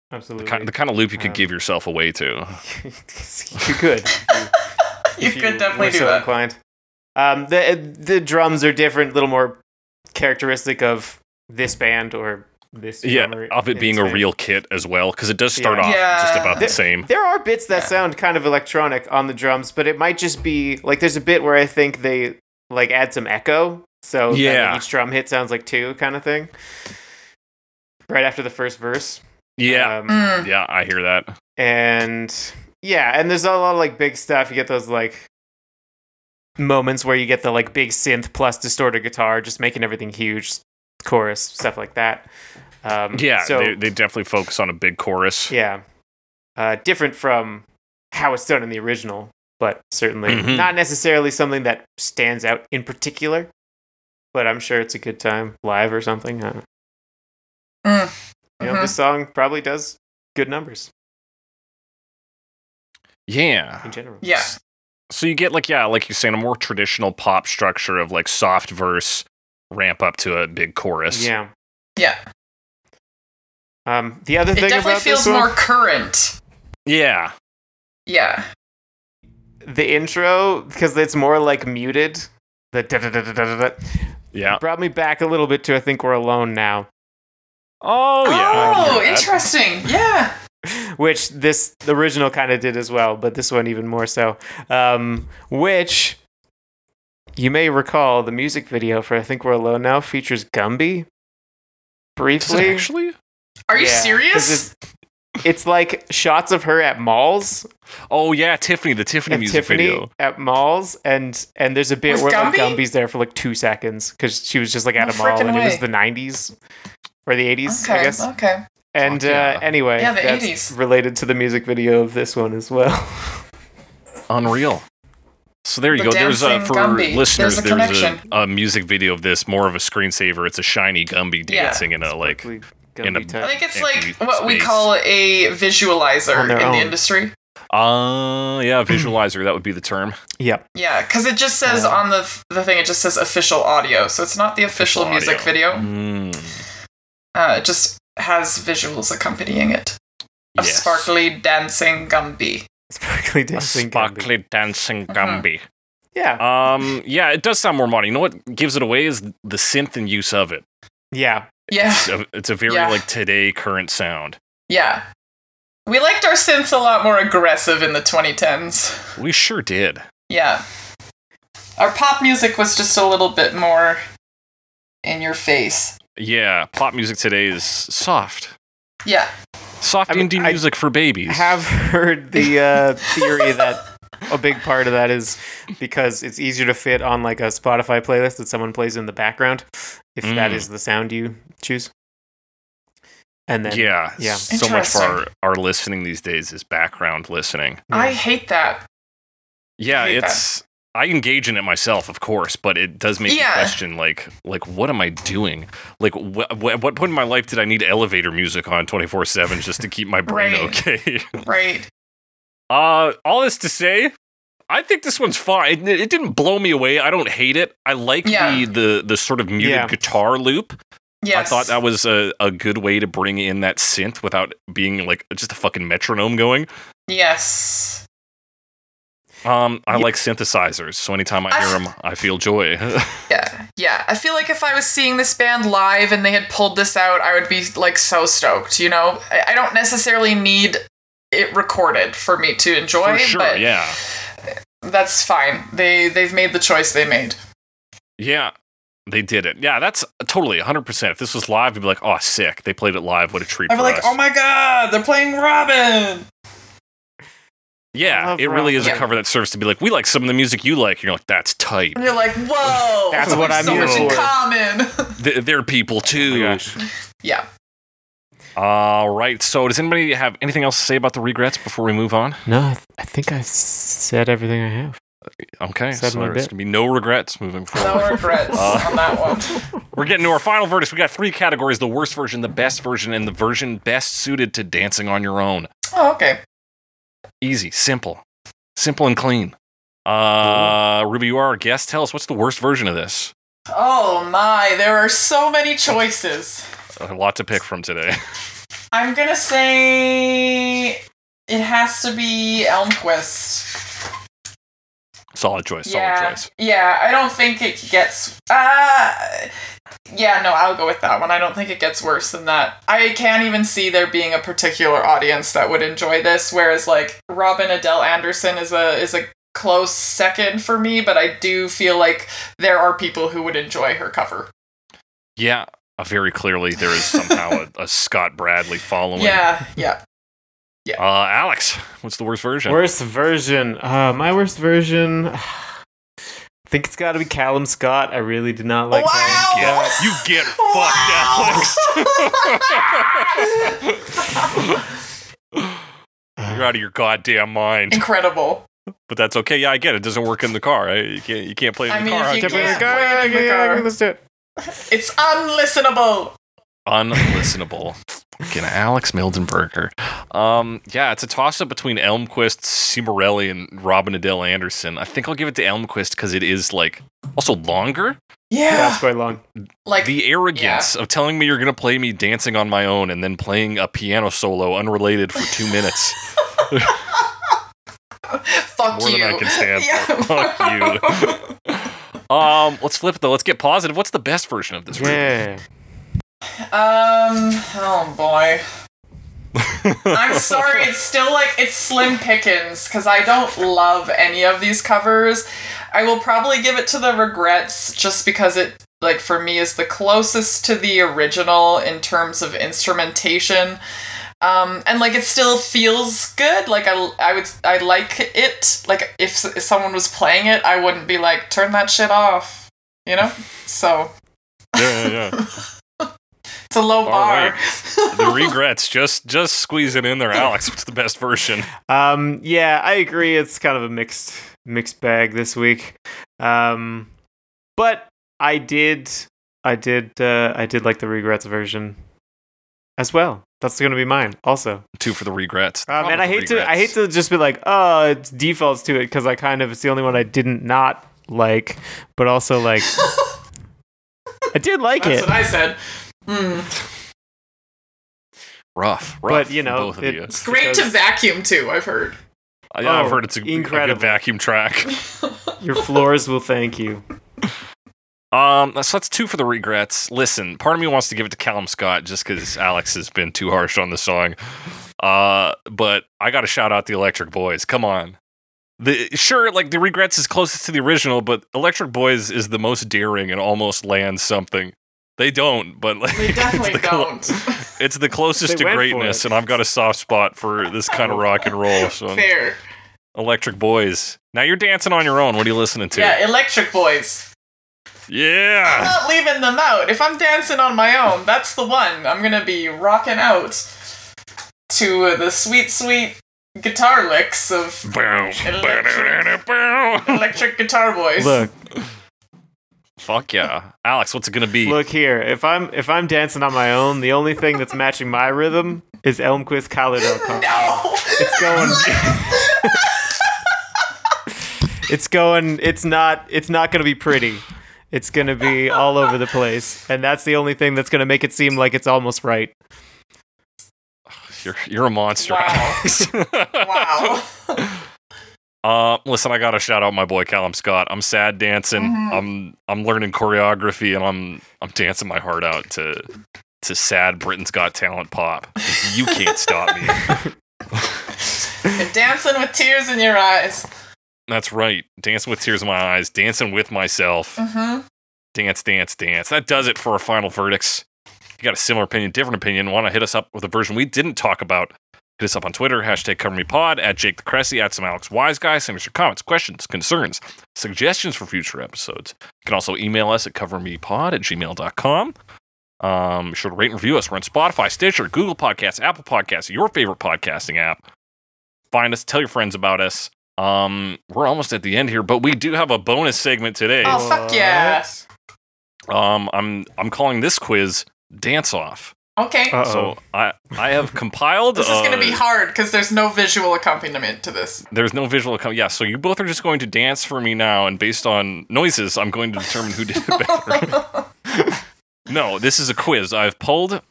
S1: The
S2: Absolutely.
S1: kind, the kind of loop you could
S2: Um,
S1: give yourself away to.
S2: you could.
S4: You
S2: if
S4: could definitely
S2: were
S4: do
S2: so
S4: that.
S2: Inclined. Um, the the drums are different, a little more characteristic of this band or this. drummer
S1: Yeah, of
S2: in
S1: it being
S2: this
S1: a
S2: band.
S1: real kit as well, because it does start
S2: Yeah.
S1: off just
S4: Yeah.
S1: about the
S2: There-
S1: same.
S2: There are bits that
S4: Yeah.
S2: sound kind of electronic on the drums, but it might just be like there's a bit where I think they like add some echo, so that, like,
S1: Yeah.
S2: each drum hit sounds like two kind of thing. Right after the first verse.
S1: Yeah,
S2: Um,
S4: Mm.
S1: yeah, I hear that.
S2: and yeah, and there's a lot of like big stuff. You get those like moments where you get the like big synth plus distorted guitar, just making everything huge, chorus stuff like that. Um,
S1: Yeah,
S2: so
S1: they, they definitely focus on a big chorus.
S2: yeah, uh, different from how it's done in the original, but certainly
S1: Mhm.
S2: not necessarily something that stands out in particular. But I'm sure it's a good time live or something. Uh,
S4: Mm.
S2: you know,
S4: Mhm.
S2: this song probably does good numbers
S1: Yeah.
S2: in general.
S4: Yeah.
S1: So you get like yeah, like you're saying, a more traditional pop structure of like soft verse, ramp up to a big chorus.
S2: Yeah.
S4: Yeah.
S2: Um, the other
S4: It
S2: thing
S4: definitely
S2: about
S4: feels
S2: this one,
S4: more current.
S1: Yeah.
S4: Yeah.
S2: the intro because it's more like muted the da da da da da da. da.
S1: Yeah.
S2: Brought me back a little bit to I think we're alone now,
S1: Oh yeah. I
S4: Oh,
S1: remember that.
S4: interesting. Yeah.
S2: which this the original kind of did as well, but this one even more so. Um, which you may recall the music video for I think we're alone now features Gumby
S1: Does it
S2: briefly.
S1: actually?
S4: Are you
S2: Yeah, 'cause
S4: serious?
S2: It's, it's like shots of her at malls
S1: Oh yeah, Tiffany, the Tiffany
S2: and
S1: music
S2: Tiffany
S1: video.
S2: at malls, and and there's a bit
S4: With
S2: where like
S4: Gumby?
S2: Gumby's there for like two seconds because she was just like at
S4: No
S2: a mall,
S4: frickin'
S2: and it was
S4: way.
S2: the '90s or the '80s,
S4: okay.
S2: I guess.
S4: Okay.
S2: And
S1: Fuck yeah.
S2: uh, anyway,
S4: Yeah, the
S2: that's
S4: 80s.
S2: related to the music video of this one as well.
S1: Unreal. So there you go.
S4: The
S1: There's uh,
S4: dancing
S1: for
S4: Gumby.
S1: listeners,
S4: There's a
S1: there's, a,
S4: connection.
S1: a music video of this, more of a screensaver. It's a shiny Gumby
S4: Yeah.
S1: dancing in a like
S2: Gumby
S1: in a-
S4: I
S2: type.
S4: think it's
S1: Yeah,
S4: like
S1: space.
S4: what we call a visualizer
S2: On
S4: in
S2: their
S4: the
S2: own.
S4: industry.
S1: uh yeah, visualizer, that would be the term.
S2: Yep.
S4: Yeah, because it just says on the the thing, it just says official audio, so it's not the official,
S1: Audio.
S4: music video.
S1: Mm,
S4: Uh, it just has visuals accompanying it of
S1: yes.
S4: sparkly dancing Gumby.
S2: Sparkly
S1: A
S2: dancing. Gumby.
S1: sparkly dancing
S4: Uh-huh.
S1: Gumby.
S2: Yeah.
S1: Um, yeah, it does sound more modern. You know what gives it away is the synth and use of it.
S2: yeah.
S4: Yeah,
S1: It's a, it's a very
S4: Yeah.
S1: like today current sound.
S4: yeah. We liked our synths a lot more aggressive in the 2010s.
S1: We sure did.
S4: Yeah. Our pop music was just a little bit more in your face.
S1: Yeah, pop music today is soft,
S4: Yeah.
S1: soft
S2: I mean,
S1: indie
S2: I
S1: music for babies.
S2: Have heard the uh, theory that a big part of that is because it's easier to fit on like a Spotify playlist that someone plays in the background if that
S1: Mm.
S2: is the sound you choose. And then
S1: yeah,
S2: Yeah.
S1: So much for our,
S4: Interesting.
S1: our listening these days is background listening.
S4: I hate that.
S1: Yeah,
S4: hate that.
S1: it's. I engage in it myself, of course, but it does make
S4: Yeah.
S1: me question, like, like what am I doing? Like, wh- wh- at what point in my life did I need elevator music on twenty four seven just to keep my brain
S4: Right.
S1: okay?
S4: Right.
S1: Uh, all this to say, I think this one's fine. It, it didn't blow me away. I don't hate it. I like
S4: Yeah.
S1: the, the the sort of muted
S2: Yeah.
S1: guitar loop.
S4: Yes.
S1: I thought that was a, a good way to bring in that synth without being like just a fucking metronome going.
S4: Yes.
S1: Um, I
S2: Yeah.
S1: like synthesizers, so anytime I
S4: I-
S1: hear them, I feel joy.
S4: Yeah. Yeah. I feel like if I was seeing this band live and they had pulled this out, I would be like so stoked, you know? I, I don't necessarily need it recorded for me to enjoy,
S1: For sure,
S4: but
S1: yeah,
S4: that's fine. They they've made the choice they made.
S1: yeah, they did it. Yeah, that's totally 100. percent If this was live, you'd be like, oh, sick. They played it live. What a treat
S4: I'd be
S1: for
S4: like,
S1: us.
S4: oh my god, they're playing Robin.
S2: I
S1: yeah,
S2: love
S1: it really is a
S4: Robin.
S1: cover that serves to be like, we like some of the music you like. You're like, that's tight.
S4: And you're like, whoa,
S2: That's what
S4: there's
S2: I'm
S4: so
S2: here
S4: much in
S2: for.
S4: common.
S1: Th- they're people
S2: oh
S1: too.
S4: yeah.
S1: All right. So, does anybody have anything else to say about the regrets before we move on?
S2: No, I, th- I think I s- said everything I have.
S1: Okay.
S2: Said
S1: so
S2: my
S1: there's
S2: bit.
S1: gonna be no regrets moving forward.
S4: No regrets
S1: Uh.
S4: on that one.
S1: We're getting to our final verdicts. We got three categories: the worst version, the best version, and the version best suited to dancing on your own.
S4: Oh, okay.
S1: Easy, simple, simple and clean. Uh, Ruby, you are our guest. Tell us what's the worst version of this.
S4: Oh my, there are so many choices.
S1: A lot to pick from today.
S4: I'm gonna say it has to be Elmquist.
S1: solid choice. Solid
S4: yeah,
S1: choice.
S4: yeah. I don't think it gets. Uh, yeah, no, I'll go with that one. I don't think it gets worse than that. I can't even see there being a particular audience that would enjoy this. Whereas like Robin Adele Anderson is a is a close second for me, but I do feel like there are people who would enjoy her cover.
S1: Yeah. uh, Very clearly, there is somehow a, a Scott Bradley following.
S4: Yeah, yeah.
S1: Uh, Alex, what's the worst version?
S2: Worst version. Uh, my worst version. I think it's got to be Callum Scott. I really did not like Callum
S4: Wow.
S1: um, Yeah,
S4: Oh.
S1: you get fucked, Alex. You're out of your goddamn mind.
S4: Incredible.
S1: But that's okay. Yeah, I get it. It doesn't work in the car. Right? You can't. You can't play in
S4: I
S1: the
S4: mean,
S1: car.
S4: if you
S1: can't play in the
S4: can't-
S1: car.
S2: Yeah, yeah, yeah, let's do it.
S4: It's unlistenable.
S1: Unlistenable. Fucking Alex Mildenberger. Um, yeah, it's a toss up between Elmquist, Cimarelli, and Robin Adele Anderson. I think I'll give it to Elmquist because it is like also longer.
S2: Yeah,
S4: Yeah.
S2: it's quite long.
S4: Like
S1: The arrogance of telling me you're gonna play me dancing on my own and then playing a piano solo unrelated for two minutes.
S4: fuck
S1: More
S4: you.
S1: than I can stand for. Fuck you. Um, let's flip it though. Let's get positive. What's the best version of this? Ruben?
S2: Yeah.
S4: Um. Oh boy. I'm sorry. It's still like it's slim pickings because I don't love any of these covers. I will probably give it to the regrets just because it like for me is the closest to the original in terms of instrumentation. Um, and like it still feels good. Like I, I would, I like it. Like if, s- if someone was playing it, I wouldn't be like turn that shit off. You know. So
S1: yeah, yeah, yeah.
S4: it's a low
S1: All
S4: bar.
S1: right. The regrets. Just, just squeeze it in there, Alex. What's the best version?
S2: Um, yeah, I agree. It's kind of a mixed mixed bag this week. Um, but I did, I did, uh, I did like the regrets version as well. That's gonna be mine also.
S1: Two for the regrets.
S2: Um,
S1: Problem
S2: and I hate
S1: with the
S2: to, I hate
S1: regrets.
S2: to just be like, oh, it's defaults to it because I kind of it's the only one I didn't not like, but also like, I did like
S4: That's
S2: it.
S4: what I said. Mm.
S1: rough, rough.
S2: but, you
S1: for
S2: know,
S1: both of
S2: it-
S1: you.
S4: It's great to
S2: Because-
S4: vacuum too. I've heard.
S1: I, I've
S2: oh,
S1: heard it's a, a good
S2: incredible.
S1: vacuum track.
S2: Your floors will thank you.
S1: Um, so that's two for the regrets. Listen, part of me wants to give it to Callum Scott just because Alex has been too harsh on the song. Uh, but I got to shout out the Electric Boys. Come on. The, sure, like the regrets is closest to the original, but Electric Boys is the most daring and almost lands something. They don't, but like
S4: They definitely
S1: it's, the clo-
S4: don't.
S1: it's the closest
S2: They
S1: to
S2: went for
S1: greatness,
S2: it.
S1: and I've got a soft spot for this kind of rock and roll. So
S4: Fair.
S1: Electric Boys. Now you're dancing on your own. What are you listening to?
S4: Yeah, electric boys. I'm
S1: yeah.
S4: not leaving them out. If I'm dancing on my own, that's the one. I'm gonna be rocking out to uh, the sweet, sweet guitar licks of
S1: Boom.
S4: Electric.
S1: Boom.
S4: electric guitar boys.
S2: Look,
S1: Fuck yeah, Alex. What's it gonna be?
S2: Look here, if I'm if I'm dancing on my own, the only thing that's matching my rhythm is Elmquist Khaled.com.
S4: No.
S2: It's going. it's going. It's not. It's not going to be pretty. It's going to be all over the place, and that's the only thing that's going to make it seem like it's almost right.
S1: You're you're a monster,
S4: Wow.
S1: Alex.
S4: wow.
S1: Uh, listen, I gotta shout out my boy Callum Scott. I'm sad dancing.
S4: Mhm.
S1: I'm I'm learning choreography, and I'm I'm dancing my heart out to to sad Britain's Got Talent pop. You can't stop me.
S4: You're dancing with tears in your eyes.
S1: That's right. Dancing with tears in my eyes. Dancing with myself.
S4: Mm-hmm.
S1: Dance, dance, dance. That does it for our final verdicts. If you got a similar opinion, different opinion, want to hit us up with a version we didn't talk about, hit us up on Twitter, hashtag CoverMePod, at Jake the Cressy, at some Alex Wise Guy. Send us your comments, questions, concerns, suggestions for future episodes. You can also email us at covermepod at gmail.com. Um, be sure to rate and review us. We're on Spotify, Stitcher, Google Podcasts, Apple Podcasts, your favorite podcasting app. Find us, tell your friends about us. Um, we're almost at the end here, but we do have a bonus segment today.
S4: Oh fuck yeah.
S1: Um, I'm I'm calling this quiz dance off.
S4: Okay.
S2: Uh oh.
S1: So I I have compiled.
S4: this is gonna
S1: uh,
S4: be hard because there's no visual accompaniment to this.
S1: There's no visual. Com- yeah. So you both are just going to dance for me now, and based on noises, I'm going to determine who did it better. no, this is a quiz. I've pulled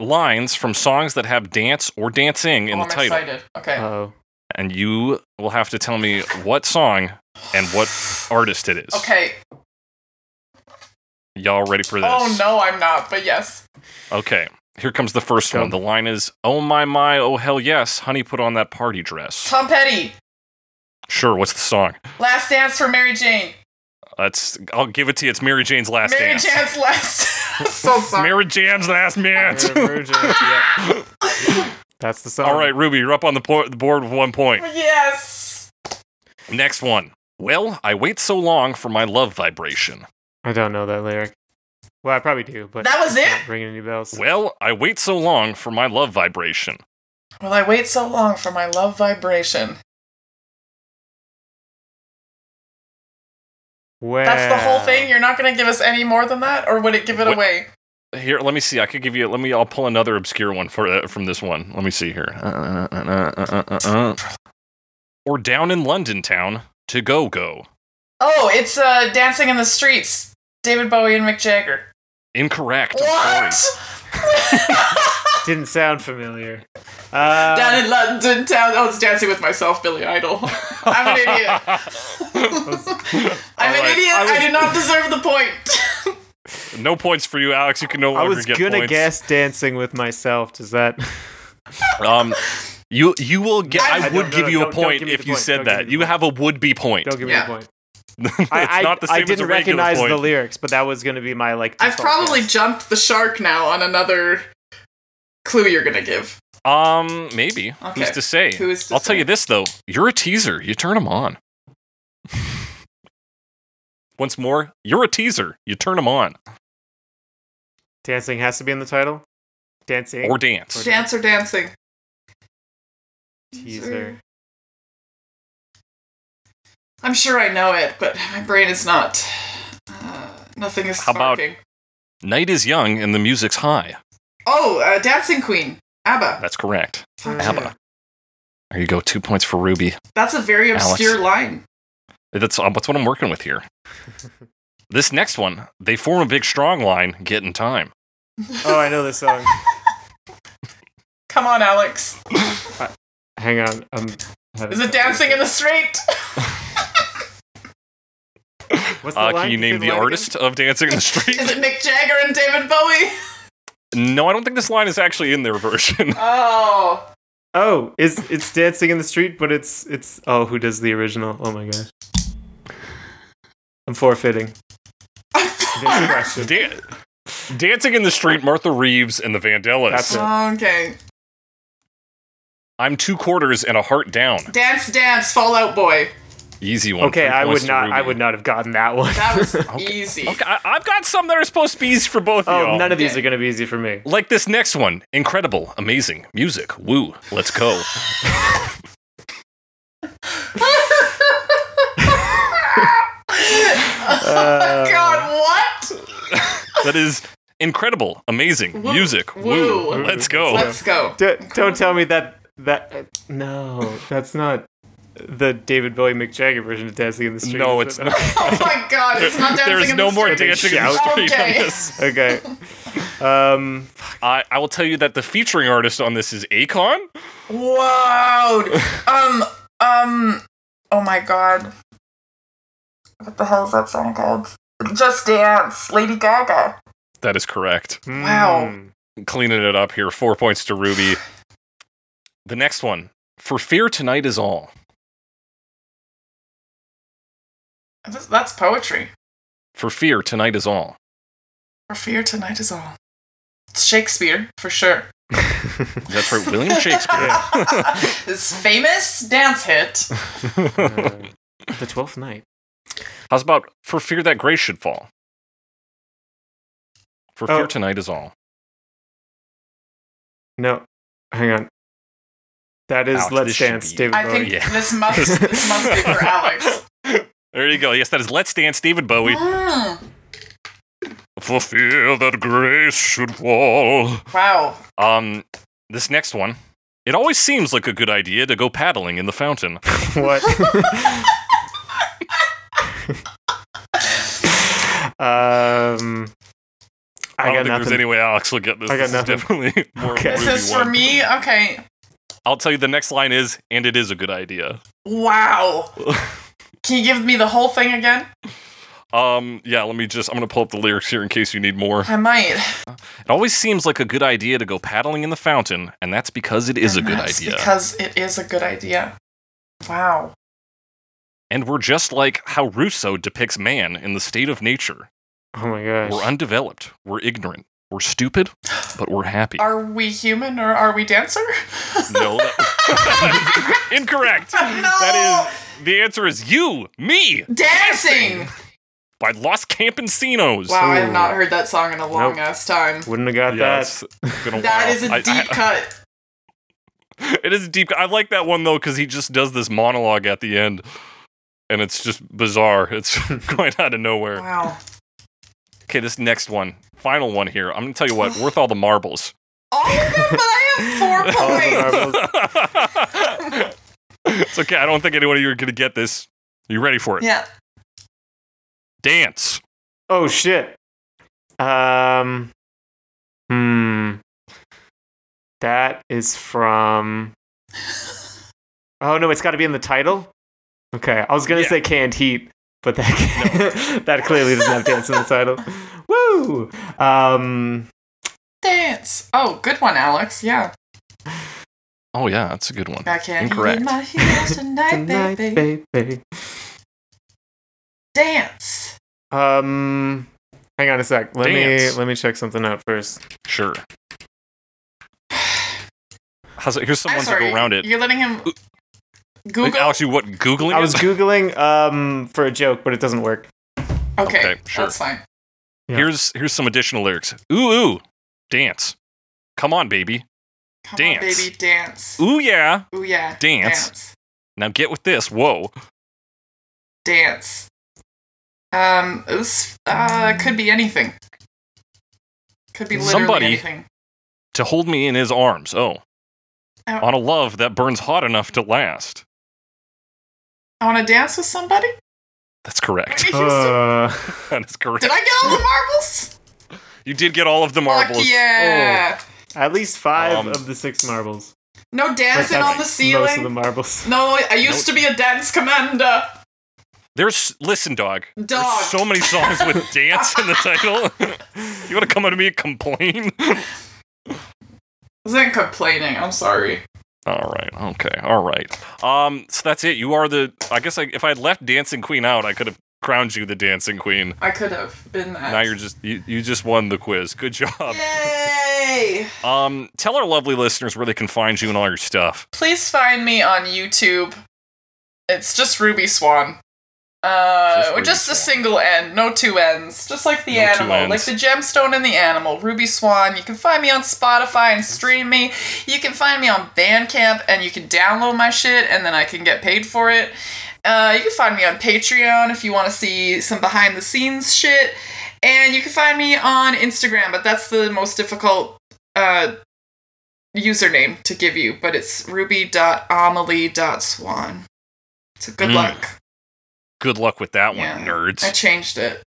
S1: lines from songs that have dance or dancing in the
S4: oh, I'm
S1: title, Uh,
S4: excited. Okay.
S2: Oh.
S1: and you will have to tell me what song and what artist it is.
S4: okay.
S1: Y'all ready for this?
S4: Oh no, I'm not. But yes.
S1: Okay. Here comes the first
S2: Go.
S1: one. The line is, "Oh my my, oh hell yes, honey, put on that party dress."
S4: Tom Petty.
S1: Sure. What's the song?
S4: Last Dance for Mary Jane.
S1: That's. I'll give it to you. It's Mary Jane's last
S4: Mary
S1: dance.
S4: Jane's last. so sorry.
S1: Mary Jane's last dance.
S2: Virgin, yeah. That's the song.
S1: All right, Ruby, you're up on the, po- the board with one point.
S4: yes.
S1: Next one. Well, I wait so long for my love vibration.
S2: I don't know that lyric. Well, I probably do, but
S4: That was
S2: it's
S4: it?
S2: not Ringing any bells?
S1: Well, I wait so long for my love vibration.
S4: Well, I wait so long for my love vibration.
S2: Well.
S4: That's the whole thing. You're not gonna give us any more than that, or would it give it
S1: What-
S4: away?
S1: Here, let me see. I could give you. Let me. I'll pull another obscure one for uh, from this one. Let me see here. Uh, uh, uh, uh, uh, uh, uh. Or down in London town to go go.
S4: Oh, it's uh, Dancing in the Streets. David Bowie and Mick Jagger.
S1: Incorrect. I'm
S4: What?
S1: sorry.
S2: Didn't sound familiar. Uh,
S4: Down in London town. Oh, it's Dancing with myself, Billy Idol. I'm an idiot.
S2: was-
S1: All
S4: I'm an
S1: right,
S4: idiot.
S2: I was-
S4: I did not deserve the point.
S1: No points for you, Alex. You can no
S2: I
S1: longer
S2: was
S1: get
S2: gonna
S1: points.
S2: guess dancing with myself. Does that?
S1: Um, you you will get.
S4: I-
S1: I,
S4: I
S1: would
S2: don't-
S1: give
S2: no,
S1: you
S2: don't-
S1: a
S2: don't
S1: point
S2: give me
S1: if
S2: the
S1: you
S2: point.
S1: said
S2: Don't give me
S1: that.
S2: the
S1: You
S2: point.
S1: have a would be point.
S2: Don't give me
S4: Yeah.
S2: the point.
S1: it's
S2: I, I,
S1: not the
S2: I
S1: same as
S2: didn't
S1: a regular
S2: recognize
S1: point.
S2: the lyrics, but that was gonna be my like.
S4: I've
S2: default
S4: probably
S2: guess.
S4: jumped the shark now on another clue you're gonna give.
S1: Um, maybe. Who's
S4: Okay.
S1: to say?
S4: Who is to
S1: I'll
S4: say?
S1: tell you this though. You're a teaser. You turn them on. Once more, you're a teaser. You turn them on
S2: dancing has to be in the title. Dancing
S1: or dance.
S4: Dancer dancing.
S2: teaser.
S4: I'm sure I know it, but my brain is not. Uh, nothing is
S1: How about-
S4: sparking.
S1: Night is young and the music's high.
S4: Oh, uh, Dancing Queen. ABBA.
S1: That's correct.
S4: Fuck
S1: ABBA.
S4: yeah.
S1: There you go. Two points for Ruby.
S4: That's a very obscure line.
S1: That's um, that's what I'm working with here. this next one, they form a big strong line. Get in time.
S2: Oh, I know this song.
S4: Come on, Alex.
S2: Hang on. Um, having
S4: Is it
S2: trouble.
S4: Dancing in the Street?
S2: What's the
S1: Uh,
S2: line?
S1: can you
S2: say
S1: name the
S2: line again?
S1: artist of Dancing in the Street?
S4: is it Mick Jagger and David Bowie?
S1: no, I don't think this line is actually in their version.
S4: Oh.
S2: Oh, is it's dancing in the street, but it's it's oh, who does the original? Oh my gosh. I'm forfeiting this question.
S1: Dan- Dancing in the Street, Martha Reeves and the Vandellas.
S2: That's it.
S4: okay.
S1: I'm two quarters and a heart down.
S4: Dance, dance, Fallout Boy.
S1: Easy one.
S2: Okay,
S1: Three
S2: I
S1: points
S2: would
S1: to
S2: not. I
S1: Ruby.
S2: would not have gotten that one.
S4: That was
S1: Okay.
S4: easy.
S1: Okay, I, I've got some that are supposed to be easy for both of
S2: oh,
S1: y'all.
S2: none of these
S4: Okay.
S2: are gonna be easy for me.
S1: like this next one. Incredible, amazing, music, woo, let's go.
S4: oh God, what?
S1: that is incredible, amazing,
S4: Woo,
S1: music, woo,
S4: woo.
S1: let's go.
S4: Let's go.
S2: D- don't tell me that that uh, no, that's not the David Bowie Mick Jagger version of Dancing in the Street.
S1: no, it's
S2: is it?
S1: not.
S4: Oh my God, it's not dancing.
S1: There is
S4: in
S1: no
S4: the
S1: more
S4: Street.
S1: dancing in the
S2: Shout.
S1: street on
S4: Okay.
S1: this.
S2: Okay. Um,
S1: I, I will tell you that the featuring artist on this is Akon.
S4: Wow. um. Um. Oh my God. What the hell is that song called? Just Dance, Lady Gaga.
S1: That is correct.
S4: Wow.
S2: hmm.
S1: Cleaning it up here. Four points to Ruby. The next one. For fear tonight is all.
S4: That's- That's poetry.
S1: For fear tonight is all.
S4: For fear tonight is all. It's Shakespeare for sure.
S1: That's right, William Shakespeare.
S4: this famous dance hit.
S2: Uh, the Twelfth Night.
S1: How's about for fear that grace should fall? For fear
S2: Oh.
S1: tonight is all.
S2: No, hang on. That is
S1: Alex, this
S2: Let's
S1: should
S2: Dance,
S1: be-
S2: David
S4: I
S2: Bowie.
S4: think
S1: Oh, yeah.
S4: this must this must be for Alex.
S1: There you go. Yes, that is Let's Dance, David Bowie.
S4: Mm,
S1: For fear that grace should fall.
S4: wow.
S1: Um, this next one. It always seems like a good idea to go paddling in the fountain.
S2: What?
S1: I,
S2: um, I
S1: don't
S2: got
S1: think there's
S2: nothing.
S1: any way Alex will get this.
S2: I got
S1: this
S2: nothing.
S1: is definitely more of a
S2: Okay.
S4: This
S1: Ruby
S4: is
S1: one.
S4: for me. Okay.
S1: I'll tell you the next line is, and it is a good idea.
S4: Wow. Can you give me the whole thing again?
S1: Um, yeah, let me just I'm gonna pull up the lyrics here in case you need more.
S4: I might.
S1: It always seems like a good idea to go paddling in the fountain, and that's because it is a
S4: And
S1: good
S4: that's
S1: idea.
S4: Because it is a good idea. Wow.
S1: and we're just like how Rousseau depicts man in the state of nature.
S2: Oh my gosh.
S1: We're undeveloped, we're ignorant, we're stupid, but we're happy.
S4: Are we human or are we dancer?
S1: No. that- incorrect. That
S4: Oh!
S1: is the answer is you, me,
S4: Dancing!
S1: by Los Campesinos.
S4: Wow, I have not heard that song in a long
S2: Nope.
S4: ass time.
S2: Wouldn't have got
S1: Yeah,
S2: that.
S1: it's been a
S4: That
S1: while.
S4: is a
S1: I- I-
S4: deep cut.
S1: it is a deep. I like that one though because he just does this monologue at the end, and it's just bizarre. It's quite out of nowhere.
S4: Wow.
S1: Okay, this next one, final one here. I'm gonna tell you what, worth all the marbles.
S4: All of them, but I have four points.
S2: Marbles.
S1: it's okay. I don't think anyone of you are gonna get this. You ready for it?
S4: Yeah.
S1: Dance.
S2: Oh shit. Um. Hmm. That is from. Oh no, it's got to be in the title. Okay, I was gonna
S1: Yeah.
S2: say canned heat, but that that clearly doesn't have dance in the title. Woo! Um,
S4: Dance. Oh, good one, Alex. Yeah.
S1: Oh yeah, that's a good one.
S4: I can't
S1: Incorrect.
S4: leave my heels tonight,
S2: tonight,
S4: baby.
S2: baby.
S4: Dance.
S2: Um, hang on a sec. Let
S1: Dance.
S2: me let me check something out first.
S1: Sure. How's it? Here's some
S4: I'm
S1: ones that
S4: sorry.
S1: go around it.
S4: You're letting him
S1: Like,
S4: Google.
S1: Alex, you what? Googling?
S2: I
S1: it?
S2: was googling um for a joke, but it doesn't work.
S4: okay,
S1: okay, sure.
S4: that's fine.
S7: Yeah.
S1: Here's here's some additional lyrics. Ooh ooh, dance. Come on, baby.
S4: Come
S1: Dance.
S4: on, baby, dance.
S1: Ooh yeah.
S4: Ooh, yeah.
S1: Dance.
S4: Dance.
S1: Now get with this. Whoa.
S4: Dance. Um, this uh could be anything. Could be literally
S1: Somebody-
S4: anything.
S1: To hold me in his arms. Oh.
S4: Ow.
S1: On a love that burns hot enough to last.
S4: I want to dance with somebody.
S1: That's correct.
S4: Whitney Houston.
S7: Uh,
S1: that is correct.
S4: Did I get all the marbles?
S1: you did get all of the marbles.
S4: Fuck yeah!
S2: At least five
S1: Um,
S2: of the six marbles.
S4: No
S2: But that's
S4: dancing on the
S2: Most of the
S4: ceiling.
S2: marbles.
S4: No, I used to be a dance commander.
S1: There's listen, dog.
S4: Dog.
S1: There's so many songs with dance in the title. you want to come at me and complain?
S4: wasn't complaining. I'm sorry.
S1: All right. Okay. All right. Um. So that's it. You are the. I guess I, if I had left Dancing Queen out, I could have crowned you the Dancing Queen.
S4: I could have been that.
S1: Now you're just you, you just won the quiz. Good job.
S4: Yay!
S1: Um. Tell our lovely listeners where they can find you and all your stuff.
S4: Please find me on YouTube. It's just Ruby Swan. Uh,
S1: Just
S4: or
S1: Ruby
S4: just a
S1: Swan.
S4: single N, no two N's, just like the
S1: No two
S4: animal, like
S1: Ns.
S4: the gemstone and the animal, Ruby Swan. You can find me on Spotify and stream me. You can find me on Bandcamp and you can download my shit and then I can get paid for it. Uh, you can find me on Patreon if you want to see some behind the scenes shit. And you can find me on Instagram, but that's the most difficult uh, username to give you, but it's ruby.amelie.swan. So good
S1: Mm.
S4: luck.
S1: Good luck with that one,
S4: Yeah. I
S1: nerds.
S4: changed it.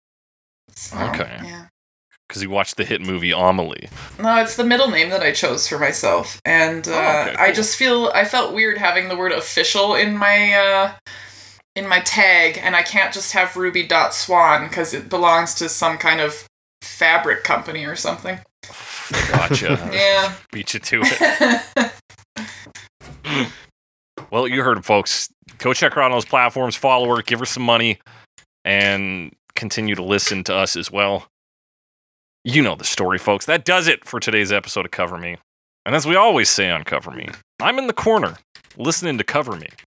S4: So,
S1: Okay.
S4: Yeah.
S1: Because you watched the hit movie Amelie.
S4: No, it's the middle name that I chose for myself, and uh,
S1: Oh, okay,
S4: I
S1: cool.
S4: just feel I felt weird having the word official in my uh, in my tag, and I can't just have ruby dot swan because it belongs to some kind of fabric company or something.
S1: Gotcha.
S4: Yeah.
S1: Beat you to it. Well, you heard it, folks. Go check her out on those platforms, follow her, give her some money, and continue to listen to us as well. You know the story, folks. That does it for today's episode of Cover Me. And as we always say on Cover Me, I'm in the corner listening to Cover Me.